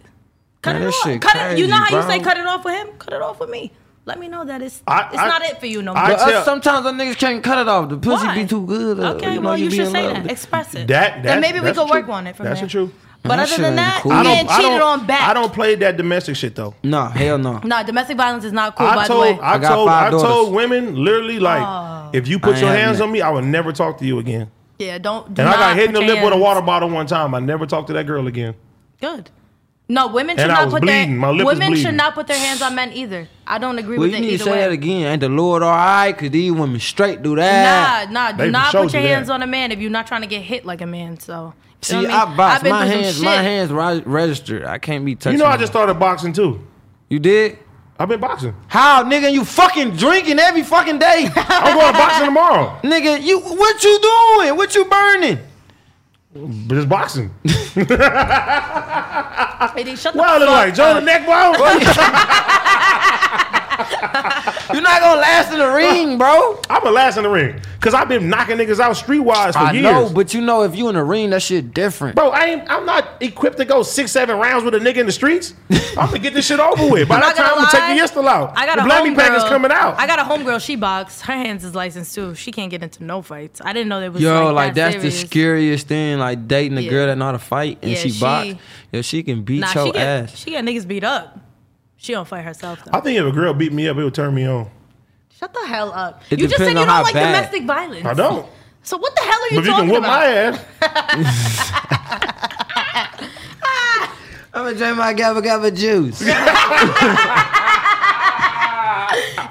[SPEAKER 4] Cut
[SPEAKER 3] Man,
[SPEAKER 4] it
[SPEAKER 3] that
[SPEAKER 4] off.
[SPEAKER 3] shit
[SPEAKER 4] Cut it. You
[SPEAKER 3] crazy,
[SPEAKER 4] know how you
[SPEAKER 3] bro.
[SPEAKER 4] say cut it off with him? Cut it off with me. Let me know that it's
[SPEAKER 2] I-
[SPEAKER 4] it's
[SPEAKER 2] I-
[SPEAKER 4] not it for you no more.
[SPEAKER 2] I
[SPEAKER 3] But us,
[SPEAKER 2] tell-
[SPEAKER 3] sometimes the niggas can't cut it off. The pussy
[SPEAKER 4] Why?
[SPEAKER 3] be too good. uh,
[SPEAKER 4] okay,
[SPEAKER 3] you know,
[SPEAKER 4] well you,
[SPEAKER 3] be
[SPEAKER 4] should
[SPEAKER 3] in
[SPEAKER 4] say
[SPEAKER 3] love.
[SPEAKER 4] that. Express it.
[SPEAKER 2] That, that
[SPEAKER 4] then maybe we
[SPEAKER 2] that's
[SPEAKER 4] could
[SPEAKER 2] the
[SPEAKER 4] work
[SPEAKER 2] truth.
[SPEAKER 4] on it from
[SPEAKER 2] That's
[SPEAKER 4] there.
[SPEAKER 2] the truth.
[SPEAKER 4] But
[SPEAKER 3] That
[SPEAKER 4] other
[SPEAKER 3] shit
[SPEAKER 4] than
[SPEAKER 3] ain't
[SPEAKER 4] that,
[SPEAKER 3] cool.
[SPEAKER 2] I
[SPEAKER 3] I
[SPEAKER 4] being
[SPEAKER 2] don't, I
[SPEAKER 4] cheated
[SPEAKER 2] don't,
[SPEAKER 4] on back.
[SPEAKER 2] I don't play that domestic shit though.
[SPEAKER 3] No, hell no.
[SPEAKER 4] No, domestic violence is not cool.
[SPEAKER 2] I
[SPEAKER 4] by the
[SPEAKER 2] told,
[SPEAKER 4] way, Oh.
[SPEAKER 2] I,
[SPEAKER 3] I got
[SPEAKER 2] told,
[SPEAKER 3] five
[SPEAKER 2] I
[SPEAKER 3] daughters.
[SPEAKER 2] told women literally like, if you put
[SPEAKER 3] I
[SPEAKER 2] your
[SPEAKER 3] ain't
[SPEAKER 2] hands
[SPEAKER 3] having
[SPEAKER 2] on me, I will never talk to you again.
[SPEAKER 4] yeah, don't. Do
[SPEAKER 2] And I
[SPEAKER 4] not
[SPEAKER 2] got hit in the
[SPEAKER 4] put
[SPEAKER 2] lip
[SPEAKER 4] your
[SPEAKER 2] with a
[SPEAKER 4] hands.
[SPEAKER 2] water bottle one time. I never talked to that girl again.
[SPEAKER 4] Good. No, women should
[SPEAKER 2] And I
[SPEAKER 4] not
[SPEAKER 2] was
[SPEAKER 4] put
[SPEAKER 2] bleeding.
[SPEAKER 4] their
[SPEAKER 2] My lip was
[SPEAKER 4] women
[SPEAKER 2] bleeding.
[SPEAKER 4] should not put their hands on men either. I don't agree
[SPEAKER 3] Well,
[SPEAKER 4] with
[SPEAKER 3] you
[SPEAKER 4] it
[SPEAKER 3] need to
[SPEAKER 4] either
[SPEAKER 3] say
[SPEAKER 4] way.
[SPEAKER 3] that again. Ain't the Lord all right? Cause these women straight do
[SPEAKER 4] Nah,
[SPEAKER 3] that.
[SPEAKER 4] nah,
[SPEAKER 2] They
[SPEAKER 4] do
[SPEAKER 2] for
[SPEAKER 4] not
[SPEAKER 2] sure
[SPEAKER 4] put
[SPEAKER 2] do
[SPEAKER 4] your
[SPEAKER 2] that.
[SPEAKER 4] hands on a man if you're not trying to get hit like a man. So
[SPEAKER 3] See,
[SPEAKER 4] you know what
[SPEAKER 3] I,
[SPEAKER 4] mean?
[SPEAKER 3] box.
[SPEAKER 4] I've been
[SPEAKER 3] My
[SPEAKER 4] through some
[SPEAKER 3] hands,
[SPEAKER 4] shit.
[SPEAKER 3] my hands ri- registered. I can't be touching.
[SPEAKER 2] You know, I
[SPEAKER 3] them.
[SPEAKER 2] just started boxing too.
[SPEAKER 3] You did?
[SPEAKER 2] I've been boxing.
[SPEAKER 3] How, nigga? You fucking drinking every fucking day,
[SPEAKER 2] I'm going boxing tomorrow.
[SPEAKER 3] nigga? You what you doing? What you burning?
[SPEAKER 2] But it's boxing.
[SPEAKER 4] Hey, shut the
[SPEAKER 2] Wow, I look
[SPEAKER 4] fuck
[SPEAKER 2] like Jonah
[SPEAKER 4] up.
[SPEAKER 2] Neckbone.
[SPEAKER 3] You're not gonna last in the ring, bro.
[SPEAKER 2] I'm the last in the ring because I've been knocking niggas out streetwise for
[SPEAKER 3] I
[SPEAKER 2] years.
[SPEAKER 3] know, but you know, if you in the ring, that shit different.
[SPEAKER 2] Bro, I ain't, I'm not equipped to go six, seven rounds with a nigga in the streets. I'm gonna get this shit over with. By
[SPEAKER 4] I'm
[SPEAKER 2] that
[SPEAKER 4] not
[SPEAKER 2] time,
[SPEAKER 4] gonna
[SPEAKER 2] I'm gonna take the
[SPEAKER 4] lie.
[SPEAKER 2] pistol out.
[SPEAKER 4] I got
[SPEAKER 2] the
[SPEAKER 4] a
[SPEAKER 2] blammy pack is
[SPEAKER 4] homegirl-
[SPEAKER 2] coming out.
[SPEAKER 4] I got a homegirl. She box. Her hands is licensed too. She can't get into no fights. I didn't know there was
[SPEAKER 3] Yo, like,
[SPEAKER 4] like, that
[SPEAKER 3] that's
[SPEAKER 4] serious.
[SPEAKER 3] the scariest thing. Like dating a
[SPEAKER 4] Yeah.
[SPEAKER 3] girl that know how to fight and
[SPEAKER 4] Yeah,
[SPEAKER 3] she
[SPEAKER 4] she-
[SPEAKER 3] box. Yo, she can beat
[SPEAKER 4] Nah,
[SPEAKER 3] your
[SPEAKER 4] she get
[SPEAKER 3] ass.
[SPEAKER 4] she got niggas beat up. She don't fight herself though.
[SPEAKER 2] I think if a girl beat me up, it would turn me on.
[SPEAKER 4] Shut the hell up.
[SPEAKER 3] It
[SPEAKER 4] you just said
[SPEAKER 3] depends
[SPEAKER 4] you
[SPEAKER 3] on
[SPEAKER 4] don't
[SPEAKER 3] how
[SPEAKER 4] like
[SPEAKER 3] bad.
[SPEAKER 4] domestic violence.
[SPEAKER 2] I don't.
[SPEAKER 4] So what the hell are you
[SPEAKER 2] But if you
[SPEAKER 4] talking
[SPEAKER 2] can whip
[SPEAKER 4] about?
[SPEAKER 2] my ass,
[SPEAKER 3] I'm gonna drink my gabba gabba juice.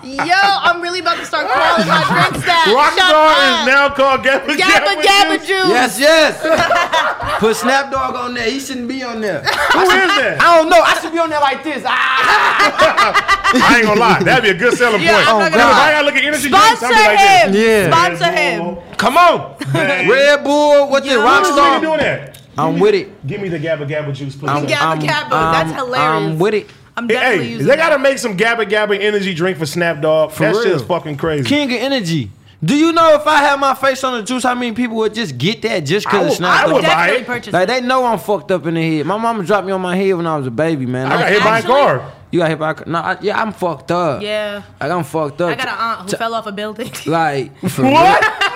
[SPEAKER 4] Yo, I'm really about to start calling my drinks that.
[SPEAKER 2] Rockstar is now called Gabba
[SPEAKER 4] Gabba
[SPEAKER 2] Gabba.
[SPEAKER 4] Gabba
[SPEAKER 2] Juice.
[SPEAKER 4] Juice.
[SPEAKER 3] yes, yes. Put Snap Dog on there. He shouldn't be on there.
[SPEAKER 2] Who is that?
[SPEAKER 3] I don't know. I should be on there like this. Ah.
[SPEAKER 2] I ain't gonna lie. That'd be a good selling
[SPEAKER 4] Yeah,
[SPEAKER 2] point.
[SPEAKER 4] I'm
[SPEAKER 3] not
[SPEAKER 2] If
[SPEAKER 3] gonna lie.
[SPEAKER 2] I gotta look at energy drinks, I'd
[SPEAKER 4] Sponsor
[SPEAKER 2] be like
[SPEAKER 4] him.
[SPEAKER 2] this.
[SPEAKER 3] Yeah.
[SPEAKER 4] Sponsor him.
[SPEAKER 2] Come on. Red
[SPEAKER 3] Red Bull, what the
[SPEAKER 2] Who's this nigga doing
[SPEAKER 3] Rockstar?
[SPEAKER 2] that?
[SPEAKER 3] I'm with it.
[SPEAKER 2] Give me the Gabba Gabba Juice, please.
[SPEAKER 3] I'm,
[SPEAKER 4] Gabba
[SPEAKER 3] I'm-
[SPEAKER 4] Gabba, that's
[SPEAKER 3] I'm-
[SPEAKER 4] hilarious.
[SPEAKER 3] I'm with it.
[SPEAKER 4] I'm definitely
[SPEAKER 2] Hey,
[SPEAKER 4] using
[SPEAKER 2] they
[SPEAKER 4] that.
[SPEAKER 2] gotta make some Gabba Gabba energy drink for Snap Dog. that shit
[SPEAKER 3] real.
[SPEAKER 2] is fucking crazy.
[SPEAKER 3] King of energy. Do you know if I had my face on the juice, how many people would just get that just
[SPEAKER 2] I
[SPEAKER 3] because
[SPEAKER 2] would-
[SPEAKER 3] it's not?
[SPEAKER 2] I would buy
[SPEAKER 3] the-
[SPEAKER 4] Definitely
[SPEAKER 2] it.
[SPEAKER 4] purchase
[SPEAKER 3] Like
[SPEAKER 4] it.
[SPEAKER 3] they know I'm fucked up in the head. My mama dropped me on my head when I was a baby, man.
[SPEAKER 2] I
[SPEAKER 3] Like,
[SPEAKER 2] got hit by a
[SPEAKER 4] Actually-
[SPEAKER 2] car.
[SPEAKER 3] You got hit by a car. No, I, yeah, I'm fucked up.
[SPEAKER 4] Yeah.
[SPEAKER 3] Like I'm fucked up.
[SPEAKER 4] I got an aunt who
[SPEAKER 3] T-
[SPEAKER 4] fell off a building.
[SPEAKER 3] Like for
[SPEAKER 2] What?
[SPEAKER 3] real.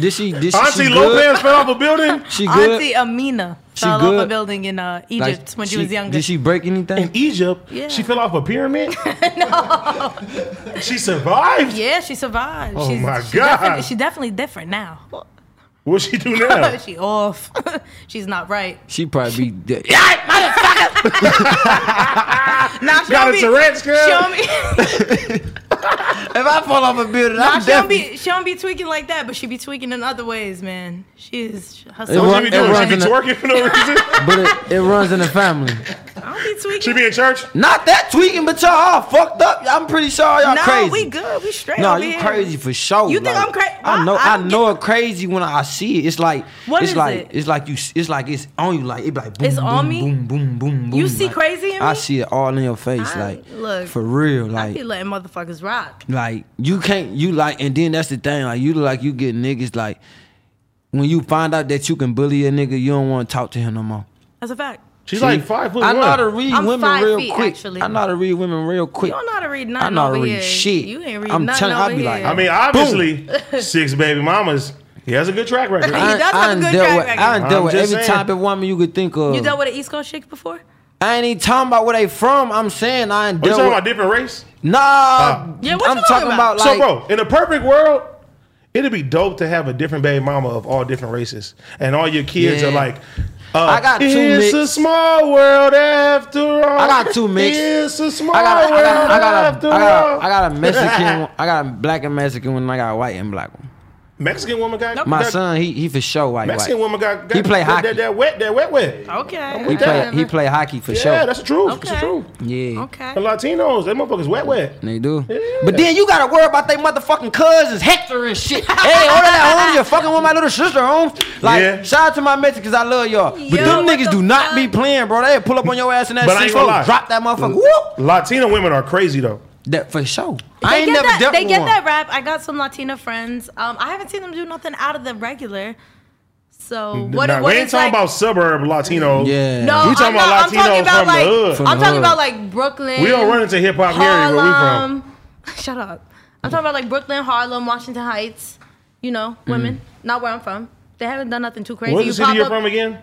[SPEAKER 3] Did she? Did she?
[SPEAKER 2] Auntie
[SPEAKER 3] she
[SPEAKER 2] Lopez fell off a building.
[SPEAKER 3] Good? She good.
[SPEAKER 4] Auntie Amina
[SPEAKER 3] She
[SPEAKER 4] fell off
[SPEAKER 3] good?
[SPEAKER 4] a building in uh,
[SPEAKER 3] Like,
[SPEAKER 4] Egypt when she, was younger.
[SPEAKER 3] Did she break
[SPEAKER 2] in
[SPEAKER 3] anything?
[SPEAKER 2] Egypt,
[SPEAKER 4] Yeah.
[SPEAKER 2] she fell off a pyramid. no, she survived.
[SPEAKER 4] yeah, she survived.
[SPEAKER 2] Oh
[SPEAKER 4] She's,
[SPEAKER 2] my
[SPEAKER 4] she
[SPEAKER 2] God.
[SPEAKER 4] Definitely, she definitely different now.
[SPEAKER 2] What she do now?
[SPEAKER 4] she off. She's not right.
[SPEAKER 3] She probably be dead. Yeah,
[SPEAKER 4] Now she
[SPEAKER 2] Got
[SPEAKER 4] don't
[SPEAKER 2] a
[SPEAKER 4] be-
[SPEAKER 2] Tourette's
[SPEAKER 4] She don't
[SPEAKER 2] girl.
[SPEAKER 4] be,
[SPEAKER 3] if I fall off a building,
[SPEAKER 4] nah,
[SPEAKER 3] I'm
[SPEAKER 4] she don't
[SPEAKER 3] definitely.
[SPEAKER 4] be she don't be tweaking like that, but she be tweaking in other ways, man. She is her
[SPEAKER 3] It
[SPEAKER 4] soul.
[SPEAKER 2] What
[SPEAKER 3] run-
[SPEAKER 2] she be
[SPEAKER 3] it
[SPEAKER 2] doing? She
[SPEAKER 3] runs
[SPEAKER 2] be
[SPEAKER 3] in the-
[SPEAKER 2] twerking for no reason.
[SPEAKER 3] But it, it runs in the family.
[SPEAKER 4] I don't be
[SPEAKER 2] she
[SPEAKER 4] tweaking.
[SPEAKER 2] be in church.
[SPEAKER 3] Not that tweaking, but y'all all fucked up. I'm pretty sure y'all
[SPEAKER 4] no,
[SPEAKER 3] crazy.
[SPEAKER 4] we good. We straight.
[SPEAKER 3] No,
[SPEAKER 4] over
[SPEAKER 3] you
[SPEAKER 4] here.
[SPEAKER 3] crazy for sure.
[SPEAKER 4] You think
[SPEAKER 3] Like,
[SPEAKER 4] I'm cra-
[SPEAKER 3] I
[SPEAKER 4] Why?
[SPEAKER 3] know. I,
[SPEAKER 4] I don't
[SPEAKER 3] know it crazy when I see it. It's like
[SPEAKER 4] What
[SPEAKER 3] it's
[SPEAKER 4] is
[SPEAKER 3] like
[SPEAKER 4] it?
[SPEAKER 3] it's like you. It's like it's on you. Like it be like boom,
[SPEAKER 4] It's
[SPEAKER 3] boom,
[SPEAKER 4] on me?
[SPEAKER 3] Boom, boom, boom, boom.
[SPEAKER 4] You see
[SPEAKER 3] like,
[SPEAKER 4] crazy in me?
[SPEAKER 3] I see it all in your face.
[SPEAKER 4] I-
[SPEAKER 3] like
[SPEAKER 4] look,
[SPEAKER 3] for real.
[SPEAKER 4] I be
[SPEAKER 3] Like
[SPEAKER 4] letting motherfuckers rock.
[SPEAKER 3] like you can't. You like and then that's the thing. Like you look like you get niggas like. when you find out that you can bully a nigga, you don't want to talk to him no more.
[SPEAKER 4] That's a fact.
[SPEAKER 2] She's like five foot
[SPEAKER 3] I know how to
[SPEAKER 2] one.
[SPEAKER 3] read
[SPEAKER 4] I'm
[SPEAKER 3] women
[SPEAKER 4] five
[SPEAKER 3] real
[SPEAKER 4] feet,
[SPEAKER 3] quick.
[SPEAKER 4] actually.
[SPEAKER 3] I know how to read women real quick.
[SPEAKER 4] You don't know how to read
[SPEAKER 3] I
[SPEAKER 4] nothing
[SPEAKER 3] know how to
[SPEAKER 4] over
[SPEAKER 3] read
[SPEAKER 4] here.
[SPEAKER 3] shit.
[SPEAKER 4] You ain't read
[SPEAKER 3] I'm
[SPEAKER 4] nothing
[SPEAKER 3] telling-
[SPEAKER 4] over
[SPEAKER 3] I'll be
[SPEAKER 4] here.
[SPEAKER 3] like,
[SPEAKER 2] I mean, obviously, six baby mamas. He has a good track record.
[SPEAKER 3] I,
[SPEAKER 4] He does have a
[SPEAKER 3] done
[SPEAKER 4] good
[SPEAKER 3] dealt
[SPEAKER 4] track
[SPEAKER 3] with,
[SPEAKER 4] record.
[SPEAKER 3] I done dealt
[SPEAKER 2] I'm
[SPEAKER 3] with
[SPEAKER 2] just
[SPEAKER 3] every
[SPEAKER 2] saying.
[SPEAKER 3] type of woman you could think of.
[SPEAKER 4] You dealt with an East Coast chick before?
[SPEAKER 3] I ain't even talking about where they from. I'm saying I ain't
[SPEAKER 2] Are Oh, you
[SPEAKER 3] dealt
[SPEAKER 2] talking
[SPEAKER 3] with.
[SPEAKER 2] about different race?
[SPEAKER 3] nah,
[SPEAKER 4] Yeah, what
[SPEAKER 3] I'm
[SPEAKER 4] you
[SPEAKER 3] talking
[SPEAKER 4] talking
[SPEAKER 3] about,
[SPEAKER 4] about?
[SPEAKER 2] so,
[SPEAKER 3] like.
[SPEAKER 2] bro, in a perfect world, it'd be dope to have a different baby mama of all different races, and all your kids
[SPEAKER 3] Yeah.
[SPEAKER 2] are like. Uh,
[SPEAKER 3] I got two
[SPEAKER 2] It's a
[SPEAKER 3] mixed.
[SPEAKER 2] small world after all.
[SPEAKER 3] I got two mixed.
[SPEAKER 2] It's a small
[SPEAKER 3] I got, I
[SPEAKER 2] world
[SPEAKER 3] got, I got,
[SPEAKER 2] after
[SPEAKER 3] a, I, got
[SPEAKER 2] all.
[SPEAKER 3] a, I got a Mexican, one- I got a black and Mexican one, and I got a white and black one.
[SPEAKER 2] Mexican woman got
[SPEAKER 3] My
[SPEAKER 2] got-
[SPEAKER 3] son, he he for sure white.
[SPEAKER 2] Mexican
[SPEAKER 3] white.
[SPEAKER 2] woman got, got
[SPEAKER 3] He play
[SPEAKER 2] that,
[SPEAKER 3] hockey.
[SPEAKER 2] That, that wet, that wet, wet.
[SPEAKER 4] Okay.
[SPEAKER 3] He
[SPEAKER 2] with
[SPEAKER 3] play,
[SPEAKER 2] that.
[SPEAKER 3] he play hockey for
[SPEAKER 2] yeah,
[SPEAKER 3] sure.
[SPEAKER 2] that's the truth. That's the
[SPEAKER 4] Okay.
[SPEAKER 2] truth.
[SPEAKER 3] yeah,
[SPEAKER 4] Okay.
[SPEAKER 2] The Latinos, that motherfuckers wet, wet.
[SPEAKER 3] They do.
[SPEAKER 2] Yeah.
[SPEAKER 3] But then you gotta worry about they motherfucking cousins, Hector and shit. hey, all that home, you're fucking with my little sister home. Like,
[SPEAKER 2] Yeah.
[SPEAKER 3] shout out to my Mexicans, I love y'all. But
[SPEAKER 4] Yo,
[SPEAKER 3] them
[SPEAKER 4] what
[SPEAKER 3] niggas
[SPEAKER 4] the
[SPEAKER 3] do not
[SPEAKER 4] fuck?
[SPEAKER 3] be playing, bro. They pull up on your ass in that
[SPEAKER 2] But I ain't
[SPEAKER 3] six
[SPEAKER 2] gonna lie.
[SPEAKER 3] drop that motherfucker. Whoop.
[SPEAKER 2] Latino women are crazy though.
[SPEAKER 3] That for sure.
[SPEAKER 4] They
[SPEAKER 3] I ain't
[SPEAKER 4] get
[SPEAKER 3] never
[SPEAKER 4] that,
[SPEAKER 3] dealt
[SPEAKER 4] They
[SPEAKER 3] with
[SPEAKER 4] get
[SPEAKER 3] one.
[SPEAKER 4] that rap. I got some Latina friends. Um, I haven't seen them do nothing out of the regular. So what?
[SPEAKER 2] Nah,
[SPEAKER 4] what
[SPEAKER 2] we ain't
[SPEAKER 4] it's like-
[SPEAKER 2] talking about suburb Latinos.
[SPEAKER 3] Yeah.
[SPEAKER 4] No,
[SPEAKER 2] We talking
[SPEAKER 4] I'm
[SPEAKER 2] about
[SPEAKER 4] not- I'm
[SPEAKER 2] Latinos
[SPEAKER 4] talking about
[SPEAKER 2] from the
[SPEAKER 4] like,
[SPEAKER 2] hood. From
[SPEAKER 4] I'm
[SPEAKER 3] the
[SPEAKER 4] talking
[SPEAKER 3] hood.
[SPEAKER 4] about like Brooklyn.
[SPEAKER 2] We don't run into hip hop here where we from.
[SPEAKER 4] Harlem. Shut up. I'm talking about like Brooklyn, Harlem, Washington Heights. You know, women. Not where I'm from. They haven't done nothing too crazy.
[SPEAKER 2] Where's Mm. the
[SPEAKER 4] you
[SPEAKER 2] city
[SPEAKER 4] pop
[SPEAKER 2] you're
[SPEAKER 4] up
[SPEAKER 2] from again?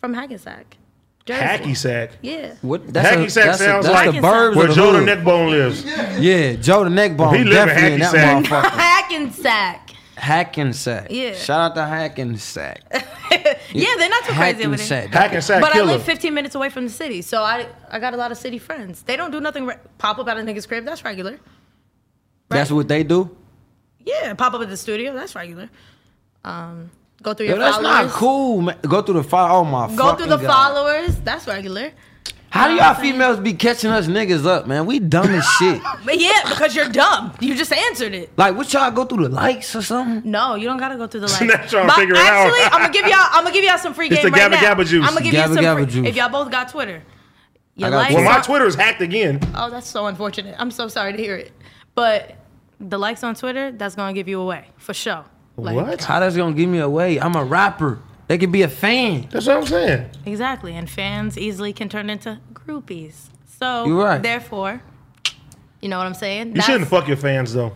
[SPEAKER 4] from Hackensack, Jersey.
[SPEAKER 2] Hacky Sack.
[SPEAKER 4] Yeah.
[SPEAKER 3] What?
[SPEAKER 2] Hacky Sack sounds
[SPEAKER 3] that's
[SPEAKER 2] like
[SPEAKER 3] the burbs
[SPEAKER 2] where
[SPEAKER 3] of
[SPEAKER 2] Joe the
[SPEAKER 3] hood.
[SPEAKER 2] Neckbone lives.
[SPEAKER 3] Yeah, Joe the neck bone.
[SPEAKER 2] He live in
[SPEAKER 3] definitely in that
[SPEAKER 2] Hackensack.
[SPEAKER 3] motherfucker.
[SPEAKER 4] Hackensack.
[SPEAKER 3] Hackensack.
[SPEAKER 4] Yeah.
[SPEAKER 3] Shout out to Hackensack.
[SPEAKER 4] Yeah, they're not too crazy over there.
[SPEAKER 3] Hackensack.
[SPEAKER 2] Hacky Sack
[SPEAKER 4] But I
[SPEAKER 2] killer.
[SPEAKER 4] live 15 minutes away from the city, so I I got a lot of city friends. They don't do nothing re- pop up at a nigga's crib. That's regular.
[SPEAKER 3] That's what they do.
[SPEAKER 4] Yeah, pop up at the studio. That's regular. Um, go through your
[SPEAKER 3] Yo, that's not
[SPEAKER 4] followers.
[SPEAKER 3] cool, man. Go through the follow. Oh my.
[SPEAKER 4] Go through the
[SPEAKER 3] fucking God.
[SPEAKER 4] followers. That's regular.
[SPEAKER 3] How do y'all females be catching us niggas up, man? We dumb as shit.
[SPEAKER 4] But yeah, because you're dumb. You just answered it.
[SPEAKER 3] Like, what y'all go through the likes or something?
[SPEAKER 4] No, you don't gotta go through the line.
[SPEAKER 2] Snapchat and
[SPEAKER 4] But
[SPEAKER 2] figure it out.
[SPEAKER 4] actually, I'm gonna give y'all. I'm gonna give y'all some free
[SPEAKER 2] It's
[SPEAKER 4] game
[SPEAKER 2] the
[SPEAKER 4] right
[SPEAKER 2] Gabba
[SPEAKER 4] now.
[SPEAKER 2] Gabba juice.
[SPEAKER 4] I'm gonna give
[SPEAKER 3] Gabba
[SPEAKER 4] you some
[SPEAKER 3] Gabba
[SPEAKER 4] free.
[SPEAKER 3] juice.
[SPEAKER 4] If y'all both got Twitter, your
[SPEAKER 3] I got
[SPEAKER 4] likes.
[SPEAKER 3] Twitter.
[SPEAKER 2] Well, my
[SPEAKER 4] on-
[SPEAKER 2] Twitter's hacked again.
[SPEAKER 4] oh, that's so unfortunate. I'm so sorry to hear it. But the likes on Twitter, that's gonna give you away for sure. Like,
[SPEAKER 2] what?
[SPEAKER 3] How that's gonna give me away? I'm a rapper. They could be a fan.
[SPEAKER 2] That's what I'm saying.
[SPEAKER 4] Exactly, and fans easily can turn into groupies. So
[SPEAKER 3] You're right.
[SPEAKER 4] therefore, you know what I'm saying.
[SPEAKER 2] You shouldn't fuck your fans though.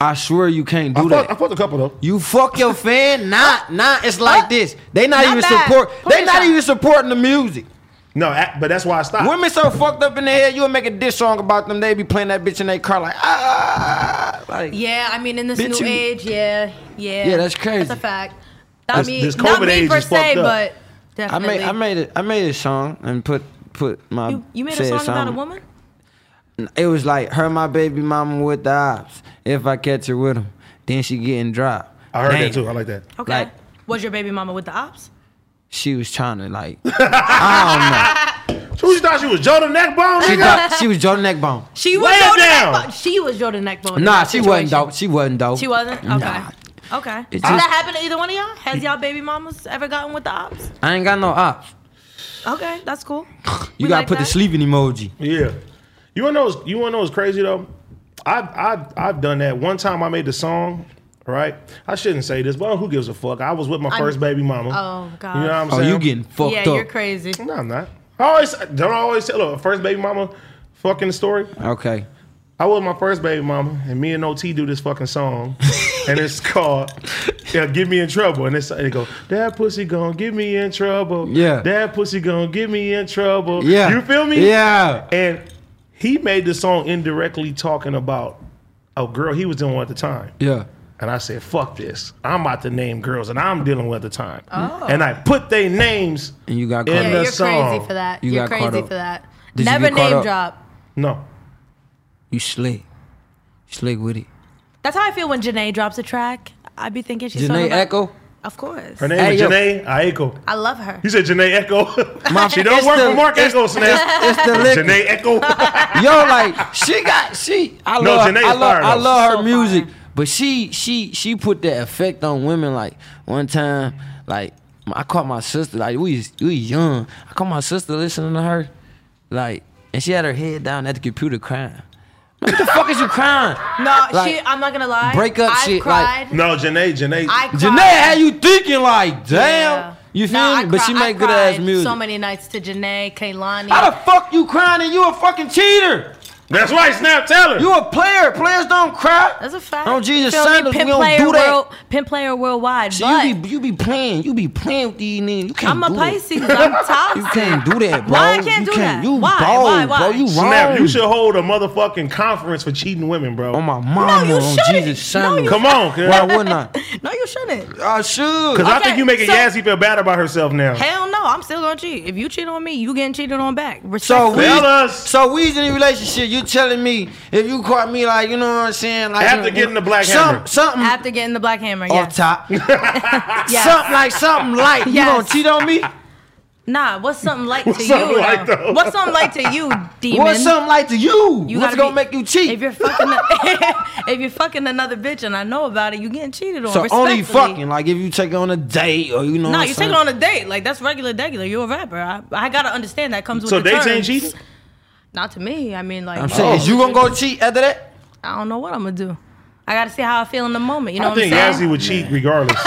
[SPEAKER 3] I swear you can't do
[SPEAKER 2] I
[SPEAKER 3] that.
[SPEAKER 2] fucked, I fucked a couple though.
[SPEAKER 3] You fuck your fan? Nah, nah. It's like this. They not,
[SPEAKER 4] Not
[SPEAKER 3] even
[SPEAKER 4] bad.
[SPEAKER 3] support.
[SPEAKER 4] Put
[SPEAKER 3] They
[SPEAKER 4] it
[SPEAKER 3] not
[SPEAKER 4] out.
[SPEAKER 3] even supporting the music.
[SPEAKER 2] No, I- but that's why I
[SPEAKER 4] Uh.
[SPEAKER 2] stopped.
[SPEAKER 3] Women so fucked up in the head. You'll make a diss song about them. They be playing that bitch in their car like ah. Like
[SPEAKER 4] Yeah, I mean, in this
[SPEAKER 3] Bitch,
[SPEAKER 4] new
[SPEAKER 3] you-
[SPEAKER 4] age, yeah, yeah.
[SPEAKER 3] Yeah, that's crazy.
[SPEAKER 4] That's a fact. Not
[SPEAKER 2] This-
[SPEAKER 4] me,
[SPEAKER 2] this COVID
[SPEAKER 4] not me
[SPEAKER 2] age
[SPEAKER 4] per
[SPEAKER 2] is fucked
[SPEAKER 4] se,
[SPEAKER 2] up.
[SPEAKER 4] but
[SPEAKER 3] I
[SPEAKER 4] definitely.
[SPEAKER 3] made I made it. I made a song and put put my.
[SPEAKER 4] You, you made a
[SPEAKER 3] said
[SPEAKER 4] song about a
[SPEAKER 3] something.
[SPEAKER 4] woman?
[SPEAKER 3] It was like her, my baby mama with the ops. If I catch her with him, then she getting dropped.
[SPEAKER 2] I heard that
[SPEAKER 3] Damn.
[SPEAKER 2] too. I like that.
[SPEAKER 4] Okay.
[SPEAKER 3] Like-
[SPEAKER 4] was your baby mama with the ops?
[SPEAKER 3] She was trying to like. I
[SPEAKER 2] Who you thought she was Joe the Neckbone?
[SPEAKER 3] don't know. She,
[SPEAKER 2] Nigga?
[SPEAKER 3] thought she was Jordan Neckbone.
[SPEAKER 4] She
[SPEAKER 2] Lay
[SPEAKER 4] was
[SPEAKER 2] it
[SPEAKER 4] Jordan
[SPEAKER 2] down.
[SPEAKER 4] Neckbone. She was Jordan Neckbone. in
[SPEAKER 3] Nah,
[SPEAKER 4] that
[SPEAKER 3] she wasn't
[SPEAKER 4] situation.
[SPEAKER 3] though. She wasn't though.
[SPEAKER 4] She wasn't? Okay.
[SPEAKER 3] Nah.
[SPEAKER 4] Okay.
[SPEAKER 3] It
[SPEAKER 4] Did
[SPEAKER 3] just-
[SPEAKER 4] that happen to either one of y'all? Has y'all baby mamas ever gotten with the ops?
[SPEAKER 3] I ain't got no ops.
[SPEAKER 4] Okay, that's cool.
[SPEAKER 3] You
[SPEAKER 4] We
[SPEAKER 3] gotta
[SPEAKER 4] like
[SPEAKER 3] put the
[SPEAKER 4] that.
[SPEAKER 3] sleeping emoji.
[SPEAKER 2] Yeah. You wanna know what's, you wanna know what's crazy though? I've I've I've done that. One time I made the song, right? I shouldn't say this, but who gives a fuck? I was with my first baby mama.
[SPEAKER 4] Oh, God.
[SPEAKER 2] You know what I'm
[SPEAKER 3] Oh,
[SPEAKER 2] saying?
[SPEAKER 3] you getting fucked
[SPEAKER 4] yeah,
[SPEAKER 3] up?
[SPEAKER 4] you're crazy.
[SPEAKER 2] No, I'm not. I always don't I always tell look, first baby mama fucking story.
[SPEAKER 3] Okay.
[SPEAKER 2] I was with my first baby mama, and me and OT do this fucking song, and it's called yeah, "Get Me in Trouble," and it's and it go, "That pussy gon' get me in trouble,
[SPEAKER 3] Yeah.
[SPEAKER 2] That pussy gon' get me in trouble,
[SPEAKER 3] Yeah.
[SPEAKER 2] You feel me?
[SPEAKER 3] Yeah.
[SPEAKER 2] And he made the song indirectly talking about a girl he was dealing with at the time,
[SPEAKER 3] Yeah.
[SPEAKER 2] and I said, "Fuck this! I'm about to name girls, and I'm dealing with at the time, and I put their names."
[SPEAKER 3] And you got
[SPEAKER 2] In
[SPEAKER 3] caught
[SPEAKER 4] Yeah,
[SPEAKER 2] the
[SPEAKER 4] you're
[SPEAKER 3] up.
[SPEAKER 2] song.
[SPEAKER 4] crazy for that.
[SPEAKER 3] You
[SPEAKER 4] You are
[SPEAKER 3] got caught
[SPEAKER 4] crazy
[SPEAKER 3] up.
[SPEAKER 4] for that.
[SPEAKER 3] Did you
[SPEAKER 4] Never
[SPEAKER 3] get caught
[SPEAKER 4] name
[SPEAKER 3] up?
[SPEAKER 4] drop.
[SPEAKER 2] No,
[SPEAKER 3] You slick. Slick with it.
[SPEAKER 4] That's how I feel when Janae drops a track. I'd be thinking she's talking
[SPEAKER 3] Janae
[SPEAKER 4] about-
[SPEAKER 3] Echo.
[SPEAKER 4] Of course.
[SPEAKER 2] her name
[SPEAKER 3] Hey,
[SPEAKER 2] is
[SPEAKER 3] yo.
[SPEAKER 2] Janae Aiko.
[SPEAKER 4] I love her.
[SPEAKER 2] You said Janae Echo.
[SPEAKER 3] My-
[SPEAKER 2] she don't
[SPEAKER 3] it's
[SPEAKER 2] work
[SPEAKER 3] the-
[SPEAKER 2] for Mark Echo, Snap.
[SPEAKER 3] It's the lick.
[SPEAKER 2] Janae Echo.
[SPEAKER 3] Yo, like she got she. I
[SPEAKER 2] No,
[SPEAKER 3] love.
[SPEAKER 2] Janae
[SPEAKER 3] I
[SPEAKER 2] is
[SPEAKER 3] love.
[SPEAKER 2] fire,
[SPEAKER 3] I
[SPEAKER 2] though.
[SPEAKER 3] love her
[SPEAKER 4] So
[SPEAKER 3] music,
[SPEAKER 4] fire.
[SPEAKER 3] but she she she put that effect on women. Like one time, like I caught my sister. Like we was- we young. I caught my sister listening to her, like, and she had her head down at the computer crying. What the fuck is you crying?
[SPEAKER 4] No,
[SPEAKER 3] Like,
[SPEAKER 4] she, I'm not gonna lie.
[SPEAKER 3] breakup
[SPEAKER 4] I
[SPEAKER 3] shit,
[SPEAKER 4] Cried.
[SPEAKER 2] No, Janae, Janae.
[SPEAKER 4] I cried.
[SPEAKER 3] Janae, how you thinking? Like, damn.
[SPEAKER 4] Yeah.
[SPEAKER 3] You feel
[SPEAKER 4] Nah, I
[SPEAKER 3] me? But she
[SPEAKER 4] cri- I
[SPEAKER 3] make good ass
[SPEAKER 4] cried
[SPEAKER 3] music.
[SPEAKER 4] So many nights to Janae, Kaylani.
[SPEAKER 3] how the fuck you crying and you a fucking cheater?
[SPEAKER 2] That's right, Snap, tell her.
[SPEAKER 3] You a player. Players don't cry.
[SPEAKER 4] That's a fact.
[SPEAKER 3] Oh, Jesus,
[SPEAKER 4] Feel me?
[SPEAKER 3] Sanders, we
[SPEAKER 4] Pimp
[SPEAKER 3] don't
[SPEAKER 4] player
[SPEAKER 3] do that.
[SPEAKER 4] World, pimp player worldwide.
[SPEAKER 3] So
[SPEAKER 4] but
[SPEAKER 3] you be you be playing, you be playing with these niggas. You can't
[SPEAKER 4] I'm a
[SPEAKER 3] do that.
[SPEAKER 4] Pisces. I'm
[SPEAKER 3] You
[SPEAKER 4] toxic.
[SPEAKER 3] can't do that, bro.
[SPEAKER 4] Why I can't
[SPEAKER 3] you
[SPEAKER 4] do that?
[SPEAKER 3] You
[SPEAKER 4] Why?
[SPEAKER 3] Bro,
[SPEAKER 4] Why? Why?
[SPEAKER 3] bro, you wrong.
[SPEAKER 2] Snap, you should hold a motherfucking conference for cheating women, bro.
[SPEAKER 3] On my mama,
[SPEAKER 4] you
[SPEAKER 3] on
[SPEAKER 4] shouldn't.
[SPEAKER 3] Jesus,
[SPEAKER 4] No,
[SPEAKER 3] Sanders.
[SPEAKER 4] you
[SPEAKER 2] Come on, kid.
[SPEAKER 3] Why wouldn't I?
[SPEAKER 4] no, you shouldn't.
[SPEAKER 3] I should.
[SPEAKER 2] Because I
[SPEAKER 4] Okay,
[SPEAKER 2] think you making
[SPEAKER 4] so-
[SPEAKER 2] Yazzie feel bad about herself now.
[SPEAKER 4] Hell no, I'm still gonna cheat. If you cheat on me, you getting cheated on back.
[SPEAKER 3] So we,
[SPEAKER 4] Respectfully.
[SPEAKER 2] Fellas.
[SPEAKER 3] so we in a relationship. You telling me if you caught me like you know what I'm saying? Like
[SPEAKER 2] After
[SPEAKER 3] you-
[SPEAKER 2] getting the black
[SPEAKER 3] some,
[SPEAKER 2] hammer.
[SPEAKER 3] something
[SPEAKER 4] after getting the black hammer, yeah.
[SPEAKER 3] off top,
[SPEAKER 4] Yes.
[SPEAKER 3] something like something light. You
[SPEAKER 4] Yes.
[SPEAKER 3] gonna cheat on me?
[SPEAKER 4] Nah, what's something like to
[SPEAKER 2] What's
[SPEAKER 4] you?
[SPEAKER 2] something like,
[SPEAKER 4] though?
[SPEAKER 2] though?
[SPEAKER 4] What's something like to you, demon?
[SPEAKER 3] What's something like to you?
[SPEAKER 4] You
[SPEAKER 3] What's
[SPEAKER 4] gotta
[SPEAKER 3] gonna
[SPEAKER 4] be-
[SPEAKER 3] make you cheat?
[SPEAKER 4] If you're fucking, if you're fucking another bitch, and I know about it, you getting cheated on.
[SPEAKER 3] so only
[SPEAKER 4] respectfully.
[SPEAKER 3] fucking like if you take it on a date or you know.
[SPEAKER 4] No,
[SPEAKER 3] what
[SPEAKER 4] you take
[SPEAKER 3] I'm
[SPEAKER 4] it on a date. Like that's regular, regular. You're a rapper. I, I gotta understand that comes with.
[SPEAKER 2] So
[SPEAKER 4] the
[SPEAKER 2] dates ain't
[SPEAKER 4] terms.
[SPEAKER 2] cheating?
[SPEAKER 4] Not to me. I mean, like
[SPEAKER 3] I'm saying, is you gonna go cheat after that?
[SPEAKER 4] I don't know what I'm gonna do. I gotta see how I feel in the moment. You know
[SPEAKER 2] I
[SPEAKER 4] what
[SPEAKER 2] think
[SPEAKER 4] I'm
[SPEAKER 2] Yazzie
[SPEAKER 4] saying?
[SPEAKER 2] would cheat regardless.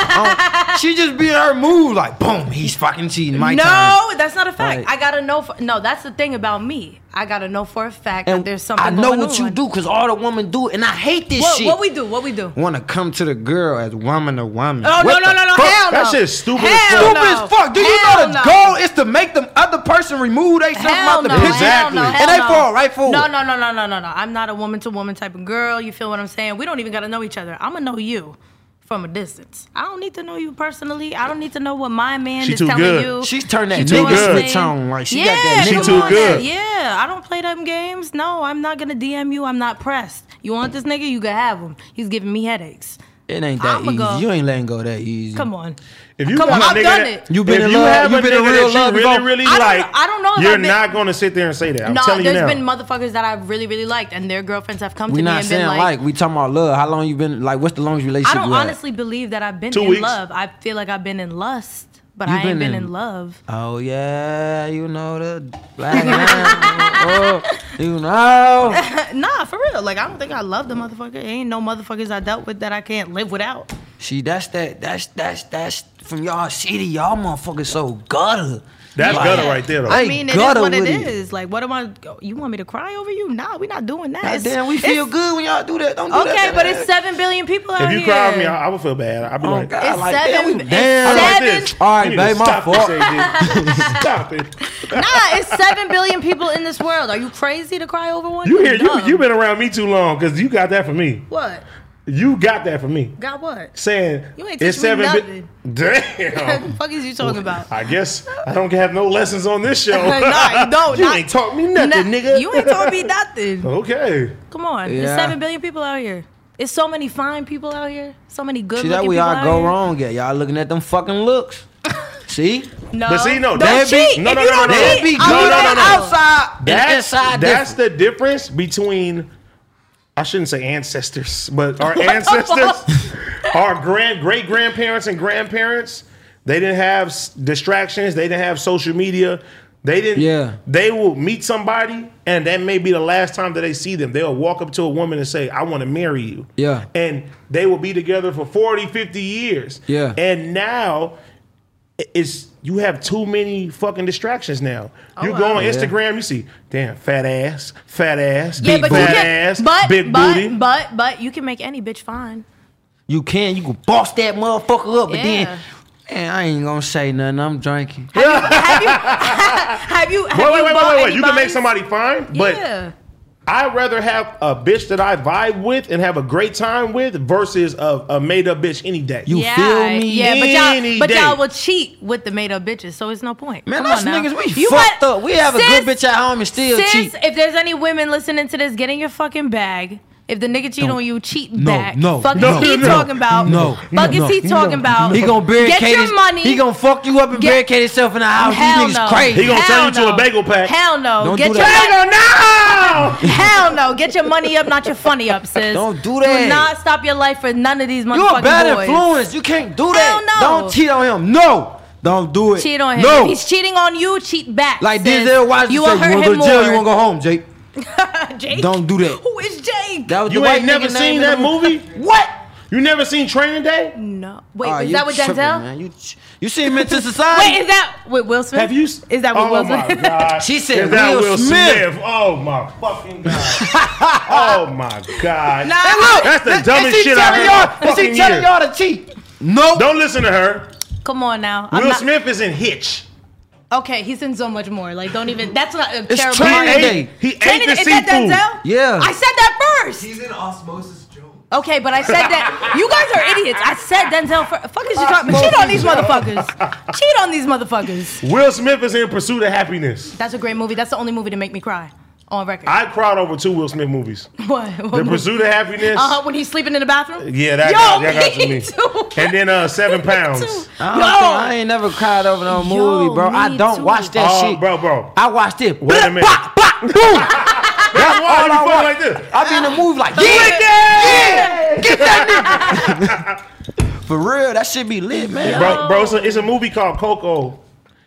[SPEAKER 3] She just be in her mood, like boom, he's fucking cheating. My
[SPEAKER 4] no,
[SPEAKER 3] time.
[SPEAKER 4] that's not a fact.
[SPEAKER 3] Like-
[SPEAKER 4] I gotta know. For, no, that's the thing about me. I gotta know for a fact that there's something.
[SPEAKER 3] I know
[SPEAKER 4] going
[SPEAKER 3] what you
[SPEAKER 4] on.
[SPEAKER 3] do, cause all the women do, and I hate this
[SPEAKER 4] What,
[SPEAKER 3] shit.
[SPEAKER 4] what we do? What we do?
[SPEAKER 3] want to come to the girl as woman to woman.
[SPEAKER 4] Oh no
[SPEAKER 3] What
[SPEAKER 4] no
[SPEAKER 3] the
[SPEAKER 4] no no!
[SPEAKER 3] fuck?
[SPEAKER 4] Hell no!
[SPEAKER 2] That shit's stupid as
[SPEAKER 4] Hell
[SPEAKER 2] fuck.
[SPEAKER 3] Stupid
[SPEAKER 4] no.
[SPEAKER 3] as fuck. Do you
[SPEAKER 4] Hell
[SPEAKER 3] know the
[SPEAKER 4] no.
[SPEAKER 3] goal is to make the other person remove themselves
[SPEAKER 4] Hell
[SPEAKER 3] out the
[SPEAKER 4] no!
[SPEAKER 3] picture?
[SPEAKER 4] Hell no!
[SPEAKER 2] Exactly.
[SPEAKER 4] Hell
[SPEAKER 3] And they
[SPEAKER 4] no.
[SPEAKER 3] fall right forward.
[SPEAKER 4] No no no no no no no! I'm not a woman to woman type of girl. You feel what I'm saying? We don't even gotta know each other. I'm gonna know you from a distance. I don't need to know you personally. I don't need to know what my man
[SPEAKER 2] She
[SPEAKER 4] is
[SPEAKER 2] too
[SPEAKER 4] telling
[SPEAKER 2] good.
[SPEAKER 4] you.
[SPEAKER 3] She's turned that
[SPEAKER 2] too
[SPEAKER 3] nigga
[SPEAKER 2] good.
[SPEAKER 3] switch on. Like she
[SPEAKER 4] yeah,
[SPEAKER 3] got that
[SPEAKER 4] come
[SPEAKER 3] nigga.
[SPEAKER 2] She too
[SPEAKER 4] on
[SPEAKER 2] good.
[SPEAKER 4] now. Yeah, I don't play them games. No, I'm not gonna DM you. I'm not pressed. You want this nigga? You can have him. He's giving me headaches.
[SPEAKER 3] It ain't that
[SPEAKER 4] I'ma
[SPEAKER 3] easy.
[SPEAKER 4] go.
[SPEAKER 3] You ain't letting go that easy.
[SPEAKER 4] Come on.
[SPEAKER 2] If you
[SPEAKER 4] Come
[SPEAKER 2] got
[SPEAKER 4] on,
[SPEAKER 2] a
[SPEAKER 4] I've
[SPEAKER 2] nigga
[SPEAKER 4] done
[SPEAKER 2] that-
[SPEAKER 4] it.
[SPEAKER 3] You been
[SPEAKER 2] if
[SPEAKER 3] in
[SPEAKER 2] you
[SPEAKER 3] love-
[SPEAKER 2] have
[SPEAKER 3] you
[SPEAKER 2] a
[SPEAKER 3] been in
[SPEAKER 2] nigga
[SPEAKER 3] real
[SPEAKER 2] that
[SPEAKER 3] love
[SPEAKER 2] you really,
[SPEAKER 3] before.
[SPEAKER 2] really
[SPEAKER 4] I don't
[SPEAKER 2] like,
[SPEAKER 4] know- I don't know if
[SPEAKER 2] You're
[SPEAKER 4] I've been-
[SPEAKER 2] not going to sit there and say that. I'm
[SPEAKER 4] no,
[SPEAKER 2] telling you
[SPEAKER 4] there's
[SPEAKER 2] now.
[SPEAKER 4] been motherfuckers that I've really, really liked, and their girlfriends have come
[SPEAKER 3] We
[SPEAKER 4] to me
[SPEAKER 3] not
[SPEAKER 4] and been
[SPEAKER 3] saying
[SPEAKER 4] like,
[SPEAKER 3] like we talking about love. How long you been like? What's the longest
[SPEAKER 4] I
[SPEAKER 3] relationship?
[SPEAKER 4] don't
[SPEAKER 3] you had?
[SPEAKER 4] honestly believe that I've been
[SPEAKER 2] Two
[SPEAKER 4] in
[SPEAKER 2] weeks.
[SPEAKER 4] love. I feel like I've been in lust, but
[SPEAKER 3] You
[SPEAKER 4] I ain't
[SPEAKER 3] been
[SPEAKER 4] been
[SPEAKER 3] in-
[SPEAKER 4] in, love.
[SPEAKER 3] Oh yeah, you know the black man. Oh, you know.
[SPEAKER 4] Nah, for real. Like I don't think I love the motherfucker. Ain't no motherfuckers I dealt with that I can't live without.
[SPEAKER 3] See, that's that. That's that's that's from y'all city. Y'all motherfuckers so gutter.
[SPEAKER 2] That's
[SPEAKER 3] Like,
[SPEAKER 2] gutter right there, though.
[SPEAKER 3] I
[SPEAKER 4] I
[SPEAKER 3] ain't
[SPEAKER 4] mean, it is
[SPEAKER 3] gutter
[SPEAKER 4] what it
[SPEAKER 3] with
[SPEAKER 4] is. Like, what am I? You want me to cry over you? Nah, we not doing that.
[SPEAKER 3] God
[SPEAKER 4] It's-
[SPEAKER 3] damn, we
[SPEAKER 4] it's-
[SPEAKER 3] feel good when y'all do that. Don't do that.
[SPEAKER 4] Okay, but it's seven billion people out
[SPEAKER 2] if
[SPEAKER 4] here.
[SPEAKER 2] you cry with me, I, I would feel bad. I'd be
[SPEAKER 3] Oh,
[SPEAKER 2] like,
[SPEAKER 3] God,
[SPEAKER 4] It's
[SPEAKER 3] like,
[SPEAKER 4] seven-
[SPEAKER 3] damn, we-
[SPEAKER 4] it's
[SPEAKER 3] damn.
[SPEAKER 2] I'm like
[SPEAKER 4] Seven-
[SPEAKER 2] this.
[SPEAKER 3] All right,
[SPEAKER 2] You need to
[SPEAKER 3] babe, my
[SPEAKER 2] stop
[SPEAKER 3] fault.
[SPEAKER 2] this, AD. Stop it.
[SPEAKER 4] nah, it's seven billion people in this world. Are you crazy to cry over one?
[SPEAKER 2] You here? You
[SPEAKER 4] Dumb.
[SPEAKER 2] you been around me too long because you got that for me.
[SPEAKER 4] what?
[SPEAKER 2] You got that for me.
[SPEAKER 4] Got what?
[SPEAKER 2] Saying
[SPEAKER 4] You ain't
[SPEAKER 2] it's
[SPEAKER 4] teaching me
[SPEAKER 2] seven. bi-
[SPEAKER 4] What the
[SPEAKER 2] Damn.
[SPEAKER 4] fuck is you talking about?
[SPEAKER 2] I guess I don't have no lessons on this show.
[SPEAKER 4] nah, you don't.
[SPEAKER 2] Oh. You
[SPEAKER 4] not-
[SPEAKER 2] ain't taught me nothing,
[SPEAKER 4] Nah,
[SPEAKER 2] nigga.
[SPEAKER 4] You ain't taught me nothing.
[SPEAKER 2] Okay.
[SPEAKER 4] Come on, there's
[SPEAKER 3] Yeah.
[SPEAKER 4] seven billion people out here. It's so many fine people out here. So many good.
[SPEAKER 3] See that
[SPEAKER 4] looking
[SPEAKER 3] we
[SPEAKER 4] people
[SPEAKER 3] all
[SPEAKER 4] out
[SPEAKER 3] go
[SPEAKER 4] here.
[SPEAKER 3] wrong at y'all looking at them fucking looks. See,
[SPEAKER 4] No,
[SPEAKER 2] But see, no,
[SPEAKER 4] don't
[SPEAKER 2] that be-
[SPEAKER 4] cheat.
[SPEAKER 2] no,
[SPEAKER 4] If
[SPEAKER 2] no,
[SPEAKER 4] Oh, you
[SPEAKER 2] no, no,
[SPEAKER 4] don't
[SPEAKER 2] no.
[SPEAKER 4] cheat,
[SPEAKER 2] That be-
[SPEAKER 4] I'll
[SPEAKER 2] no,
[SPEAKER 4] do
[SPEAKER 2] no,
[SPEAKER 4] that
[SPEAKER 2] no, no.
[SPEAKER 4] outside.
[SPEAKER 3] outside and
[SPEAKER 2] That's
[SPEAKER 3] inside.
[SPEAKER 2] that's the
[SPEAKER 3] different.
[SPEAKER 2] difference between. I shouldn't say ancestors, but our ancestors, our grand great grandparents and grandparents, they didn't have s- distractions. They didn't have social media. They didn't.
[SPEAKER 3] Yeah.
[SPEAKER 2] They will meet somebody, and that may be the last time that they see them. They'll walk up to a woman and say, "I want to marry you."
[SPEAKER 3] Yeah.
[SPEAKER 2] And they will be together for 40, 50 years.
[SPEAKER 3] Yeah.
[SPEAKER 2] And now it's you have too many fucking distractions now.
[SPEAKER 4] Oh,
[SPEAKER 2] you go on Instagram, you see, damn, fat ass, fat ass,
[SPEAKER 4] Yeah,
[SPEAKER 2] big
[SPEAKER 4] but
[SPEAKER 2] fat
[SPEAKER 4] you
[SPEAKER 2] ass,
[SPEAKER 4] can. But
[SPEAKER 2] big
[SPEAKER 4] but,
[SPEAKER 2] booty.
[SPEAKER 4] but but you can make any bitch fine.
[SPEAKER 3] You can, you can boss that motherfucker up, but
[SPEAKER 4] Yeah.
[SPEAKER 3] then, man, I ain't gonna say nothing. I'm drinking.
[SPEAKER 4] have you have you have
[SPEAKER 2] wait,
[SPEAKER 4] you
[SPEAKER 2] wait, wait,
[SPEAKER 4] bought
[SPEAKER 2] wait, wait. You can make
[SPEAKER 4] anybody's-
[SPEAKER 2] somebody fine, but
[SPEAKER 4] yeah.
[SPEAKER 2] I'd rather have a bitch that I vibe with and have a great time with versus a, a made up bitch any day.
[SPEAKER 3] You
[SPEAKER 4] yeah,
[SPEAKER 3] feel me?
[SPEAKER 4] Yeah, but
[SPEAKER 2] Any
[SPEAKER 4] y'all, but
[SPEAKER 2] day.
[SPEAKER 4] y'all will cheat with the made up bitches, so it's no point.
[SPEAKER 3] Man,
[SPEAKER 4] Come
[SPEAKER 3] us
[SPEAKER 4] on now.
[SPEAKER 3] niggas, we
[SPEAKER 4] You
[SPEAKER 3] fucked
[SPEAKER 4] might-
[SPEAKER 3] up. We have a good
[SPEAKER 4] sis-
[SPEAKER 3] bitch at home and still
[SPEAKER 4] sis,
[SPEAKER 3] cheat.
[SPEAKER 4] If there's any women listening to this, get in your fucking bag. If the nigga cheat
[SPEAKER 3] No.
[SPEAKER 4] on you, cheat
[SPEAKER 3] No,
[SPEAKER 4] back.
[SPEAKER 3] no,
[SPEAKER 4] Fuck
[SPEAKER 3] no,
[SPEAKER 4] is he
[SPEAKER 3] no,
[SPEAKER 4] talking about?
[SPEAKER 3] no,
[SPEAKER 4] Fuck
[SPEAKER 3] no,
[SPEAKER 4] is he
[SPEAKER 3] no,
[SPEAKER 4] talking about?
[SPEAKER 3] He gonna barricade
[SPEAKER 4] Get your
[SPEAKER 3] his,
[SPEAKER 4] money.
[SPEAKER 3] He gonna fuck you up and
[SPEAKER 4] Get-
[SPEAKER 3] barricade himself in the house.
[SPEAKER 4] Hell
[SPEAKER 3] These niggas
[SPEAKER 4] no.
[SPEAKER 3] crazy.
[SPEAKER 2] He gonna
[SPEAKER 4] Hell
[SPEAKER 2] turn you to a
[SPEAKER 4] no.
[SPEAKER 2] bagel pack.
[SPEAKER 4] Hell no.
[SPEAKER 3] Don't
[SPEAKER 4] get
[SPEAKER 3] do
[SPEAKER 4] your
[SPEAKER 3] that.
[SPEAKER 4] money-
[SPEAKER 2] no!
[SPEAKER 4] Hell no. Get your money up, not your funny up, sis.
[SPEAKER 3] Don't do that.
[SPEAKER 4] Do not stop your life for none of these motherfucking
[SPEAKER 3] you a bad
[SPEAKER 4] boys.
[SPEAKER 3] influence. You can't do that.
[SPEAKER 4] Hell no.
[SPEAKER 3] Don't cheat on him. No, don't do it.
[SPEAKER 4] Cheat on him.
[SPEAKER 3] No.
[SPEAKER 4] If he's cheating on you, cheat back.
[SPEAKER 3] like
[SPEAKER 4] sis.
[SPEAKER 3] Denzel Washington
[SPEAKER 4] You
[SPEAKER 3] said,
[SPEAKER 4] want
[SPEAKER 3] you
[SPEAKER 4] hurt
[SPEAKER 3] wanna
[SPEAKER 4] him
[SPEAKER 3] go to jail?
[SPEAKER 4] more.
[SPEAKER 3] You wanna go home, Jake?
[SPEAKER 4] Jake?
[SPEAKER 3] Don't do that.
[SPEAKER 4] Who is Jake?
[SPEAKER 3] That was
[SPEAKER 2] You
[SPEAKER 3] the
[SPEAKER 2] ain't
[SPEAKER 3] white
[SPEAKER 2] never
[SPEAKER 3] nigga name
[SPEAKER 2] seen
[SPEAKER 3] in
[SPEAKER 2] that
[SPEAKER 3] the-
[SPEAKER 2] movie?
[SPEAKER 3] What?
[SPEAKER 2] You never seen Training Day?
[SPEAKER 4] No. Wait,
[SPEAKER 3] Ah,
[SPEAKER 4] is
[SPEAKER 3] you
[SPEAKER 4] that with
[SPEAKER 3] tripping,
[SPEAKER 4] Denzel?
[SPEAKER 3] man. You, you seen Mental Society?
[SPEAKER 4] Wait, is that with Will Smith?
[SPEAKER 2] Have you?
[SPEAKER 4] Is that with
[SPEAKER 2] oh
[SPEAKER 4] Will
[SPEAKER 2] my
[SPEAKER 4] Smith?
[SPEAKER 2] God.
[SPEAKER 3] She said
[SPEAKER 2] Is that
[SPEAKER 3] Will Smith.
[SPEAKER 2] Oh my fucking god. oh my god.
[SPEAKER 4] Nah.
[SPEAKER 3] And look,
[SPEAKER 2] That's the
[SPEAKER 3] and- and
[SPEAKER 2] dumbest
[SPEAKER 3] she
[SPEAKER 2] shit I've
[SPEAKER 3] telling
[SPEAKER 2] heard
[SPEAKER 3] y'all-
[SPEAKER 2] in a
[SPEAKER 3] and
[SPEAKER 2] fucking
[SPEAKER 3] She telling
[SPEAKER 2] year.
[SPEAKER 3] y'all to cheat. No.
[SPEAKER 2] Don't listen to her.
[SPEAKER 4] Come on now. I'm
[SPEAKER 2] Will
[SPEAKER 4] not-
[SPEAKER 2] Smith is in Hitch.
[SPEAKER 4] Okay, he's in so much more. Like, don't even. That's not a
[SPEAKER 3] It's
[SPEAKER 4] terrible.
[SPEAKER 3] Training
[SPEAKER 4] line.
[SPEAKER 3] Day.
[SPEAKER 2] He ate
[SPEAKER 4] Training
[SPEAKER 2] the
[SPEAKER 4] Day- is that
[SPEAKER 2] seafood.
[SPEAKER 4] Denzel?
[SPEAKER 3] Yeah.
[SPEAKER 4] I said that first.
[SPEAKER 5] He's in Osmosis Jones.
[SPEAKER 4] Okay, but I said that. You guys are idiots. I said Denzel first. Fuck is you talking about? Cheat on these motherfuckers. Cheat on these motherfuckers.
[SPEAKER 2] Will Smith is in Pursuit of Happiness.
[SPEAKER 4] That's a great movie. That's the only movie to make me cry on record.
[SPEAKER 2] I cried over two Will Smith movies.
[SPEAKER 4] what?
[SPEAKER 2] The Pursuit of Happiness.
[SPEAKER 4] Uh huh. When he's sleeping in the bathroom.
[SPEAKER 2] Yeah, that,
[SPEAKER 4] Yo,
[SPEAKER 2] got, that got to
[SPEAKER 4] me
[SPEAKER 2] me.
[SPEAKER 4] too.
[SPEAKER 2] And then uh, Seven Pounds.
[SPEAKER 4] Too.
[SPEAKER 3] I, don't think- I ain't never cried over no movie, bro. I
[SPEAKER 4] me
[SPEAKER 3] don't
[SPEAKER 4] too.
[SPEAKER 3] watch that
[SPEAKER 2] Oh,
[SPEAKER 3] shit.
[SPEAKER 2] bro, bro.
[SPEAKER 3] I watch this.
[SPEAKER 2] Wait a minute.
[SPEAKER 3] Blah, blah, boom. That's
[SPEAKER 2] Why
[SPEAKER 3] all I
[SPEAKER 2] you
[SPEAKER 3] watch.
[SPEAKER 2] fuck like this?
[SPEAKER 3] I be in the movie like, yeah, yeah, get that nigga. For real, that shit be lit, man.
[SPEAKER 2] Bro, bro, it's a, it's a movie called Coco.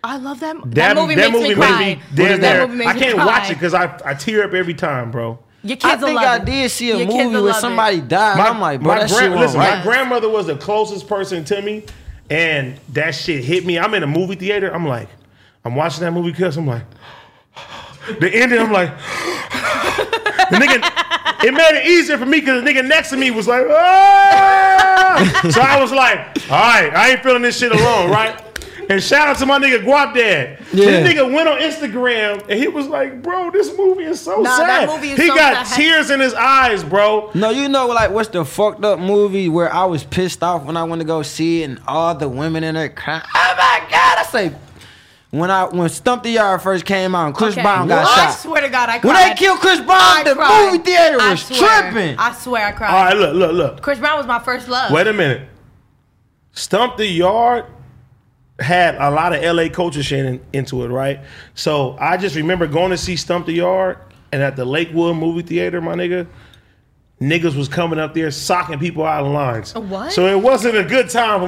[SPEAKER 4] I love that. That,
[SPEAKER 2] That,
[SPEAKER 4] movie
[SPEAKER 2] that
[SPEAKER 4] makes me
[SPEAKER 2] movie
[SPEAKER 4] cry.
[SPEAKER 2] made me damn
[SPEAKER 4] that
[SPEAKER 2] near.
[SPEAKER 4] movie makes
[SPEAKER 2] I
[SPEAKER 4] me
[SPEAKER 2] can't
[SPEAKER 4] cry.
[SPEAKER 2] watch it because I, I tear up every time, bro.
[SPEAKER 4] Your kids
[SPEAKER 3] I think
[SPEAKER 4] will love
[SPEAKER 3] I
[SPEAKER 4] it.
[SPEAKER 3] did see a
[SPEAKER 4] Your kids
[SPEAKER 3] movie
[SPEAKER 4] will
[SPEAKER 3] where
[SPEAKER 4] love it.
[SPEAKER 3] somebody died. and I'm like, bro, that shit
[SPEAKER 2] gran-
[SPEAKER 3] was
[SPEAKER 2] listen,
[SPEAKER 3] right.
[SPEAKER 2] my grandmother was the closest person to me, and that shit hit me. I'm in a movie theater. I'm like, I'm watching that movie because I'm like, the ending. I'm like, the nigga. It made it easier for me because the nigga next to me was like, "Ah!" so I was like, all right, I ain't feeling this shit alone, right? And shout out to my nigga Guap Dad.
[SPEAKER 3] Yeah.
[SPEAKER 2] This nigga went on Instagram and he was like, bro, this movie is so
[SPEAKER 4] Nah, that
[SPEAKER 2] sad.
[SPEAKER 4] movie is
[SPEAKER 2] he
[SPEAKER 4] so
[SPEAKER 2] got
[SPEAKER 4] sad.
[SPEAKER 2] tears in his eyes, bro.
[SPEAKER 3] No, you know, like what's the fucked up movie where I was pissed off when I went to go see it, and all the women in there crying. Oh my god! I say, when I when Stump the Yard first came out, and Chris
[SPEAKER 4] Okay.
[SPEAKER 3] Brown got
[SPEAKER 4] What?
[SPEAKER 3] shot.
[SPEAKER 4] I swear to God, I
[SPEAKER 3] when
[SPEAKER 4] cried.
[SPEAKER 3] they killed Chris Brown,
[SPEAKER 4] I
[SPEAKER 3] the
[SPEAKER 4] cried.
[SPEAKER 3] movie theater
[SPEAKER 4] I
[SPEAKER 3] was
[SPEAKER 4] swear.
[SPEAKER 3] tripping.
[SPEAKER 4] I swear I cried.
[SPEAKER 2] All right, look, look, look.
[SPEAKER 4] Chris Brown was my first love.
[SPEAKER 2] Wait a minute. Stump the Yard had a lot of LA culture shit in, into it, right? So I just remember going to see Stump the Yard and at the Lakewood movie theater, my nigga, niggas was coming up there socking people out of lines.
[SPEAKER 4] What?
[SPEAKER 2] So it wasn't a good time for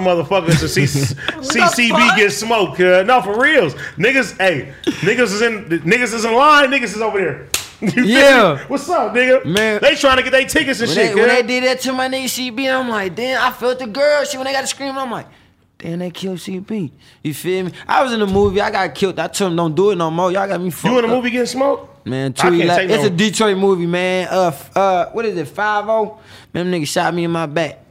[SPEAKER 2] motherfuckers to see CCB
[SPEAKER 4] fuck?
[SPEAKER 2] get smoked. Uh, no, for reals. Niggas, hey, niggas is in niggas is in line, niggas is over there. You feel me?
[SPEAKER 3] Yeah.
[SPEAKER 2] What's up, nigga?
[SPEAKER 3] Man.
[SPEAKER 2] They trying to get their tickets and
[SPEAKER 3] When,
[SPEAKER 2] shit,
[SPEAKER 3] they, when
[SPEAKER 2] cuz.
[SPEAKER 3] they did that to my nigga CB, I'm like, damn, I felt the girl. She when they got to scream, I'm like, damn, they killed CB. You feel me? I was in the movie, I got killed. I told him, don't do it no more. Y'all got me fucked
[SPEAKER 2] You in a
[SPEAKER 3] up.
[SPEAKER 2] movie getting smoked?
[SPEAKER 3] Man,
[SPEAKER 2] I
[SPEAKER 3] two
[SPEAKER 2] can't
[SPEAKER 3] ele-
[SPEAKER 2] take
[SPEAKER 3] it's
[SPEAKER 2] no-
[SPEAKER 3] a Detroit movie, man. Uh, f- uh, what is it? Five O. Man, them nigga shot me in my back.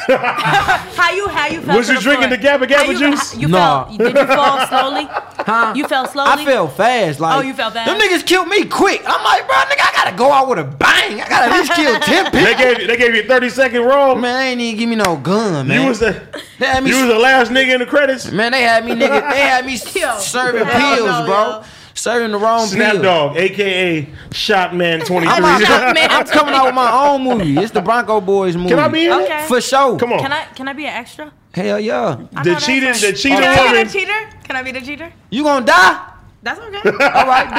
[SPEAKER 4] How you how you felt?
[SPEAKER 2] Was
[SPEAKER 4] to
[SPEAKER 2] you
[SPEAKER 4] the
[SPEAKER 2] drinking
[SPEAKER 4] floor?
[SPEAKER 2] the Gabba Gabba
[SPEAKER 4] How you-
[SPEAKER 2] juice?
[SPEAKER 4] how- You
[SPEAKER 3] Nah.
[SPEAKER 4] fell, did you fall slowly? Huh? You fell slowly.
[SPEAKER 3] I fell fast. Like,
[SPEAKER 4] Oh, you fell fast?
[SPEAKER 3] Them niggas killed me quick. I'm like, bro, nigga, I gotta go out with a bang. I gotta at least kill ten people.
[SPEAKER 2] They gave you, they gave you a thirty second roll.
[SPEAKER 3] Man, they ain't even give me no gun, man.
[SPEAKER 2] you was the
[SPEAKER 3] They had me
[SPEAKER 2] you was the last nigga in the credits.
[SPEAKER 3] Man, they had me nigga. They had me
[SPEAKER 4] Yo.
[SPEAKER 3] serving
[SPEAKER 4] Hell
[SPEAKER 3] pills,
[SPEAKER 4] no,
[SPEAKER 3] bro.
[SPEAKER 4] yo.
[SPEAKER 3] Serving the wrong
[SPEAKER 2] Snap
[SPEAKER 3] pills.
[SPEAKER 2] Dog, aka Shot Man Twenty
[SPEAKER 3] I'm, out-
[SPEAKER 2] Three.
[SPEAKER 4] man.
[SPEAKER 3] I'm coming out with my own movie. It's the Bronco Boys movie.
[SPEAKER 2] Can I be in it?
[SPEAKER 4] Okay.
[SPEAKER 3] For sure.
[SPEAKER 2] Come on,
[SPEAKER 4] Can I can I be an extra?
[SPEAKER 3] Hell yeah.
[SPEAKER 4] I know
[SPEAKER 2] the
[SPEAKER 4] that's
[SPEAKER 2] cheating,
[SPEAKER 4] right.
[SPEAKER 2] the cheating
[SPEAKER 4] Can I be the
[SPEAKER 2] woman.
[SPEAKER 4] cheater? Can I be the cheater?
[SPEAKER 3] You gonna die?
[SPEAKER 4] That's okay. Uh-huh.
[SPEAKER 3] All right,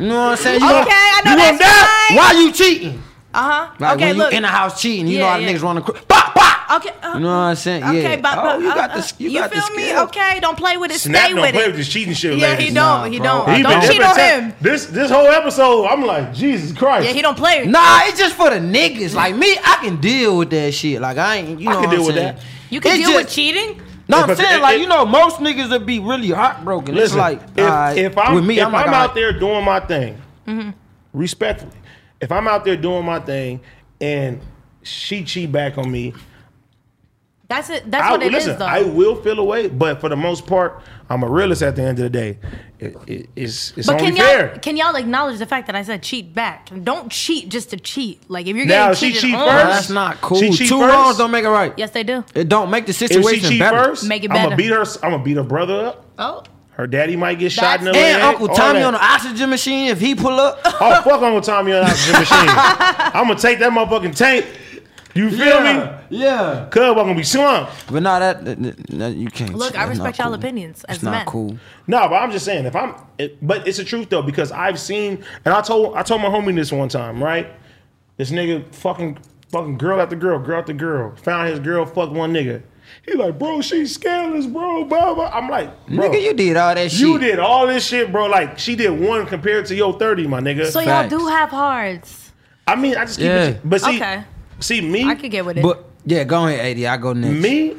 [SPEAKER 3] you know what I'm saying? You
[SPEAKER 4] Okay,
[SPEAKER 3] gonna-
[SPEAKER 4] I know
[SPEAKER 3] you
[SPEAKER 4] that's
[SPEAKER 3] gonna
[SPEAKER 4] right.
[SPEAKER 3] die? Why you cheating?
[SPEAKER 4] Uh huh.
[SPEAKER 3] Like
[SPEAKER 4] Okay,
[SPEAKER 3] when
[SPEAKER 4] look.
[SPEAKER 3] you in the house cheating, you
[SPEAKER 4] Yeah,
[SPEAKER 3] know how
[SPEAKER 4] yeah.
[SPEAKER 3] niggas run across. Bop, bop.
[SPEAKER 4] Okay. Uh,
[SPEAKER 3] You know what I'm saying?
[SPEAKER 4] Okay,
[SPEAKER 3] yeah.
[SPEAKER 4] but,
[SPEAKER 3] oh, you got
[SPEAKER 4] uh,
[SPEAKER 3] this. You,
[SPEAKER 4] you
[SPEAKER 3] got
[SPEAKER 4] feel
[SPEAKER 3] this
[SPEAKER 4] me?
[SPEAKER 3] skill.
[SPEAKER 4] Okay, don't play with it.
[SPEAKER 2] Snap
[SPEAKER 4] Stay
[SPEAKER 2] don't
[SPEAKER 4] with
[SPEAKER 2] play
[SPEAKER 4] it.
[SPEAKER 2] with this cheating shit,
[SPEAKER 4] Yeah,
[SPEAKER 2] ladies.
[SPEAKER 4] he
[SPEAKER 3] Nah,
[SPEAKER 4] don't. He
[SPEAKER 3] bro.
[SPEAKER 4] don't.
[SPEAKER 3] He
[SPEAKER 4] Don't
[SPEAKER 3] been-
[SPEAKER 4] cheat on him.
[SPEAKER 2] This this whole episode, I'm like Jesus Christ.
[SPEAKER 4] Yeah, he don't play.
[SPEAKER 3] Nah, it's just for the niggas. Like me, I can deal with that shit. Like I ain't, you
[SPEAKER 2] I
[SPEAKER 3] know,
[SPEAKER 2] can
[SPEAKER 3] what I'm
[SPEAKER 2] deal with
[SPEAKER 3] saying?
[SPEAKER 2] that.
[SPEAKER 4] You can
[SPEAKER 3] It
[SPEAKER 4] deal with
[SPEAKER 3] just-
[SPEAKER 4] cheating.
[SPEAKER 3] No, I'm
[SPEAKER 2] If a-
[SPEAKER 3] saying
[SPEAKER 2] if-
[SPEAKER 3] like
[SPEAKER 2] if-
[SPEAKER 3] you know, most niggas would be really heartbroken. it's
[SPEAKER 2] Listen,
[SPEAKER 3] like
[SPEAKER 2] if,
[SPEAKER 3] alright,
[SPEAKER 2] if I'm
[SPEAKER 3] with me,
[SPEAKER 2] if
[SPEAKER 3] I'm,
[SPEAKER 2] I'm,
[SPEAKER 3] like,
[SPEAKER 2] out
[SPEAKER 3] alright.
[SPEAKER 2] there doing my thing,
[SPEAKER 4] Mm-hmm.
[SPEAKER 2] respectfully, if I'm out there doing my thing and she cheat back on me,
[SPEAKER 4] That's it. That's
[SPEAKER 2] I,
[SPEAKER 4] what it is,
[SPEAKER 2] listen,
[SPEAKER 4] though.
[SPEAKER 2] I will feel away, but for the most part, I'm a realist at the end of the day. It- it- it's it's
[SPEAKER 4] But
[SPEAKER 2] only
[SPEAKER 4] can y'all
[SPEAKER 2] fair.
[SPEAKER 4] can y'all acknowledge the fact that I said cheat back? Don't cheat just to cheat. Like if you're
[SPEAKER 2] Now,
[SPEAKER 4] getting
[SPEAKER 2] if she
[SPEAKER 4] cheated
[SPEAKER 2] cheat
[SPEAKER 4] on,
[SPEAKER 2] first-
[SPEAKER 3] Nah, that's not cool.
[SPEAKER 2] She cheat
[SPEAKER 3] Two
[SPEAKER 2] first?
[SPEAKER 3] wrongs don't make it right.
[SPEAKER 4] yes they do.
[SPEAKER 3] It don't make the
[SPEAKER 2] If she
[SPEAKER 3] situation
[SPEAKER 2] cheat
[SPEAKER 3] better.
[SPEAKER 2] first,
[SPEAKER 4] Make it
[SPEAKER 2] I'm
[SPEAKER 4] better.
[SPEAKER 2] gonna beat her. I'm gonna beat her brother up.
[SPEAKER 4] Oh,
[SPEAKER 2] Her daddy might get shot in the
[SPEAKER 4] That's-
[SPEAKER 2] leg.
[SPEAKER 3] and Uncle
[SPEAKER 2] all
[SPEAKER 3] Tommy
[SPEAKER 2] that.
[SPEAKER 3] on the oxygen machine, if he pull up,
[SPEAKER 2] oh fuck Uncle Tommy on the oxygen machine. I'm gonna take that motherfucking tank. You feel me?
[SPEAKER 3] yeah.
[SPEAKER 2] Cub, I'm gonna be slumped.
[SPEAKER 3] But no, that, that- that- no, you can't.
[SPEAKER 4] Look, I
[SPEAKER 3] that's
[SPEAKER 4] respect
[SPEAKER 3] not
[SPEAKER 4] y'all
[SPEAKER 3] cool.
[SPEAKER 4] opinions as
[SPEAKER 3] It's not
[SPEAKER 4] men.
[SPEAKER 3] cool.
[SPEAKER 2] No, but I'm just saying if I'm, it, but it's the truth though because I've seen and I told I told my homie this one time right. This nigga fucking fucking girl after girl, girl after girl, found his girl, fucked one nigga. He like, bro, she's scandalous, bro. Blah blah. I'm like, bro,
[SPEAKER 3] Nigga, you did all that shit.
[SPEAKER 2] you did all this shit, bro. Like she did one compared to your thirty, my nigga.
[SPEAKER 4] So
[SPEAKER 3] Facts.
[SPEAKER 4] y'all do have hearts.
[SPEAKER 2] I mean, I just keep
[SPEAKER 3] Yeah.
[SPEAKER 2] it. But see,
[SPEAKER 4] Okay.
[SPEAKER 2] see me,
[SPEAKER 4] I could get with it.
[SPEAKER 3] But yeah, go ahead, AD. I go next.
[SPEAKER 2] me,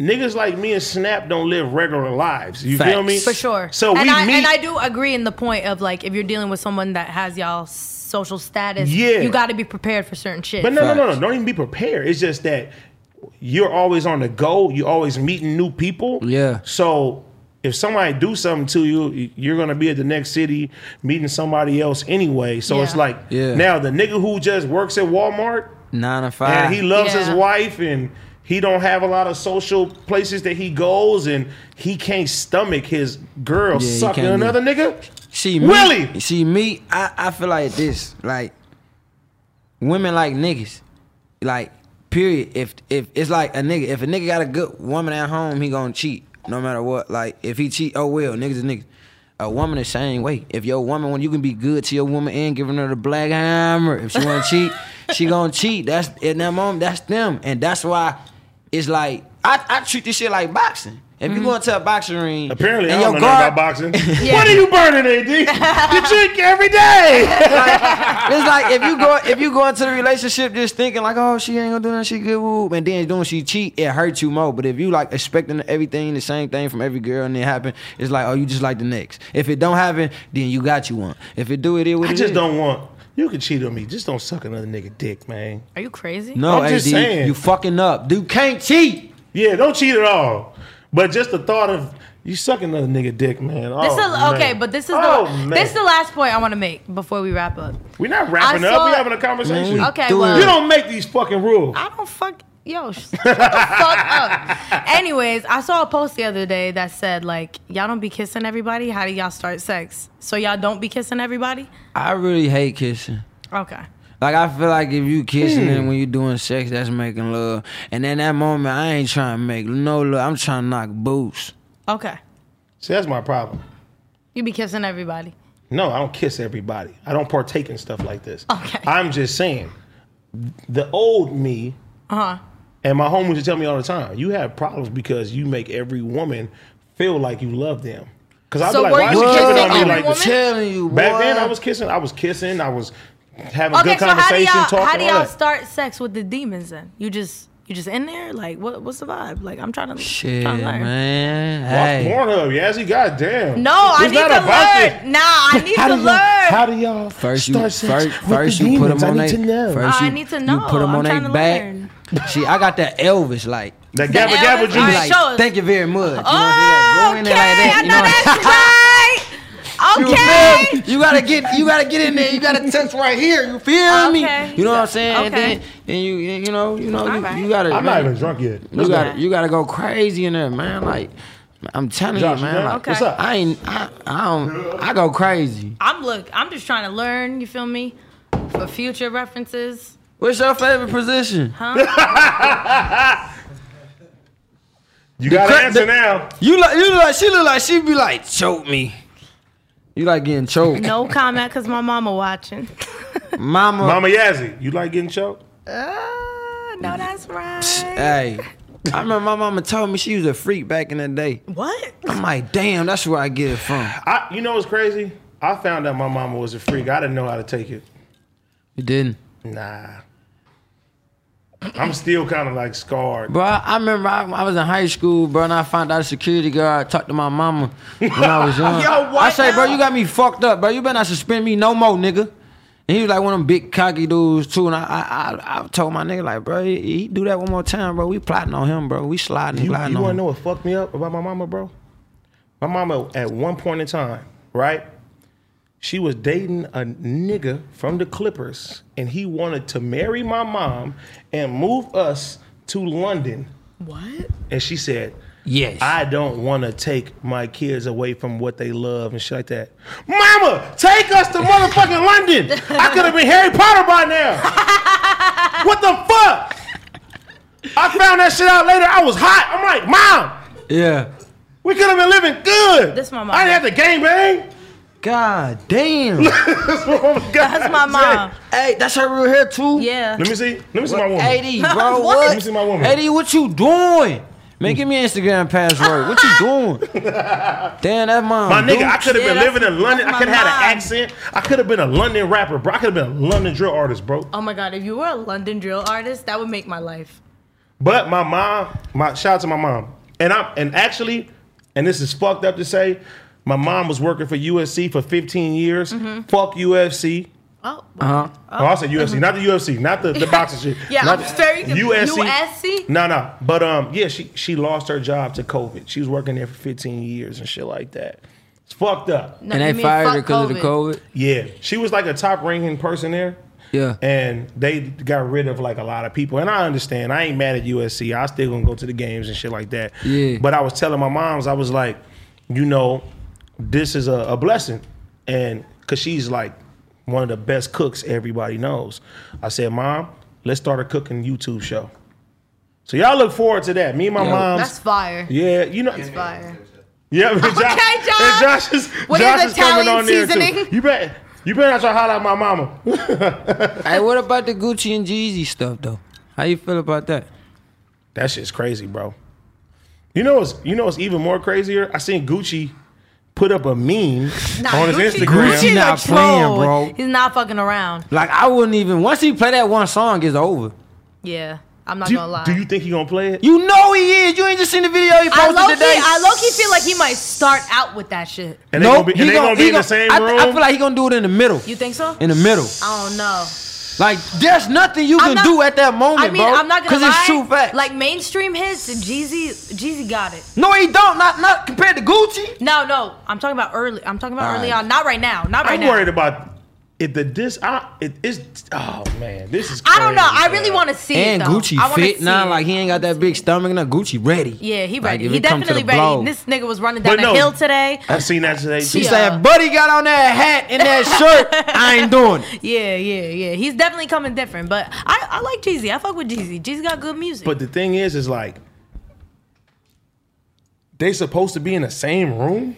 [SPEAKER 2] niggas like me and Snap don't live regular lives. You feel
[SPEAKER 3] Facts.
[SPEAKER 2] me?
[SPEAKER 4] for sure.
[SPEAKER 2] So
[SPEAKER 4] and
[SPEAKER 2] we
[SPEAKER 4] I,
[SPEAKER 2] meet.
[SPEAKER 4] And I do agree in the point of like if you're dealing with someone that has y'all social status,
[SPEAKER 2] Yeah.
[SPEAKER 4] you got to be prepared for certain shit.
[SPEAKER 2] But no, no, no, no.
[SPEAKER 3] Facts.
[SPEAKER 2] Don't even be prepared. It's just that you're always on the go. You're always meeting new people.
[SPEAKER 3] Yeah.
[SPEAKER 2] So if somebody do something to you, you're gonna be at the next city meeting somebody else anyway. So it's
[SPEAKER 4] Yeah.
[SPEAKER 2] like
[SPEAKER 3] Yeah.
[SPEAKER 2] now the nigga who just works at Walmart
[SPEAKER 3] Nine and five.
[SPEAKER 2] and he loves his
[SPEAKER 4] Yeah.
[SPEAKER 2] wife and he don't have a lot of social places that he goes and he can't stomach his girl
[SPEAKER 3] he
[SPEAKER 2] sucking
[SPEAKER 3] can't
[SPEAKER 2] another nigga.
[SPEAKER 3] See me,
[SPEAKER 2] Willie!
[SPEAKER 3] See me. I, I feel like this. Like women like niggas. Like period. If if it's like a nigga. If a nigga got a good woman at home, he gonna cheat no matter what. Like if he cheat, oh well, niggas is niggas. A woman the same way. If your woman, when you can be good to your woman and giving her the black hammer, if she wanna cheat, she gonna cheat. That's in that moment. That's them, and that's why it's like I, I treat this shit like boxing. If you go into a boxing ring,
[SPEAKER 2] Mm-hmm. Apparently,
[SPEAKER 3] and
[SPEAKER 2] I don't
[SPEAKER 3] your
[SPEAKER 2] know nothing
[SPEAKER 3] guard-
[SPEAKER 2] about boxing. What are you burning, AD? you drink every day.
[SPEAKER 3] it's like if you go if you go into the relationship just thinking like, oh, she ain't gonna do nothing, she good, woo, and then doing she cheat, it hurts you more. But if you like expecting everything, the same thing from every girl, and it happen, it's like, oh, you just like the next. If it don't happen, then you got you one. If it do, it is what
[SPEAKER 2] I
[SPEAKER 3] it
[SPEAKER 4] Mm-hmm.
[SPEAKER 2] just
[SPEAKER 3] is.
[SPEAKER 2] don't want. You can cheat on me. Just don't suck another nigga dick, man.
[SPEAKER 4] Are you crazy?
[SPEAKER 3] No,
[SPEAKER 2] I'm
[SPEAKER 3] AD,
[SPEAKER 2] just saying.
[SPEAKER 3] you fucking up. Dude, can't cheat.
[SPEAKER 2] Yeah, don't cheat at all. But just the thought of you sucking another nigga dick, man. Oh,
[SPEAKER 4] This
[SPEAKER 2] man.
[SPEAKER 4] is okay, but this is
[SPEAKER 2] oh,
[SPEAKER 4] the
[SPEAKER 2] man.
[SPEAKER 4] this is the last point I want to make before we wrap up.
[SPEAKER 2] We're not wrapping
[SPEAKER 4] I
[SPEAKER 2] up.
[SPEAKER 4] saw- Mm-hmm.
[SPEAKER 2] We're having a conversation.
[SPEAKER 3] Man,
[SPEAKER 4] Okay,
[SPEAKER 3] Doing-
[SPEAKER 4] well,
[SPEAKER 2] You don't make these fucking rules.
[SPEAKER 4] I don't fuck yo. sh- Shut the fuck up. Anyways, I saw a post the other day that said like y'all don't be kissing everybody. How do y'all start sex? So y'all don't be kissing everybody.
[SPEAKER 3] I really hate kissing.
[SPEAKER 4] Okay.
[SPEAKER 3] Like I feel like if you
[SPEAKER 2] Hmm.
[SPEAKER 3] kissing and when you doing sex, that's making love. And in that moment, I ain't trying to make no love. I'm trying to knock boots.
[SPEAKER 4] Okay.
[SPEAKER 2] See, that's my problem.
[SPEAKER 4] You be kissing everybody.
[SPEAKER 2] No, I don't kiss everybody. I don't partake in stuff like this.
[SPEAKER 4] Okay.
[SPEAKER 2] I'm just saying, the old me
[SPEAKER 4] Uh huh.
[SPEAKER 2] And my homies would tell me all the time, you have problems because you make every woman feel like you love them. Because I'd
[SPEAKER 4] So
[SPEAKER 2] be like,
[SPEAKER 4] were
[SPEAKER 2] why
[SPEAKER 4] you
[SPEAKER 2] is she
[SPEAKER 4] kissing
[SPEAKER 2] kissing on me
[SPEAKER 4] every
[SPEAKER 2] like
[SPEAKER 3] I'm
[SPEAKER 2] this?
[SPEAKER 4] woman?
[SPEAKER 3] telling you, boy.
[SPEAKER 2] Back then, I was kissing. I was kissing. I was having
[SPEAKER 4] Okay.
[SPEAKER 2] good
[SPEAKER 4] So how do
[SPEAKER 2] conversation,
[SPEAKER 4] y'all
[SPEAKER 2] talking.
[SPEAKER 4] how do
[SPEAKER 2] all
[SPEAKER 4] y'all
[SPEAKER 2] that.
[SPEAKER 4] start sex with the demons? Then you just you just in there like what what's the vibe? Like I'm trying to
[SPEAKER 3] Shit,
[SPEAKER 4] trying to learn.
[SPEAKER 3] man.
[SPEAKER 2] Watch
[SPEAKER 3] Hey.
[SPEAKER 2] Pornhub, Yazzie. Goddamn.
[SPEAKER 4] No, I
[SPEAKER 2] It's
[SPEAKER 4] need to
[SPEAKER 2] not about this.
[SPEAKER 4] learn. Nah, I need to
[SPEAKER 2] do y'all,
[SPEAKER 4] learn.
[SPEAKER 2] how do y'all
[SPEAKER 3] First you,
[SPEAKER 2] start
[SPEAKER 3] first,
[SPEAKER 2] sex with
[SPEAKER 3] first
[SPEAKER 2] the
[SPEAKER 3] you put
[SPEAKER 2] demons?
[SPEAKER 3] them on
[SPEAKER 2] I need
[SPEAKER 3] they,
[SPEAKER 2] to know.
[SPEAKER 3] First
[SPEAKER 4] I
[SPEAKER 3] you,
[SPEAKER 4] need to
[SPEAKER 3] you
[SPEAKER 4] know.
[SPEAKER 3] put them
[SPEAKER 4] I'm
[SPEAKER 3] on
[SPEAKER 4] trying
[SPEAKER 3] their
[SPEAKER 4] to
[SPEAKER 3] back.
[SPEAKER 4] learn.
[SPEAKER 3] See, I got that Elvis like.
[SPEAKER 2] that gabba gabba
[SPEAKER 4] Elvis-
[SPEAKER 2] juice.
[SPEAKER 4] All right,
[SPEAKER 3] like,
[SPEAKER 4] show us.
[SPEAKER 3] Thank you very much. You know what
[SPEAKER 4] Oh,
[SPEAKER 3] I'm saying? Go
[SPEAKER 4] okay.
[SPEAKER 3] in there like that,
[SPEAKER 4] I
[SPEAKER 3] you
[SPEAKER 4] know
[SPEAKER 3] what I'm saying?
[SPEAKER 4] that's right.
[SPEAKER 3] You
[SPEAKER 4] Okay.
[SPEAKER 3] feel me? You gotta get you gotta get in there. You gotta touch right here. You feel
[SPEAKER 4] Okay.
[SPEAKER 3] me? You know what I'm saying? And
[SPEAKER 4] Okay.
[SPEAKER 3] then then you you know you know you,
[SPEAKER 4] Alright.
[SPEAKER 3] you gotta
[SPEAKER 2] I'm not
[SPEAKER 3] man,
[SPEAKER 2] even drunk yet.
[SPEAKER 3] you gotta you gotta go crazy in there, man. Like I'm telling
[SPEAKER 2] Josh,
[SPEAKER 3] you,
[SPEAKER 2] you
[SPEAKER 3] man.
[SPEAKER 2] done?
[SPEAKER 3] Like,
[SPEAKER 4] Okay.
[SPEAKER 2] What's up?
[SPEAKER 3] I ain't I, I don't I go crazy.
[SPEAKER 4] I'm look. I'm just trying to learn. You feel me? For future references.
[SPEAKER 3] What's your favorite position?
[SPEAKER 2] you gotta
[SPEAKER 3] cra-
[SPEAKER 2] answer
[SPEAKER 3] the-
[SPEAKER 2] now.
[SPEAKER 3] You like you like she look like she be like choke me. You like getting choked,
[SPEAKER 4] No comment, cause my mama watching.
[SPEAKER 3] mama.
[SPEAKER 2] Mama Yazzie, you like getting choked?
[SPEAKER 4] Ah, no, that's right.
[SPEAKER 3] Hey, I remember my mama told me she was a freak back in the day.
[SPEAKER 4] What?
[SPEAKER 3] I'm like, damn, that's where I get it from.
[SPEAKER 2] I, you know what's crazy? I found out my mama was a freak. I didn't know how to take it.
[SPEAKER 3] You didn't,
[SPEAKER 2] Nah. I'm still kind of like scarred.
[SPEAKER 3] bro. I, I remember I, I was in high school, bro, and I found out a security guard talked to my mama when I was young.
[SPEAKER 2] Yo, what
[SPEAKER 3] I say, bro,
[SPEAKER 2] now?
[SPEAKER 3] you got me fucked up, bro. You better not suspend me no more, nigga. And he was like one of them big cocky dudes too, and I I, I, I told my nigga like, bro, he, he do that one more time, bro. We plotting on him, bro. We sliding,
[SPEAKER 2] You,
[SPEAKER 3] sliding
[SPEAKER 2] you
[SPEAKER 3] on
[SPEAKER 2] want to
[SPEAKER 3] him.
[SPEAKER 2] know what fucked me up about my mama, bro? My mama, at one point in time, right? She was dating a nigga from the Clippers, and he wanted to marry my mom and move us to London.
[SPEAKER 4] What?
[SPEAKER 2] And she said,
[SPEAKER 3] Yes.
[SPEAKER 2] I don't want to take my kids away from what they love and shit like that. Mama, take us to motherfucking London. I could have been Harry Potter by now. What the fuck? I found that shit out later. I was hot. I'm like, Mom,
[SPEAKER 3] yeah.
[SPEAKER 2] we could have been living good.
[SPEAKER 4] This my mama.
[SPEAKER 2] I didn't have to gangbang.
[SPEAKER 3] God damn.
[SPEAKER 4] That's my mom.
[SPEAKER 3] hey, that's her real hair too.
[SPEAKER 4] Yeah.
[SPEAKER 2] Let me see. Let me see my woman.
[SPEAKER 3] Eighty, bro.
[SPEAKER 4] What?
[SPEAKER 3] what?
[SPEAKER 2] Let me see my woman.
[SPEAKER 3] Eddie, what you doing? Man, give me an Instagram password. What you doing? Damn, that mom.
[SPEAKER 2] My nigga, I
[SPEAKER 3] dude.
[SPEAKER 2] could have been
[SPEAKER 4] that's-
[SPEAKER 2] living in London. I
[SPEAKER 4] that's
[SPEAKER 2] could
[SPEAKER 4] my
[SPEAKER 2] have had
[SPEAKER 4] mom.
[SPEAKER 2] an accent. I could have been a London rapper, bro. I could have been a London drill artist, bro.
[SPEAKER 4] Oh my god, if you were a London drill artist, that would make my life.
[SPEAKER 2] But my mom, my shout out to my mom. And I'm and actually, and this is fucked up to say, my mom was working for USC for 15 years.
[SPEAKER 4] Mm-hmm.
[SPEAKER 2] Fuck UFC.
[SPEAKER 4] Oh,
[SPEAKER 3] Uh-huh.
[SPEAKER 4] Mm-hmm.
[SPEAKER 2] Oh, I said UFC, not the UFC, not the, the boxing shit.
[SPEAKER 4] Yeah,
[SPEAKER 2] not
[SPEAKER 4] I'm
[SPEAKER 2] the-
[SPEAKER 4] very confused. USC?
[SPEAKER 2] No, no. But um, yeah, she she lost her job to COVID. She was working there for 15 years and shit like that. It's fucked up.
[SPEAKER 4] no,
[SPEAKER 3] And
[SPEAKER 4] you
[SPEAKER 3] they
[SPEAKER 4] mean
[SPEAKER 3] fired
[SPEAKER 4] fuck
[SPEAKER 3] her because of the COVID.
[SPEAKER 2] Yeah, she was like a top ranking person there.
[SPEAKER 3] Yeah.
[SPEAKER 2] And they got rid of like a lot of people. And I understand. I ain't mad at USC. I still gonna go to the games and shit like that.
[SPEAKER 3] Yeah.
[SPEAKER 2] But I was telling my moms, I was like, you know, this is a, a blessing. And cause she's like one of the best cooks everybody knows. I said, Mom, let's start a cooking YouTube show. So y'all look forward to that. Me and my moms.
[SPEAKER 4] That's fire.
[SPEAKER 2] yeah, you know.
[SPEAKER 4] Fire.
[SPEAKER 2] Yeah, but Josh,
[SPEAKER 4] Okay, Josh.
[SPEAKER 2] and Josh is,
[SPEAKER 4] What is
[SPEAKER 2] Josh is coming
[SPEAKER 4] Italian
[SPEAKER 2] on there
[SPEAKER 4] seasoning?
[SPEAKER 2] too. You better, you better not try to holler at my mama.
[SPEAKER 3] Hey, what about the Gucci and Jeezy stuff though? How you feel about that?
[SPEAKER 2] That shit's crazy, bro. You know what's you know what's even more crazier? I seen Gucci put up a meme on his
[SPEAKER 4] Gucci-
[SPEAKER 2] Instagram.
[SPEAKER 3] Gucci-
[SPEAKER 4] Gucci's
[SPEAKER 3] not
[SPEAKER 4] a
[SPEAKER 3] playing,
[SPEAKER 4] troll.
[SPEAKER 3] bro.
[SPEAKER 4] He's not fucking around.
[SPEAKER 3] Like, I wouldn't even. Once he play that one song, it's over.
[SPEAKER 4] Yeah, I'm not
[SPEAKER 2] Do
[SPEAKER 4] gonna lie.
[SPEAKER 2] you, do you think he gonna play it?
[SPEAKER 3] You know he is. You ain't just seen the video
[SPEAKER 4] I
[SPEAKER 3] he posted
[SPEAKER 4] low key,
[SPEAKER 3] today.
[SPEAKER 4] I low key feel like he might start out with that shit.
[SPEAKER 2] And they gonna
[SPEAKER 3] Nope,
[SPEAKER 2] be, and
[SPEAKER 3] he
[SPEAKER 2] they
[SPEAKER 3] gon-
[SPEAKER 2] gonna, be
[SPEAKER 3] he
[SPEAKER 2] in the
[SPEAKER 3] gon-
[SPEAKER 2] same
[SPEAKER 3] I,
[SPEAKER 2] room?
[SPEAKER 3] I feel like he gonna do it in the middle.
[SPEAKER 4] You think so?
[SPEAKER 3] In the middle.
[SPEAKER 4] I don't know.
[SPEAKER 3] Like, there's nothing you
[SPEAKER 4] I'm
[SPEAKER 3] can
[SPEAKER 4] not-
[SPEAKER 3] do at that moment,
[SPEAKER 4] I mean,
[SPEAKER 3] bro.
[SPEAKER 4] I'm not gonna lie.
[SPEAKER 3] it's true fact.
[SPEAKER 4] Like mainstream hits, Jeezy, Jeezy got it.
[SPEAKER 3] no, he don't. Not not compared to Gucci.
[SPEAKER 4] No, no, I'm talking about early. I'm talking about
[SPEAKER 3] All
[SPEAKER 4] early
[SPEAKER 3] right.
[SPEAKER 4] on. Not right now. Not right
[SPEAKER 2] I'm
[SPEAKER 4] now.
[SPEAKER 2] worried about if the dis I it is oh man, this is
[SPEAKER 4] I don't know.
[SPEAKER 2] crazy,
[SPEAKER 4] I really
[SPEAKER 2] bro.
[SPEAKER 4] want to see
[SPEAKER 3] And
[SPEAKER 4] it though.
[SPEAKER 3] Gucci
[SPEAKER 4] I wanna
[SPEAKER 3] fit
[SPEAKER 4] see
[SPEAKER 3] now.
[SPEAKER 4] it.
[SPEAKER 3] Like he ain't got that big stomach. Now Gucci ready.
[SPEAKER 4] yeah, he
[SPEAKER 3] Like,
[SPEAKER 4] ready.
[SPEAKER 3] if
[SPEAKER 4] he
[SPEAKER 3] it come to
[SPEAKER 4] definitely
[SPEAKER 3] the
[SPEAKER 4] ready.
[SPEAKER 3] blow-
[SPEAKER 4] This nigga was running down
[SPEAKER 2] But
[SPEAKER 4] the
[SPEAKER 2] no.
[SPEAKER 4] hill today.
[SPEAKER 2] I seen that today too.
[SPEAKER 3] He
[SPEAKER 4] Yeah.
[SPEAKER 3] said, "Buddy got on that hat and that shirt. I ain't doing it."
[SPEAKER 4] Yeah, yeah, yeah. He's definitely coming different. But I, I like Jeezy. I fuck with Jeezy. Jeezy got good music.
[SPEAKER 2] But the thing is, is like they supposed to be in the same room?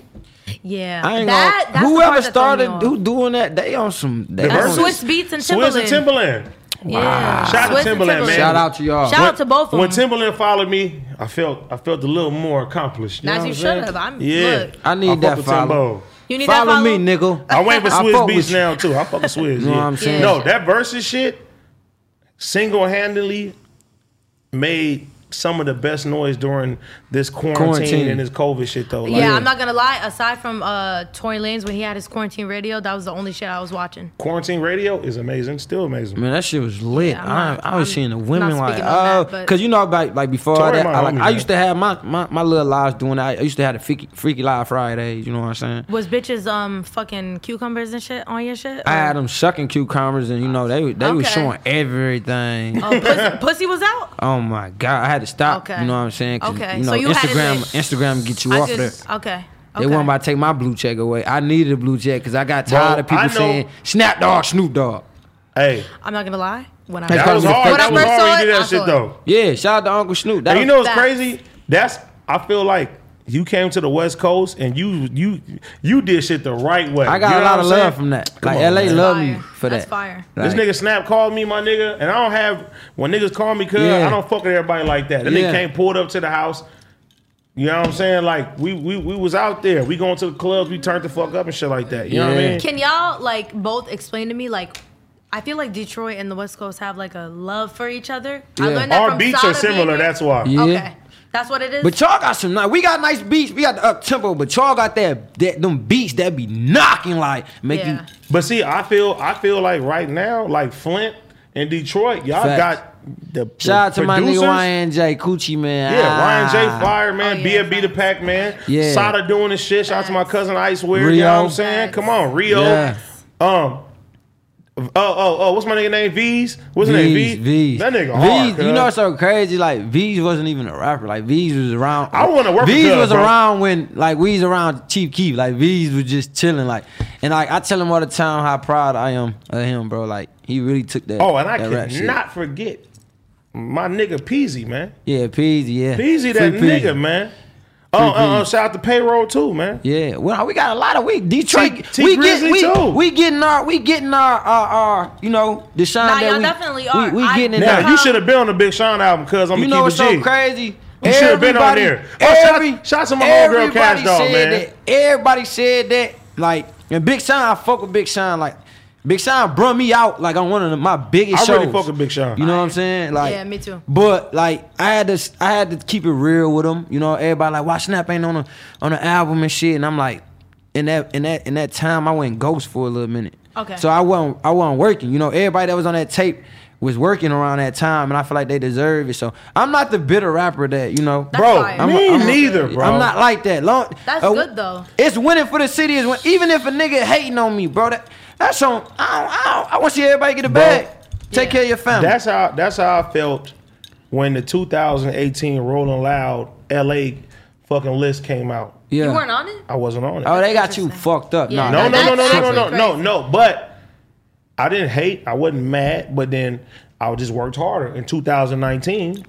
[SPEAKER 4] yeah,
[SPEAKER 3] I ain't
[SPEAKER 4] that, that's
[SPEAKER 3] gonna.
[SPEAKER 4] the part
[SPEAKER 3] Whoever
[SPEAKER 4] that threw me
[SPEAKER 3] started
[SPEAKER 4] off.
[SPEAKER 3] who doing that, they on some.
[SPEAKER 2] That's
[SPEAKER 3] They on
[SPEAKER 4] That's
[SPEAKER 2] Versus.
[SPEAKER 3] some-
[SPEAKER 4] Swiss Beats and
[SPEAKER 2] So where's
[SPEAKER 4] Timberland.
[SPEAKER 2] the Timberland?
[SPEAKER 4] Yeah.
[SPEAKER 2] Shout out to
[SPEAKER 4] Swiss and
[SPEAKER 2] Timberland, man.
[SPEAKER 3] Shout out to y'all.
[SPEAKER 4] Shout out to both of
[SPEAKER 2] When
[SPEAKER 4] them.
[SPEAKER 2] Timberland followed me, I felt I felt a little more accomplished. You know
[SPEAKER 4] As
[SPEAKER 2] what
[SPEAKER 4] you
[SPEAKER 2] I'm
[SPEAKER 4] should
[SPEAKER 2] saying?
[SPEAKER 4] have. I'm
[SPEAKER 2] Yeah.
[SPEAKER 4] look.
[SPEAKER 3] I need
[SPEAKER 2] I
[SPEAKER 3] that
[SPEAKER 2] fuck with
[SPEAKER 3] follow.
[SPEAKER 2] Timbo.
[SPEAKER 4] You need
[SPEAKER 3] Follow
[SPEAKER 4] that follow
[SPEAKER 3] me, nigga.
[SPEAKER 2] I wait for
[SPEAKER 3] I
[SPEAKER 2] Swizz
[SPEAKER 3] fuck with
[SPEAKER 2] Beats
[SPEAKER 3] you.
[SPEAKER 2] now too. I fuck with Swizz.
[SPEAKER 3] know
[SPEAKER 2] yeah.
[SPEAKER 3] what I'm saying?
[SPEAKER 2] No, that versus shit single handedly made some of the best noise during this quarantine,
[SPEAKER 3] Quarantine.
[SPEAKER 2] and this COVID shit though. Like,
[SPEAKER 4] Yeah, I'm not gonna lie. Aside from uh, Tory Lanez when he had his quarantine radio, that was the only shit I was watching.
[SPEAKER 2] quarantine radio is amazing, still amazing.
[SPEAKER 3] Man, that shit was lit.
[SPEAKER 4] Yeah, I'm
[SPEAKER 3] I,
[SPEAKER 4] not-
[SPEAKER 3] I was
[SPEAKER 4] I'm
[SPEAKER 3] seeing the
[SPEAKER 4] not
[SPEAKER 3] women like,
[SPEAKER 4] speaking on
[SPEAKER 3] oh,
[SPEAKER 4] that, but-
[SPEAKER 3] because you know, about like before all
[SPEAKER 2] Tori
[SPEAKER 3] that,
[SPEAKER 2] my
[SPEAKER 3] I, like,
[SPEAKER 2] homie,
[SPEAKER 3] I
[SPEAKER 2] man.
[SPEAKER 3] used to have my, my, my little lives doing that. I used to have the freaky, freaky live Fridays. You know what I'm saying?
[SPEAKER 4] Was bitches um fucking cucumbers and shit on your shit?
[SPEAKER 3] I had them sucking cucumbers, and you know they they was
[SPEAKER 4] Oh. Okay.
[SPEAKER 3] showing everything.
[SPEAKER 4] Oh, pussy, pussy was out.
[SPEAKER 3] Oh my god, I had to stop.
[SPEAKER 4] Okay.
[SPEAKER 3] You know what I'm saying? 'Cause,
[SPEAKER 4] Okay,
[SPEAKER 3] You know
[SPEAKER 4] so you had it
[SPEAKER 3] Instagram,
[SPEAKER 4] lit.
[SPEAKER 3] Instagram get you
[SPEAKER 4] I
[SPEAKER 3] off
[SPEAKER 4] just-
[SPEAKER 3] there.
[SPEAKER 4] Okay.
[SPEAKER 3] They
[SPEAKER 4] okay.
[SPEAKER 3] weren't about to take my blue check away. I needed a blue check because I got
[SPEAKER 2] Bro,
[SPEAKER 3] tired of
[SPEAKER 2] I
[SPEAKER 3] people
[SPEAKER 2] know-
[SPEAKER 3] saying Snap Dog, Snoop Dogg.
[SPEAKER 2] Hey,
[SPEAKER 4] I'm not gonna lie. When I
[SPEAKER 3] That's
[SPEAKER 2] that
[SPEAKER 3] Probably
[SPEAKER 2] was
[SPEAKER 3] the
[SPEAKER 2] hard.
[SPEAKER 3] first-
[SPEAKER 2] That
[SPEAKER 4] When
[SPEAKER 2] was
[SPEAKER 4] I first
[SPEAKER 2] hard
[SPEAKER 4] saw
[SPEAKER 2] when he
[SPEAKER 4] it,
[SPEAKER 2] did
[SPEAKER 4] I "Oh,
[SPEAKER 2] that
[SPEAKER 4] saw
[SPEAKER 2] shit
[SPEAKER 4] it.
[SPEAKER 2] though.
[SPEAKER 3] Yeah, shout out to Uncle Snoop. That
[SPEAKER 2] And
[SPEAKER 3] was-
[SPEAKER 2] you know what's
[SPEAKER 4] Facts.
[SPEAKER 2] crazy? That's I feel like you came to the West Coast and you you you did shit the right way.
[SPEAKER 3] I got
[SPEAKER 2] You know
[SPEAKER 3] a lot
[SPEAKER 2] what
[SPEAKER 3] of
[SPEAKER 2] I'm
[SPEAKER 3] love
[SPEAKER 2] saying?
[SPEAKER 3] from that.
[SPEAKER 2] Come
[SPEAKER 3] like
[SPEAKER 2] on,
[SPEAKER 3] LA
[SPEAKER 2] man.
[SPEAKER 3] love
[SPEAKER 4] Fire.
[SPEAKER 3] me for
[SPEAKER 4] That's
[SPEAKER 3] that.
[SPEAKER 4] fire.
[SPEAKER 3] Like,
[SPEAKER 2] this nigga Snap called me, my nigga, and I don't have when niggas call me cuz
[SPEAKER 3] Yeah.
[SPEAKER 2] I don't fuck with everybody like that. Then
[SPEAKER 3] Yeah.
[SPEAKER 2] they came pulled up to the house. You know what I'm saying? Like we we we was out there. We going to the clubs. We turned the fuck up and shit like that. You know what I
[SPEAKER 3] Yeah.
[SPEAKER 2] mean?
[SPEAKER 4] Can y'all like both explain to me like? I feel like Detroit and the West Coast have like a love for each other. I
[SPEAKER 3] Yeah.
[SPEAKER 4] learned that
[SPEAKER 2] Our
[SPEAKER 4] from
[SPEAKER 2] beats
[SPEAKER 4] Sada
[SPEAKER 2] are similar.
[SPEAKER 4] being here.
[SPEAKER 2] That's why.
[SPEAKER 3] Yeah.
[SPEAKER 4] Okay, that's what it is.
[SPEAKER 3] But y'all got some nice. We got nice beats. We got the up tempo, but y'all got that that them beats that be knocking like make
[SPEAKER 4] yeah.
[SPEAKER 3] you.
[SPEAKER 2] But see, I feel I feel like right now, like Flint and Detroit, y'all
[SPEAKER 3] Facts.
[SPEAKER 2] got the
[SPEAKER 3] Shout out to
[SPEAKER 2] the
[SPEAKER 3] my nigga
[SPEAKER 2] producers.
[SPEAKER 3] Ryan J. Coochie man.
[SPEAKER 2] Yeah, Ryan
[SPEAKER 3] Ah.
[SPEAKER 2] J. Fire, man.
[SPEAKER 4] Oh, yeah,
[SPEAKER 2] BFB the Pac, man.
[SPEAKER 3] Yeah.
[SPEAKER 2] Sada doing his shit. Shout out to my cousin Ice Weird. You
[SPEAKER 3] Rio.
[SPEAKER 2] know what I'm saying? Come on, Rio.
[SPEAKER 3] Yeah.
[SPEAKER 2] Um. Oh, oh, oh, what's my nigga name? V's? What's his name?
[SPEAKER 3] V's,
[SPEAKER 2] V's.
[SPEAKER 3] V's.
[SPEAKER 2] That nigga
[SPEAKER 3] V's,
[SPEAKER 2] hard,
[SPEAKER 3] you know
[SPEAKER 2] cuz.
[SPEAKER 3] what's so crazy? Like V's wasn't even a rapper. Like V's was around.
[SPEAKER 2] I wanna work with
[SPEAKER 3] V's
[SPEAKER 2] Cuz,
[SPEAKER 3] was
[SPEAKER 2] bro.
[SPEAKER 3] around when like we was around Chief Keef. Like V's was just chilling. Like and like I tell him all the time how proud I am of him, bro. Like he really took that.
[SPEAKER 2] Oh, and I
[SPEAKER 3] that rap shit.
[SPEAKER 2] could not forget my nigga Peasy, man.
[SPEAKER 3] Yeah, Peasy. Yeah,
[SPEAKER 2] Peasy,
[SPEAKER 3] Free
[SPEAKER 2] that nigga, man. Oh, uh, uh, shout out to payroll too, man.
[SPEAKER 3] Yeah, well, we got a lot of we Detroit.
[SPEAKER 2] T- T
[SPEAKER 3] we
[SPEAKER 2] Grizzly,
[SPEAKER 3] we,
[SPEAKER 2] too.
[SPEAKER 3] we getting our we getting our our, our you know Deshaun.
[SPEAKER 4] Nah,
[SPEAKER 3] that
[SPEAKER 4] y'all
[SPEAKER 3] we,
[SPEAKER 4] definitely are.
[SPEAKER 3] We, we
[SPEAKER 4] I-
[SPEAKER 3] getting it.
[SPEAKER 2] Now
[SPEAKER 3] out.
[SPEAKER 2] you should have been on the Big Sean album because I'm
[SPEAKER 3] You
[SPEAKER 2] gonna
[SPEAKER 3] know what's
[SPEAKER 2] keep it
[SPEAKER 3] so
[SPEAKER 2] G.
[SPEAKER 3] crazy?
[SPEAKER 2] You should've been on there. Oh, shout- shout out to my homegirl,
[SPEAKER 3] everybody
[SPEAKER 2] Cash Doll,
[SPEAKER 3] said
[SPEAKER 2] man.
[SPEAKER 3] That. Everybody said that. Like, and Big Sean, I fuck with Big Sean. Like, Big Sean brought me out like on one of the- my biggest
[SPEAKER 2] I
[SPEAKER 3] shows.
[SPEAKER 2] really fuck with Big Sean.
[SPEAKER 3] You know what I'm saying? Like,
[SPEAKER 4] Yeah, me too.
[SPEAKER 3] But like, I had to, I had to keep it real with him. You know, everybody like, why Snap ain't on a on the album and shit? And I'm like, in that in that in that time, I went ghost for a little minute.
[SPEAKER 4] Okay.
[SPEAKER 3] So I wasn't I wasn't working. You know, everybody that was on that tape was working around that time, and I feel like they deserve it. So I'm not the bitter rapper that you know.
[SPEAKER 4] That's
[SPEAKER 2] bro,
[SPEAKER 4] fire.
[SPEAKER 3] I'm a-
[SPEAKER 2] me
[SPEAKER 3] I'm a-
[SPEAKER 2] neither, bro.
[SPEAKER 3] I'm not like that. Long, uh,
[SPEAKER 4] That's good, though.
[SPEAKER 3] It's winning for the city. Is win- even if a nigga hating on me, bro. That that's on. I don't, I, don't, I want to see everybody get a bag. Take
[SPEAKER 4] Yeah.
[SPEAKER 3] care of your family.
[SPEAKER 2] That's how that's how I felt when the 2018 Rolling Loud LA fucking list came out.
[SPEAKER 3] yeah.
[SPEAKER 4] You weren't on it?
[SPEAKER 2] I wasn't on it.
[SPEAKER 3] Oh, they got you fucked up.
[SPEAKER 4] Yeah,
[SPEAKER 2] no,
[SPEAKER 3] nah, that-
[SPEAKER 2] no, no, no,
[SPEAKER 4] That's
[SPEAKER 2] no, no,
[SPEAKER 4] actually
[SPEAKER 2] no, no,
[SPEAKER 4] crazy.
[SPEAKER 2] no. But I didn't hate. I wasn't mad. But then I just worked harder in 2019.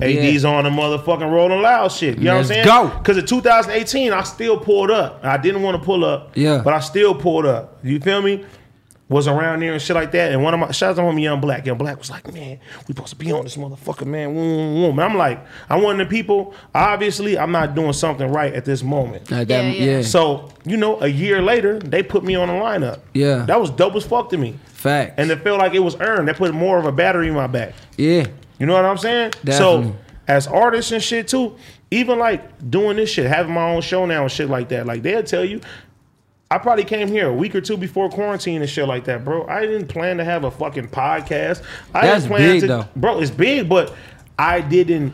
[SPEAKER 2] AD's on the motherfucking Rolling Loud shit. You know
[SPEAKER 3] Let's
[SPEAKER 2] what I'm
[SPEAKER 3] go.
[SPEAKER 2] saying? Because in 2018, I still pulled up. I didn't want to pull up.
[SPEAKER 3] Yeah.
[SPEAKER 2] But I still pulled up. You feel me? Was around there and shit like that. And one of my shout out to my homie Young Black. Young Black was like, man, we supposed to be on this motherfucker, man. Woom, woom. And I'm like, I'm one of the people. Obviously, I'm not doing something right at this moment.
[SPEAKER 3] Like that-
[SPEAKER 4] Yeah, yeah.
[SPEAKER 2] So, you know, a year later, they put me on the lineup.
[SPEAKER 3] Yeah.
[SPEAKER 2] That was dope as fuck to me.
[SPEAKER 3] Facts.
[SPEAKER 2] And it felt like it was earned. They put more of a battery in my back.
[SPEAKER 3] yeah.
[SPEAKER 2] You know what I'm saying?
[SPEAKER 3] Definitely.
[SPEAKER 2] So, as artists and shit too, even like doing this shit, having my own show now and shit like that, like they'll tell you, I probably came here a week or two before quarantine and shit like that, bro. I didn't plan to have a fucking podcast. I
[SPEAKER 3] That's
[SPEAKER 2] didn't plan
[SPEAKER 3] big,
[SPEAKER 2] to,
[SPEAKER 3] though.
[SPEAKER 2] bro. It's big, but I didn't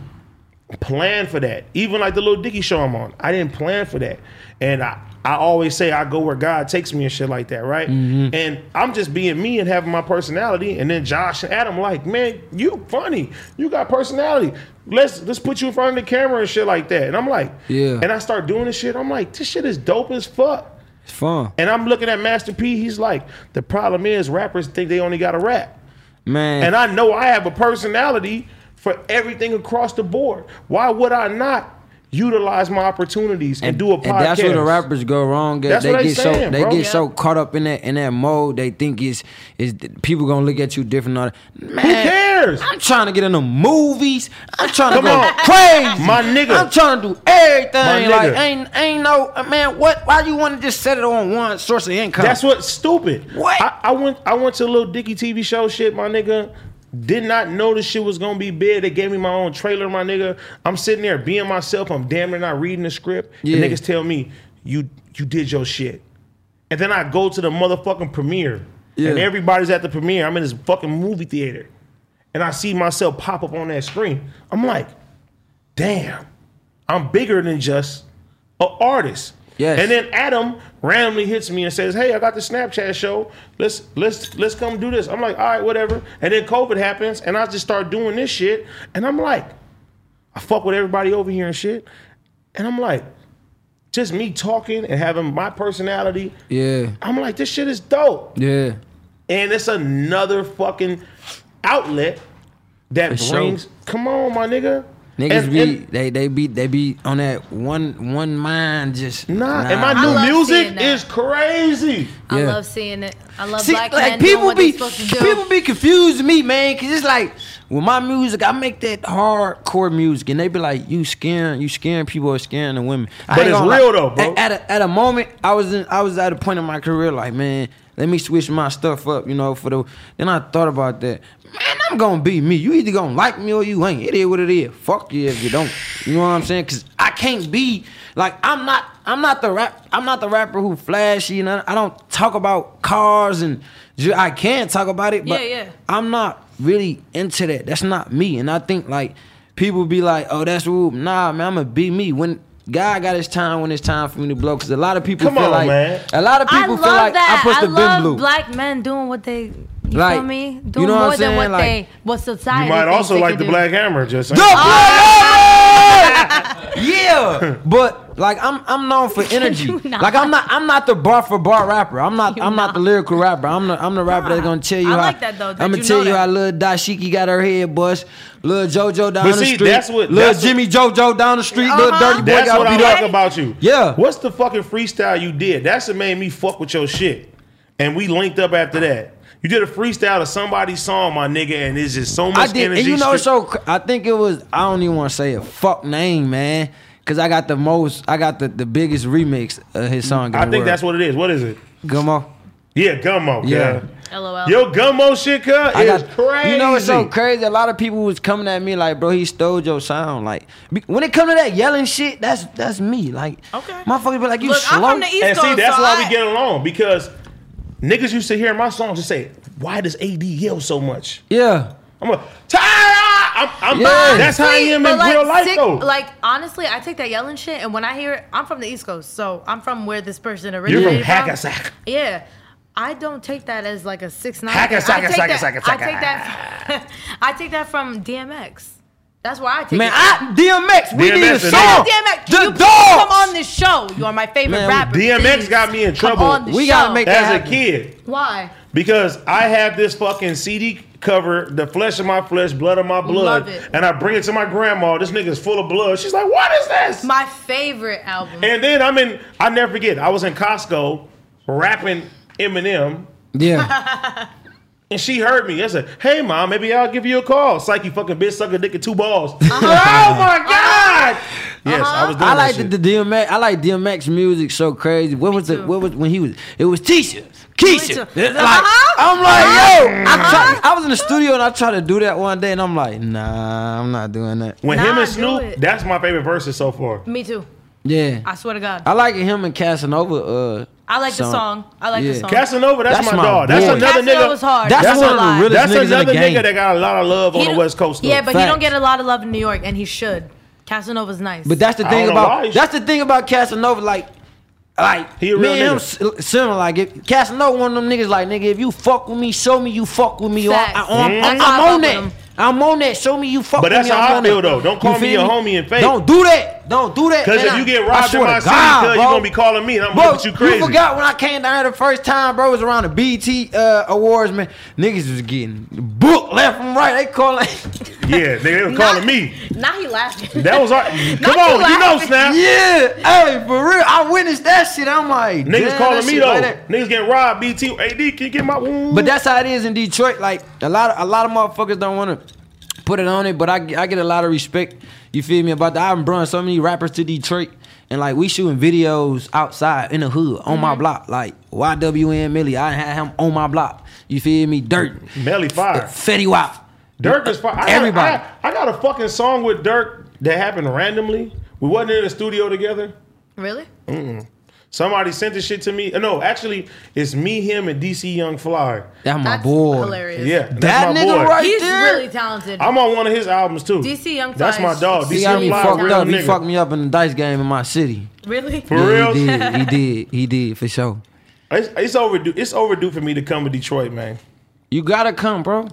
[SPEAKER 2] plan for that. Even like the little Dicky show I'm on, I didn't plan for that. And I, I always say I go where God takes me and shit like that, right? And I'm just being me and having my personality. And then Josh and Adam like, man, you funny. You got personality. Let's let's put you in front of the camera and shit like that. And I'm like,
[SPEAKER 3] Yeah.
[SPEAKER 2] And I start doing this shit. I'm like, this shit is dope as fuck.
[SPEAKER 3] It's fun.
[SPEAKER 2] And I'm looking at Master P. He's like, the problem is rappers think they only got to rap.
[SPEAKER 3] Man.
[SPEAKER 2] And I know I have a personality for everything across the board. Why would I not utilize my opportunities and, do a podcast?
[SPEAKER 3] And that's where the rappers go wrong. at.
[SPEAKER 2] That's
[SPEAKER 3] they
[SPEAKER 2] what I
[SPEAKER 3] get so
[SPEAKER 2] saying,
[SPEAKER 3] they
[SPEAKER 2] bro.
[SPEAKER 3] get
[SPEAKER 2] Yeah.
[SPEAKER 3] so caught up in that in that mode. They think it's is people gonna look at you different. and all that. Man,
[SPEAKER 2] Who cares?
[SPEAKER 3] I'm trying to get in the movies. I'm trying to
[SPEAKER 2] Come
[SPEAKER 3] go
[SPEAKER 2] on.
[SPEAKER 3] crazy.
[SPEAKER 2] My nigga.
[SPEAKER 3] I'm trying to do everything.
[SPEAKER 2] My
[SPEAKER 3] Like
[SPEAKER 2] nigga.
[SPEAKER 3] ain't ain't no uh, man. What? Why you want to just set it on one source of income?
[SPEAKER 2] That's what's stupid.
[SPEAKER 3] What?
[SPEAKER 2] I, I went I went to a little Dicky TV show shit, my nigga. Did not know this shit was gonna be big. They gave me my own trailer, my nigga. I'm sitting there being myself. I'm damn near not reading the script.
[SPEAKER 3] Yeah.
[SPEAKER 2] The niggas tell me, you you did your shit. And then I go to the motherfucking premiere.
[SPEAKER 3] Yeah.
[SPEAKER 2] And everybody's at the premiere. I'm in this fucking movie theater. And I see myself pop up on that screen. I'm like, damn, I'm bigger than just an artist.
[SPEAKER 3] Yes.
[SPEAKER 2] And then Adam randomly hits me and says, "Hey, I got the Snapchat show. Let's let's let's come do this." I'm like, "All right, whatever." And then COVID happens, and I just start doing this shit, and I'm like, I fuck with everybody over here and shit, and I'm like, just me talking and having my personality.
[SPEAKER 3] yeah,
[SPEAKER 2] I'm like, this shit is dope,
[SPEAKER 3] yeah.
[SPEAKER 2] and it's another fucking outlet that
[SPEAKER 3] For sure.
[SPEAKER 2] brings. Come on, my nigga.
[SPEAKER 3] Niggas
[SPEAKER 2] And-
[SPEAKER 3] be
[SPEAKER 2] and-
[SPEAKER 3] they they be they be on that one one mind just
[SPEAKER 2] Nah, and
[SPEAKER 4] I
[SPEAKER 2] my
[SPEAKER 4] love
[SPEAKER 2] new
[SPEAKER 4] seeing
[SPEAKER 2] music
[SPEAKER 4] that.
[SPEAKER 2] is crazy.
[SPEAKER 4] I
[SPEAKER 3] Yeah.
[SPEAKER 4] love seeing it. I love
[SPEAKER 3] See,
[SPEAKER 4] black
[SPEAKER 3] like
[SPEAKER 4] men doing
[SPEAKER 3] people
[SPEAKER 4] what
[SPEAKER 3] be
[SPEAKER 4] they're supposed to do.
[SPEAKER 3] people be confused me, man, cause it's like with my music, I make that hardcore music, and they be like, "You scaring, you scaring people, or scaring the women." I
[SPEAKER 2] But
[SPEAKER 3] ain't
[SPEAKER 2] it's
[SPEAKER 3] gonna
[SPEAKER 2] real
[SPEAKER 3] lie.
[SPEAKER 2] though, bro.
[SPEAKER 3] At, at a, at a moment, I was in, I was at a point in my career, like, man, let me switch my stuff up, you know, for the. Then I thought about that. Man, I'm gonna be me. You either gonna like me or you ain't. It is what it is. Fuck you if you don't. You know what I'm saying? Cause I can't be like I'm not. I'm not the rap. I'm not the rapper who flashy and I, I don't talk about cars and ju- I can talk about it, but
[SPEAKER 4] Yeah, yeah.
[SPEAKER 3] I'm not really into that. That's not me. And I think like people be like, oh, that's woo. Nah, man, I'ma be me. When God got his time, when it's time for me to blow. Cause a lot of people
[SPEAKER 2] Come
[SPEAKER 3] feel
[SPEAKER 2] on,
[SPEAKER 3] like
[SPEAKER 2] man.
[SPEAKER 3] a lot of
[SPEAKER 4] I
[SPEAKER 3] people
[SPEAKER 4] love
[SPEAKER 3] feel like
[SPEAKER 4] that.
[SPEAKER 3] I
[SPEAKER 4] I,
[SPEAKER 3] supposed to been
[SPEAKER 4] love
[SPEAKER 3] blue.
[SPEAKER 4] black men doing what they You
[SPEAKER 3] Like,
[SPEAKER 4] feel me?
[SPEAKER 3] you
[SPEAKER 4] Do
[SPEAKER 3] know what
[SPEAKER 4] more
[SPEAKER 3] I'm saying?
[SPEAKER 4] than what
[SPEAKER 3] Like-
[SPEAKER 4] they, what society.
[SPEAKER 2] You might
[SPEAKER 4] thinks
[SPEAKER 2] also
[SPEAKER 4] they
[SPEAKER 2] like
[SPEAKER 4] could
[SPEAKER 2] the
[SPEAKER 4] do.
[SPEAKER 2] Black Hammer, just saying.
[SPEAKER 3] The
[SPEAKER 4] Ah.
[SPEAKER 3] Black Hammer! Yeah, but like I'm, I'm known for energy.
[SPEAKER 4] You not.
[SPEAKER 3] Like I'm not, I'm not the bar for bar rapper. I'm not, I'm not, the lyrical rapper. I'm the, I'm the rapper that's gonna tell you.
[SPEAKER 4] I
[SPEAKER 3] how,
[SPEAKER 4] like that, though, that
[SPEAKER 3] I'm gonna
[SPEAKER 4] you
[SPEAKER 3] tell
[SPEAKER 4] know
[SPEAKER 3] you
[SPEAKER 4] that.
[SPEAKER 3] how little Dashiki got her head bust. Little JoJo down
[SPEAKER 2] But
[SPEAKER 3] the
[SPEAKER 2] see,
[SPEAKER 3] street.
[SPEAKER 2] that's what-
[SPEAKER 3] little
[SPEAKER 2] that's what-
[SPEAKER 3] Jimmy JoJo down the street. Little
[SPEAKER 4] Uh-huh.
[SPEAKER 3] Dirty Boy
[SPEAKER 2] That's
[SPEAKER 3] got
[SPEAKER 2] what I
[SPEAKER 3] beat up.
[SPEAKER 2] like about you.
[SPEAKER 3] Yeah.
[SPEAKER 2] What's the fucking freestyle you did? That's what made me fuck with your shit. And we linked up after that. You did a freestyle of somebody's song, my nigga, and it's just so much
[SPEAKER 3] I did,
[SPEAKER 2] energy.
[SPEAKER 3] and you know,
[SPEAKER 2] straight-
[SPEAKER 3] so cr- I think it was. I don't even want to say a fuck name, man, because I got the most. I got the, the biggest remix of his song. In
[SPEAKER 2] I
[SPEAKER 3] the
[SPEAKER 2] think
[SPEAKER 3] world.
[SPEAKER 2] that's what it is. What is it?
[SPEAKER 3] Gummo.
[SPEAKER 2] Yeah, Gummo.
[SPEAKER 3] Yeah.
[SPEAKER 2] Yeah.
[SPEAKER 4] LOL.
[SPEAKER 2] Yo, Gummo shit, cut
[SPEAKER 3] I
[SPEAKER 2] is
[SPEAKER 3] got-
[SPEAKER 2] crazy.
[SPEAKER 3] You know what's so crazy? A lot of people was coming at me like, bro, he stole your sound. Like be- when it come to that yelling shit, that's that's me. Like,
[SPEAKER 1] Okay.
[SPEAKER 3] motherfuckers be like, you
[SPEAKER 1] Look,
[SPEAKER 3] slow.
[SPEAKER 1] I'm from the East
[SPEAKER 2] And
[SPEAKER 1] Coast.
[SPEAKER 2] see, that's
[SPEAKER 1] so
[SPEAKER 2] why
[SPEAKER 1] I-
[SPEAKER 2] we get along because niggas used to hear my songs and say, "Why does AD yell so much?"
[SPEAKER 3] yeah,
[SPEAKER 2] I'm a Tyra. I'm, I'm
[SPEAKER 3] Yeah.
[SPEAKER 2] that's how I am
[SPEAKER 4] But,
[SPEAKER 2] in real life
[SPEAKER 4] sick-
[SPEAKER 2] though.
[SPEAKER 4] Like honestly, I take that yelling shit, and when I hear it, I'm from the East Coast, so I'm from where this person
[SPEAKER 2] You're
[SPEAKER 4] originated.
[SPEAKER 2] from Hackensack.
[SPEAKER 4] Yeah. I don't take that as like a six nine.
[SPEAKER 2] Hackensack,
[SPEAKER 4] I take
[SPEAKER 2] sack,
[SPEAKER 4] that.
[SPEAKER 2] sack,
[SPEAKER 4] I
[SPEAKER 2] sack.
[SPEAKER 4] take that. I take that from DMX. That's why I take
[SPEAKER 3] man.
[SPEAKER 4] it.
[SPEAKER 3] I DMX. We
[SPEAKER 2] DMX
[SPEAKER 3] need a
[SPEAKER 2] is
[SPEAKER 3] song.
[SPEAKER 4] DMX,
[SPEAKER 3] the
[SPEAKER 4] can you
[SPEAKER 3] dogs.
[SPEAKER 4] please come on this show? You are my favorite
[SPEAKER 3] Man,
[SPEAKER 4] rapper.
[SPEAKER 2] DMX
[SPEAKER 4] Please
[SPEAKER 2] got me in
[SPEAKER 4] come
[SPEAKER 2] trouble.
[SPEAKER 4] on the
[SPEAKER 3] We gotta
[SPEAKER 4] show.
[SPEAKER 3] make-
[SPEAKER 2] as a
[SPEAKER 3] happened.
[SPEAKER 2] kid
[SPEAKER 4] Why?
[SPEAKER 2] because I have this fucking CD cover, the flesh of my flesh, blood of my blood,
[SPEAKER 4] Love it.
[SPEAKER 2] and I bring it to my grandma. This nigga's full of blood. She's like, "What is this?"
[SPEAKER 4] My favorite album.
[SPEAKER 2] and then I'm in. I never forget. I was in Costco rapping Eminem.
[SPEAKER 3] Yeah,
[SPEAKER 2] And she heard me. I said, "Hey, mom, maybe I'll give you a call." It's like you fucking bitch, suck a dick and two balls.
[SPEAKER 4] Uh-huh,
[SPEAKER 2] oh my god! Yes, I was. Doing that
[SPEAKER 3] I like the,
[SPEAKER 2] shit.
[SPEAKER 3] the DMX. I like DMX music so crazy. What was the
[SPEAKER 4] too.
[SPEAKER 3] what was when he was? It was Tisha.
[SPEAKER 4] Keisha.
[SPEAKER 3] Keisha, It's like
[SPEAKER 4] Uh-huh.
[SPEAKER 3] I'm like yo, I, try, I was in the studio and I tried to do that one day and I'm like, nah, I'm not doing that.
[SPEAKER 2] when
[SPEAKER 4] Nah,
[SPEAKER 2] him and
[SPEAKER 4] do
[SPEAKER 2] Snoop.
[SPEAKER 4] it.
[SPEAKER 2] That's my favorite verses so far.
[SPEAKER 4] Me too.
[SPEAKER 3] Yeah,
[SPEAKER 4] I swear to God.
[SPEAKER 3] I like him and Casanova. Uh,
[SPEAKER 4] I like the song. I like the
[SPEAKER 3] Yeah.
[SPEAKER 4] song.
[SPEAKER 2] Um, Casanova, that's,
[SPEAKER 3] That's
[SPEAKER 2] my,
[SPEAKER 3] my
[SPEAKER 2] dog. That's
[SPEAKER 3] boy.
[SPEAKER 2] another
[SPEAKER 4] Casanova
[SPEAKER 2] nigga.
[SPEAKER 4] was hard.
[SPEAKER 3] That's
[SPEAKER 4] That's
[SPEAKER 3] one of
[SPEAKER 4] a
[SPEAKER 3] the
[SPEAKER 4] lie.
[SPEAKER 3] realest
[SPEAKER 2] That's
[SPEAKER 3] niggas in
[SPEAKER 2] another
[SPEAKER 3] the game.
[SPEAKER 2] nigga that got a lot of love on
[SPEAKER 4] He
[SPEAKER 2] the
[SPEAKER 4] don't-
[SPEAKER 2] West Coast. Though.
[SPEAKER 4] Yeah, but he don't
[SPEAKER 3] Facts.
[SPEAKER 4] get a lot of love in New York, and he should. Casanova's nice.
[SPEAKER 3] But that's the
[SPEAKER 2] I
[SPEAKER 3] thing
[SPEAKER 2] don't know why
[SPEAKER 3] about
[SPEAKER 2] he-
[SPEAKER 3] that's the thing about Casanova. Like, like
[SPEAKER 2] He a
[SPEAKER 3] me
[SPEAKER 2] real
[SPEAKER 3] and him
[SPEAKER 2] nigga.
[SPEAKER 3] s- similar. Like, if Casanova one of them niggas, like nigga, if you fuck with me, show me you fuck with me. Or I,
[SPEAKER 4] Facts.
[SPEAKER 3] am
[SPEAKER 4] Mm. That's how I
[SPEAKER 3] I'm
[SPEAKER 4] fuck
[SPEAKER 3] on
[SPEAKER 4] with
[SPEAKER 3] that.
[SPEAKER 4] him.
[SPEAKER 3] I'm on that. Show me you fuck
[SPEAKER 2] But
[SPEAKER 3] with
[SPEAKER 2] that's
[SPEAKER 3] me. I'm
[SPEAKER 2] how I
[SPEAKER 3] on
[SPEAKER 2] feel,
[SPEAKER 3] that.
[SPEAKER 2] though. Don't call
[SPEAKER 3] You
[SPEAKER 2] me
[SPEAKER 3] feel
[SPEAKER 2] your homie and fake.
[SPEAKER 3] Don't do that. Don't do that.
[SPEAKER 2] Because if
[SPEAKER 3] man.
[SPEAKER 2] you get
[SPEAKER 3] I
[SPEAKER 2] robbed in
[SPEAKER 3] swear
[SPEAKER 2] my
[SPEAKER 3] to
[SPEAKER 2] city,
[SPEAKER 3] God,
[SPEAKER 2] cuz you
[SPEAKER 3] bro.
[SPEAKER 2] gonna be calling me and I'm
[SPEAKER 3] Bro,
[SPEAKER 2] gonna look at you crazy.
[SPEAKER 3] forgot when I came down here the first time, bro, it was around the BT uh, awards, man. Niggas was getting booked left and right. They calling
[SPEAKER 2] Yeah, they they were calling me.
[SPEAKER 4] Now he laughing.
[SPEAKER 2] That was our.
[SPEAKER 4] Not
[SPEAKER 2] Come
[SPEAKER 4] you
[SPEAKER 2] on, you know,
[SPEAKER 4] laughing.
[SPEAKER 2] Snap.
[SPEAKER 3] Yeah, hey, for real. I witnessed that shit. I'm like, damn,
[SPEAKER 2] Niggas
[SPEAKER 3] that
[SPEAKER 2] calling me
[SPEAKER 3] shit
[SPEAKER 2] though.
[SPEAKER 3] like that.
[SPEAKER 2] Niggas getting robbed. BT, AD, can you get my wound?
[SPEAKER 3] But that's how it is in Detroit. Like a lot, of, a lot of motherfuckers don't want to put it on it. But I, I get a lot of respect. You feel me about that? I'm bringing so many rappers to Detroit, and like we shooting videos outside in the hood on my
[SPEAKER 2] Mm-hmm.
[SPEAKER 3] block. Like YWN Millie, I had him on my block. You feel me? Dirt,
[SPEAKER 2] Melly fire.
[SPEAKER 3] Fetty Wap.
[SPEAKER 2] Dirk is fire. I got-
[SPEAKER 3] Everybody.
[SPEAKER 2] I got, I, got a fucking song with Dirk that happened randomly. We wasn't in the studio together.
[SPEAKER 4] Really?
[SPEAKER 2] Somebody sent this shit to me. Uh, No, actually, it's me, him, and DC Young Fly.
[SPEAKER 3] That's my
[SPEAKER 4] That's
[SPEAKER 3] boy.
[SPEAKER 4] hilarious.
[SPEAKER 2] Yeah, that's
[SPEAKER 3] That
[SPEAKER 2] my boy.
[SPEAKER 3] nigga right
[SPEAKER 4] He's
[SPEAKER 3] there.
[SPEAKER 4] really talented.
[SPEAKER 2] I'm on one of his albums too.
[SPEAKER 4] DC Young
[SPEAKER 2] That's
[SPEAKER 4] Fly
[SPEAKER 2] my
[SPEAKER 4] is-
[SPEAKER 2] dog.
[SPEAKER 4] He
[SPEAKER 2] DC
[SPEAKER 3] He got
[SPEAKER 2] Young
[SPEAKER 3] me
[SPEAKER 2] Fly,
[SPEAKER 3] fucked
[SPEAKER 2] real
[SPEAKER 3] up. He
[SPEAKER 2] nigga.
[SPEAKER 3] fucked me up in the dice game in my city.
[SPEAKER 4] really?
[SPEAKER 2] For real,
[SPEAKER 3] He did. He did. He did for sure.
[SPEAKER 2] It's, it's overdue. It's overdue for me to come to Detroit, man.
[SPEAKER 3] You gotta come, bro.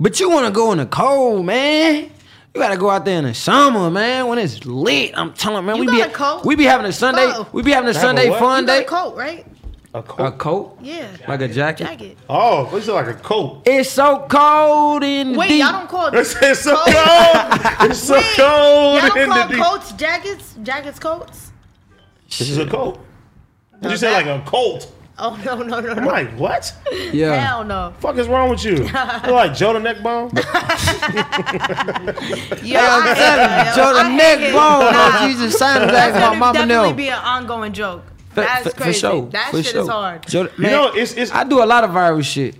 [SPEAKER 3] But you wanna go in the cold, man. You gotta go out there in the summer, man, when it's lit. I'm telling man,
[SPEAKER 4] You
[SPEAKER 3] we
[SPEAKER 4] got
[SPEAKER 3] be
[SPEAKER 4] a coat?
[SPEAKER 3] we be having a Sunday,
[SPEAKER 4] Oh.
[SPEAKER 3] we be having a
[SPEAKER 2] a
[SPEAKER 3] Sunday
[SPEAKER 2] what?
[SPEAKER 3] fun
[SPEAKER 4] You got a
[SPEAKER 3] day.
[SPEAKER 4] coat, right?
[SPEAKER 2] A
[SPEAKER 3] A
[SPEAKER 2] coat.
[SPEAKER 3] coat,
[SPEAKER 4] Yeah.
[SPEAKER 3] like a jacket.
[SPEAKER 4] Jacket.
[SPEAKER 2] oh, it's like a coat.
[SPEAKER 3] It's so cold in the
[SPEAKER 4] Wait,
[SPEAKER 3] deep.
[SPEAKER 4] y'all don't call
[SPEAKER 2] It's,
[SPEAKER 4] y'all
[SPEAKER 2] it's so
[SPEAKER 4] Coat.
[SPEAKER 2] cold. It's so
[SPEAKER 4] Wait,
[SPEAKER 2] cold.
[SPEAKER 4] don't
[SPEAKER 2] in the
[SPEAKER 4] call
[SPEAKER 2] deep.
[SPEAKER 4] coats jackets? Jackets coats?
[SPEAKER 2] This is a coat. Did you say like a coat?
[SPEAKER 4] Oh no no no
[SPEAKER 2] I'm
[SPEAKER 4] no!
[SPEAKER 2] like, what?
[SPEAKER 3] yeah.
[SPEAKER 4] Hell no!
[SPEAKER 2] fuck is wrong with you? You're like Joe the neck bone.
[SPEAKER 4] Yeah,
[SPEAKER 3] I'm
[SPEAKER 4] I hate
[SPEAKER 3] telling you,
[SPEAKER 4] that, yo.
[SPEAKER 3] Joe, the
[SPEAKER 4] I hate
[SPEAKER 3] neck
[SPEAKER 4] it.
[SPEAKER 3] bone.
[SPEAKER 4] Nah.
[SPEAKER 3] No, Jesus, sound like
[SPEAKER 4] That's
[SPEAKER 3] my
[SPEAKER 4] gonna
[SPEAKER 3] mama
[SPEAKER 4] definitely
[SPEAKER 3] know.
[SPEAKER 4] be an ongoing joke.
[SPEAKER 3] For-
[SPEAKER 4] That's
[SPEAKER 3] for-
[SPEAKER 4] crazy.
[SPEAKER 3] For sure.
[SPEAKER 4] That
[SPEAKER 3] for
[SPEAKER 4] shit
[SPEAKER 3] sure.
[SPEAKER 4] is hard.
[SPEAKER 3] Joe,
[SPEAKER 2] You know, it's it's.
[SPEAKER 3] I
[SPEAKER 2] I,
[SPEAKER 3] do a lot of viral shit.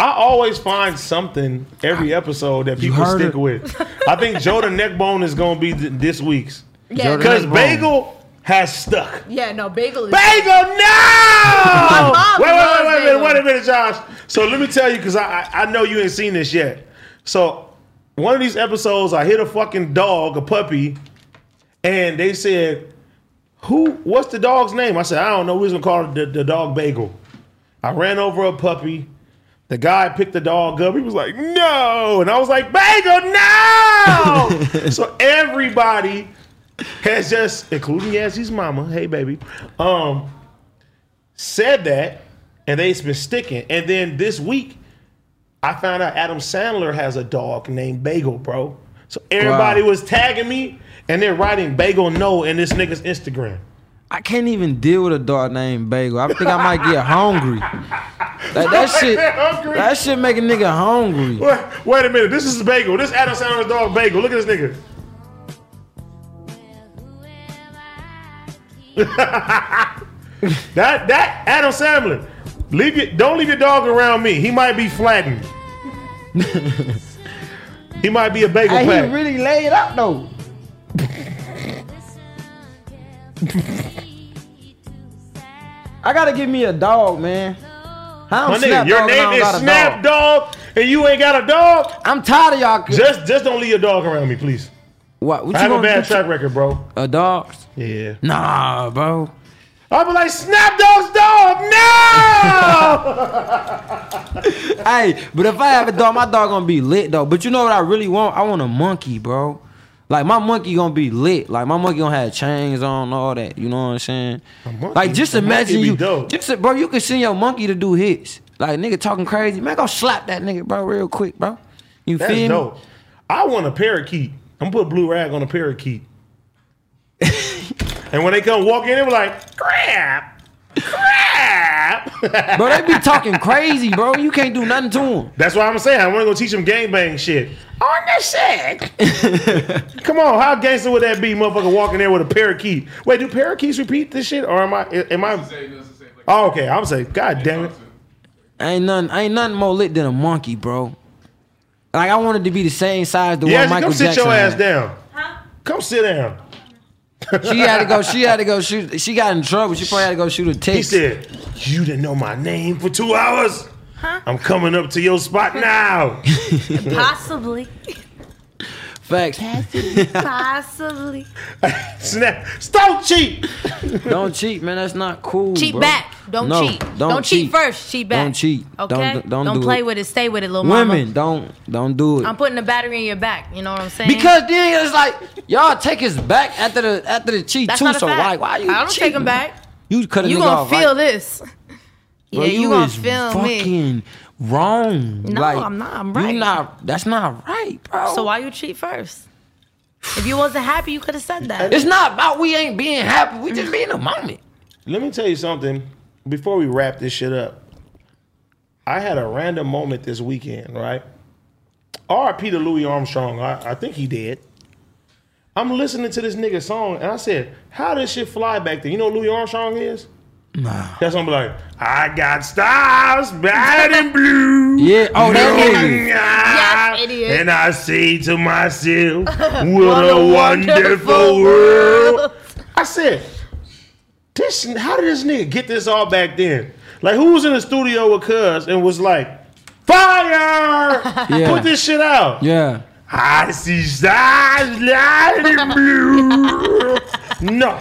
[SPEAKER 2] always find something every episode that people
[SPEAKER 3] heard
[SPEAKER 2] stick
[SPEAKER 3] it.
[SPEAKER 2] with. I think Joe the neck bone is gonna be th- this week's
[SPEAKER 4] Yeah,
[SPEAKER 3] Jordan-
[SPEAKER 2] because
[SPEAKER 3] Neck Bone.
[SPEAKER 2] bagel has stuck.
[SPEAKER 4] yeah, no bagel is.
[SPEAKER 2] Bagel, no!
[SPEAKER 4] mom
[SPEAKER 2] wait, wait,
[SPEAKER 4] loves
[SPEAKER 2] wait, wait a minute,
[SPEAKER 4] bagel.
[SPEAKER 2] wait a minute, Josh. So let me tell you, because I, I I know you ain't seen this yet. So one of these episodes, I hit a fucking dog, a puppy, and they said, "Who? What's the dog's name?" I said, "I don't know. We was gonna call it the, the dog Bagel." I ran over a puppy. The guy picked the dog up. He was like, no. And I was like, Bagel, no. so everybody has just, including Yazzie's mama, hey, baby, um, said that. And they've been sticking. And then this week, I found out Adam Sandler has a dog named Bagel, bro. So everybody
[SPEAKER 3] Wow.
[SPEAKER 2] was tagging me and they're writing Bagel No in this nigga's Instagram.
[SPEAKER 3] I can't even deal with a dog named Bagel. I think I might get hungry. Like that shit,
[SPEAKER 2] Hungry?
[SPEAKER 3] that shit make a nigga hungry.
[SPEAKER 2] Wait, wait a minute. This is Bagel. This Adam Sandler's dog Bagel. Look at this nigga. that that Adam Sandler. Leave your, don't leave your dog around me. He might be flattened. he might be a bagel
[SPEAKER 3] Hey,
[SPEAKER 2] pack.
[SPEAKER 3] he really laid out though. I gotta give me a dog, man. I don't
[SPEAKER 2] My
[SPEAKER 3] snap
[SPEAKER 2] nigga, your
[SPEAKER 3] dog and
[SPEAKER 2] name
[SPEAKER 3] I don't
[SPEAKER 2] is
[SPEAKER 3] got a
[SPEAKER 2] Snap
[SPEAKER 3] dog.
[SPEAKER 2] Dog, and you ain't got a dog.
[SPEAKER 3] I'm tired of y'all.
[SPEAKER 2] Just just don't leave your dog around me, please.
[SPEAKER 3] what? What
[SPEAKER 2] I
[SPEAKER 3] you
[SPEAKER 2] have a
[SPEAKER 3] gonna
[SPEAKER 2] bad
[SPEAKER 3] do?
[SPEAKER 2] track record, bro.
[SPEAKER 3] A dog?
[SPEAKER 2] Yeah.
[SPEAKER 3] Nah, bro.
[SPEAKER 2] I'll be like, Snap Dog's dog. No.
[SPEAKER 3] Hey, but if I have a dog, my dog gonna be lit though. But you know what I really want? I want a monkey, bro. Like my monkey gonna be lit. Like my monkey gonna have chains on, all that. You know what I'm saying?
[SPEAKER 2] monkey-
[SPEAKER 3] like just
[SPEAKER 2] a monkey
[SPEAKER 3] imagine
[SPEAKER 2] be
[SPEAKER 3] you,
[SPEAKER 2] dope.
[SPEAKER 3] just bro, you can send your monkey to do hits. Like nigga talking crazy, man, go slap that nigga, bro, real quick, bro. You
[SPEAKER 2] That's
[SPEAKER 3] feel
[SPEAKER 2] dope. I want a parakeet. I'm gonna put a blue rag on a parakeet. and when they come walk in, they be like, crap, crap.
[SPEAKER 3] me, bro? They be talking crazy, bro. You can't do nothing to them.
[SPEAKER 2] That's why I'm saying I want to go teach them gangbang shit. On the shit. come on, how gangster would that be, motherfucker, walking there with a parakeet? Wait, do parakeets repeat this shit, or am I? Am I? Oh, okay. I'm saying, god damn it.
[SPEAKER 3] Ain't nothing, ain't nothing more lit than a monkey, bro. Like I wanted to be the same size the
[SPEAKER 2] Yeah,
[SPEAKER 3] one Michael
[SPEAKER 2] come sit
[SPEAKER 3] Jackson
[SPEAKER 2] your ass
[SPEAKER 3] had.
[SPEAKER 2] down. Come sit down.
[SPEAKER 3] She had to go. She had to go shoot. She got in trouble. She probably had to go shoot a
[SPEAKER 2] He
[SPEAKER 3] text.
[SPEAKER 2] said, "You didn't know my name for two hours. I'm coming up to your spot now."
[SPEAKER 4] Possibly.
[SPEAKER 3] Facts.
[SPEAKER 4] Possibly.
[SPEAKER 2] Snap! Stop cheat.
[SPEAKER 3] Don't cheat, man. That's not cool.
[SPEAKER 4] Cheat
[SPEAKER 3] bro.
[SPEAKER 4] back. Don't
[SPEAKER 3] No,
[SPEAKER 4] cheat. Don't, cheat. first. Cheat back.
[SPEAKER 3] Don't cheat.
[SPEAKER 4] Okay.
[SPEAKER 3] Don't don't, do
[SPEAKER 4] play
[SPEAKER 3] it.
[SPEAKER 4] with it. Stay with it, little
[SPEAKER 3] women.
[SPEAKER 4] mama.
[SPEAKER 3] Don't don't do it.
[SPEAKER 4] I'm putting a battery in your back. You know what I'm saying?
[SPEAKER 3] because then it's like y'all take his back after the after the cheat
[SPEAKER 4] that's
[SPEAKER 3] too.
[SPEAKER 4] not a
[SPEAKER 3] So
[SPEAKER 4] fact.
[SPEAKER 3] why why you?
[SPEAKER 4] I don't
[SPEAKER 3] cheating?
[SPEAKER 4] take them back.
[SPEAKER 3] You cut a
[SPEAKER 4] You
[SPEAKER 3] nigga
[SPEAKER 4] gonna
[SPEAKER 3] off,
[SPEAKER 4] feel
[SPEAKER 3] right?
[SPEAKER 4] this? yeah,
[SPEAKER 3] Bro,
[SPEAKER 4] you gonna
[SPEAKER 3] is
[SPEAKER 4] feel me.
[SPEAKER 3] fucking wrong.
[SPEAKER 4] No,
[SPEAKER 3] like,
[SPEAKER 4] I'm not. I'm
[SPEAKER 3] You
[SPEAKER 4] right.
[SPEAKER 3] not. That's not right, bro.
[SPEAKER 4] So why you cheat first? If you wasn't happy, you could have said that.
[SPEAKER 3] It's not about we ain't being happy. We just be in the moment.
[SPEAKER 2] Let me tell you something before we wrap this shit up. I had a random moment this weekend, right? R.P. to Louis Armstrong. I, I think he did. I'm listening to this nigga song and I said, "How this shit fly back there?" You know who Louis Armstrong is? Nah. That's what I'm like. I got stars, bad and blue.
[SPEAKER 3] Yeah. Oh, that's it.
[SPEAKER 2] Yes,
[SPEAKER 4] idiot.
[SPEAKER 2] And I say to myself, what a wonderful world. I said, this, how did this nigga get this all back then? Like, who was in the studio with Cuz and was like, fire!
[SPEAKER 3] Yeah.
[SPEAKER 2] Put this shit out.
[SPEAKER 3] Yeah.
[SPEAKER 2] I see stars, light and blue. no.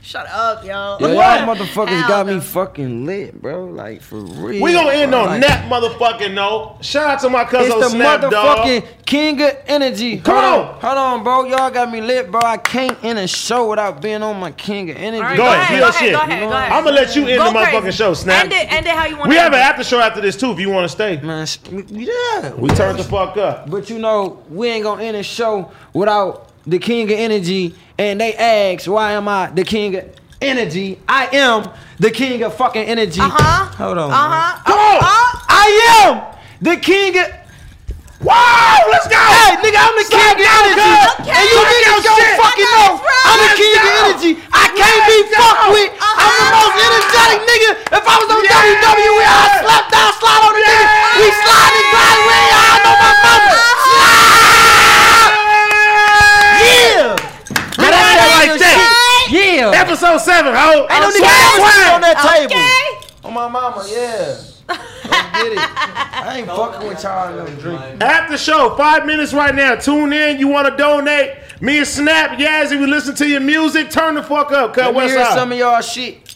[SPEAKER 4] Shut up, yo.
[SPEAKER 3] Yo,
[SPEAKER 2] What?
[SPEAKER 3] y'all motherfuckers
[SPEAKER 4] Hell
[SPEAKER 3] got me
[SPEAKER 4] no.
[SPEAKER 3] fucking lit, bro. Like for real.
[SPEAKER 2] We gonna end
[SPEAKER 3] bro.
[SPEAKER 2] on
[SPEAKER 3] Like,
[SPEAKER 2] that motherfucking note. Shout out to my
[SPEAKER 3] It's
[SPEAKER 2] cousin
[SPEAKER 3] the
[SPEAKER 2] Snap
[SPEAKER 3] motherfucking
[SPEAKER 2] Dog.
[SPEAKER 3] king of energy.
[SPEAKER 2] Come
[SPEAKER 3] hold
[SPEAKER 2] on.
[SPEAKER 3] hold on, bro. Y'all got me lit, bro. I can't end a show without being on my king of
[SPEAKER 4] All
[SPEAKER 3] energy.
[SPEAKER 4] right,
[SPEAKER 2] Go ahead,
[SPEAKER 4] go
[SPEAKER 2] real
[SPEAKER 4] ahead,
[SPEAKER 2] shit.
[SPEAKER 4] go ahead, go ahead.
[SPEAKER 2] I'm gonna let you end
[SPEAKER 4] Go
[SPEAKER 2] the motherfucking
[SPEAKER 4] crazy.
[SPEAKER 2] show, Snap.
[SPEAKER 4] End it. End it how you want.
[SPEAKER 2] We have an after show after this too. If you want to stay,
[SPEAKER 3] Man, sh- yeah.
[SPEAKER 2] we turned the fuck up.
[SPEAKER 3] But you know, we ain't gonna end a show without the king of energy. And they ask, why am I the king of energy? I am the king of fucking energy. Uh
[SPEAKER 4] Uh-huh.
[SPEAKER 3] Hold on. man.
[SPEAKER 4] Uh huh.
[SPEAKER 3] Come on. I am the king of. Wow, Oh, let's go! Hey, nigga, I'm the king of energy,
[SPEAKER 4] Okay.
[SPEAKER 3] and you
[SPEAKER 4] Fuck
[SPEAKER 3] niggas
[SPEAKER 4] your
[SPEAKER 3] don't
[SPEAKER 4] shit.
[SPEAKER 3] fucking
[SPEAKER 4] I
[SPEAKER 3] know.
[SPEAKER 4] know it's right.
[SPEAKER 3] I'm the
[SPEAKER 4] Let's
[SPEAKER 3] king of
[SPEAKER 4] go.
[SPEAKER 3] energy. I can't be fucked with. I'm the most
[SPEAKER 4] Uh-huh.
[SPEAKER 3] energetic nigga. If I was on E,
[SPEAKER 2] Yeah.
[SPEAKER 3] WWE, I slept, I slide on the nigga. We slide and glide, we ain't hide on my mama. Slide. Yeah. Now
[SPEAKER 2] that shit like that.
[SPEAKER 3] Yeah.
[SPEAKER 2] Episode seven, ho.
[SPEAKER 3] Ain't no
[SPEAKER 2] I'm
[SPEAKER 3] nigga
[SPEAKER 2] swag,
[SPEAKER 3] else
[SPEAKER 2] swag.
[SPEAKER 3] on that table.
[SPEAKER 4] Okay.
[SPEAKER 3] On my mama, yeah. Let's get it. I ain't fucking with y'all no drink.
[SPEAKER 2] After show, five minutes right now. Tune in. You want to donate? Me and Snap, Yazzie, we listen to your music. Turn the fuck up, cut
[SPEAKER 3] Let me
[SPEAKER 2] West
[SPEAKER 3] hear some
[SPEAKER 2] Side.
[SPEAKER 3] of y'all shit.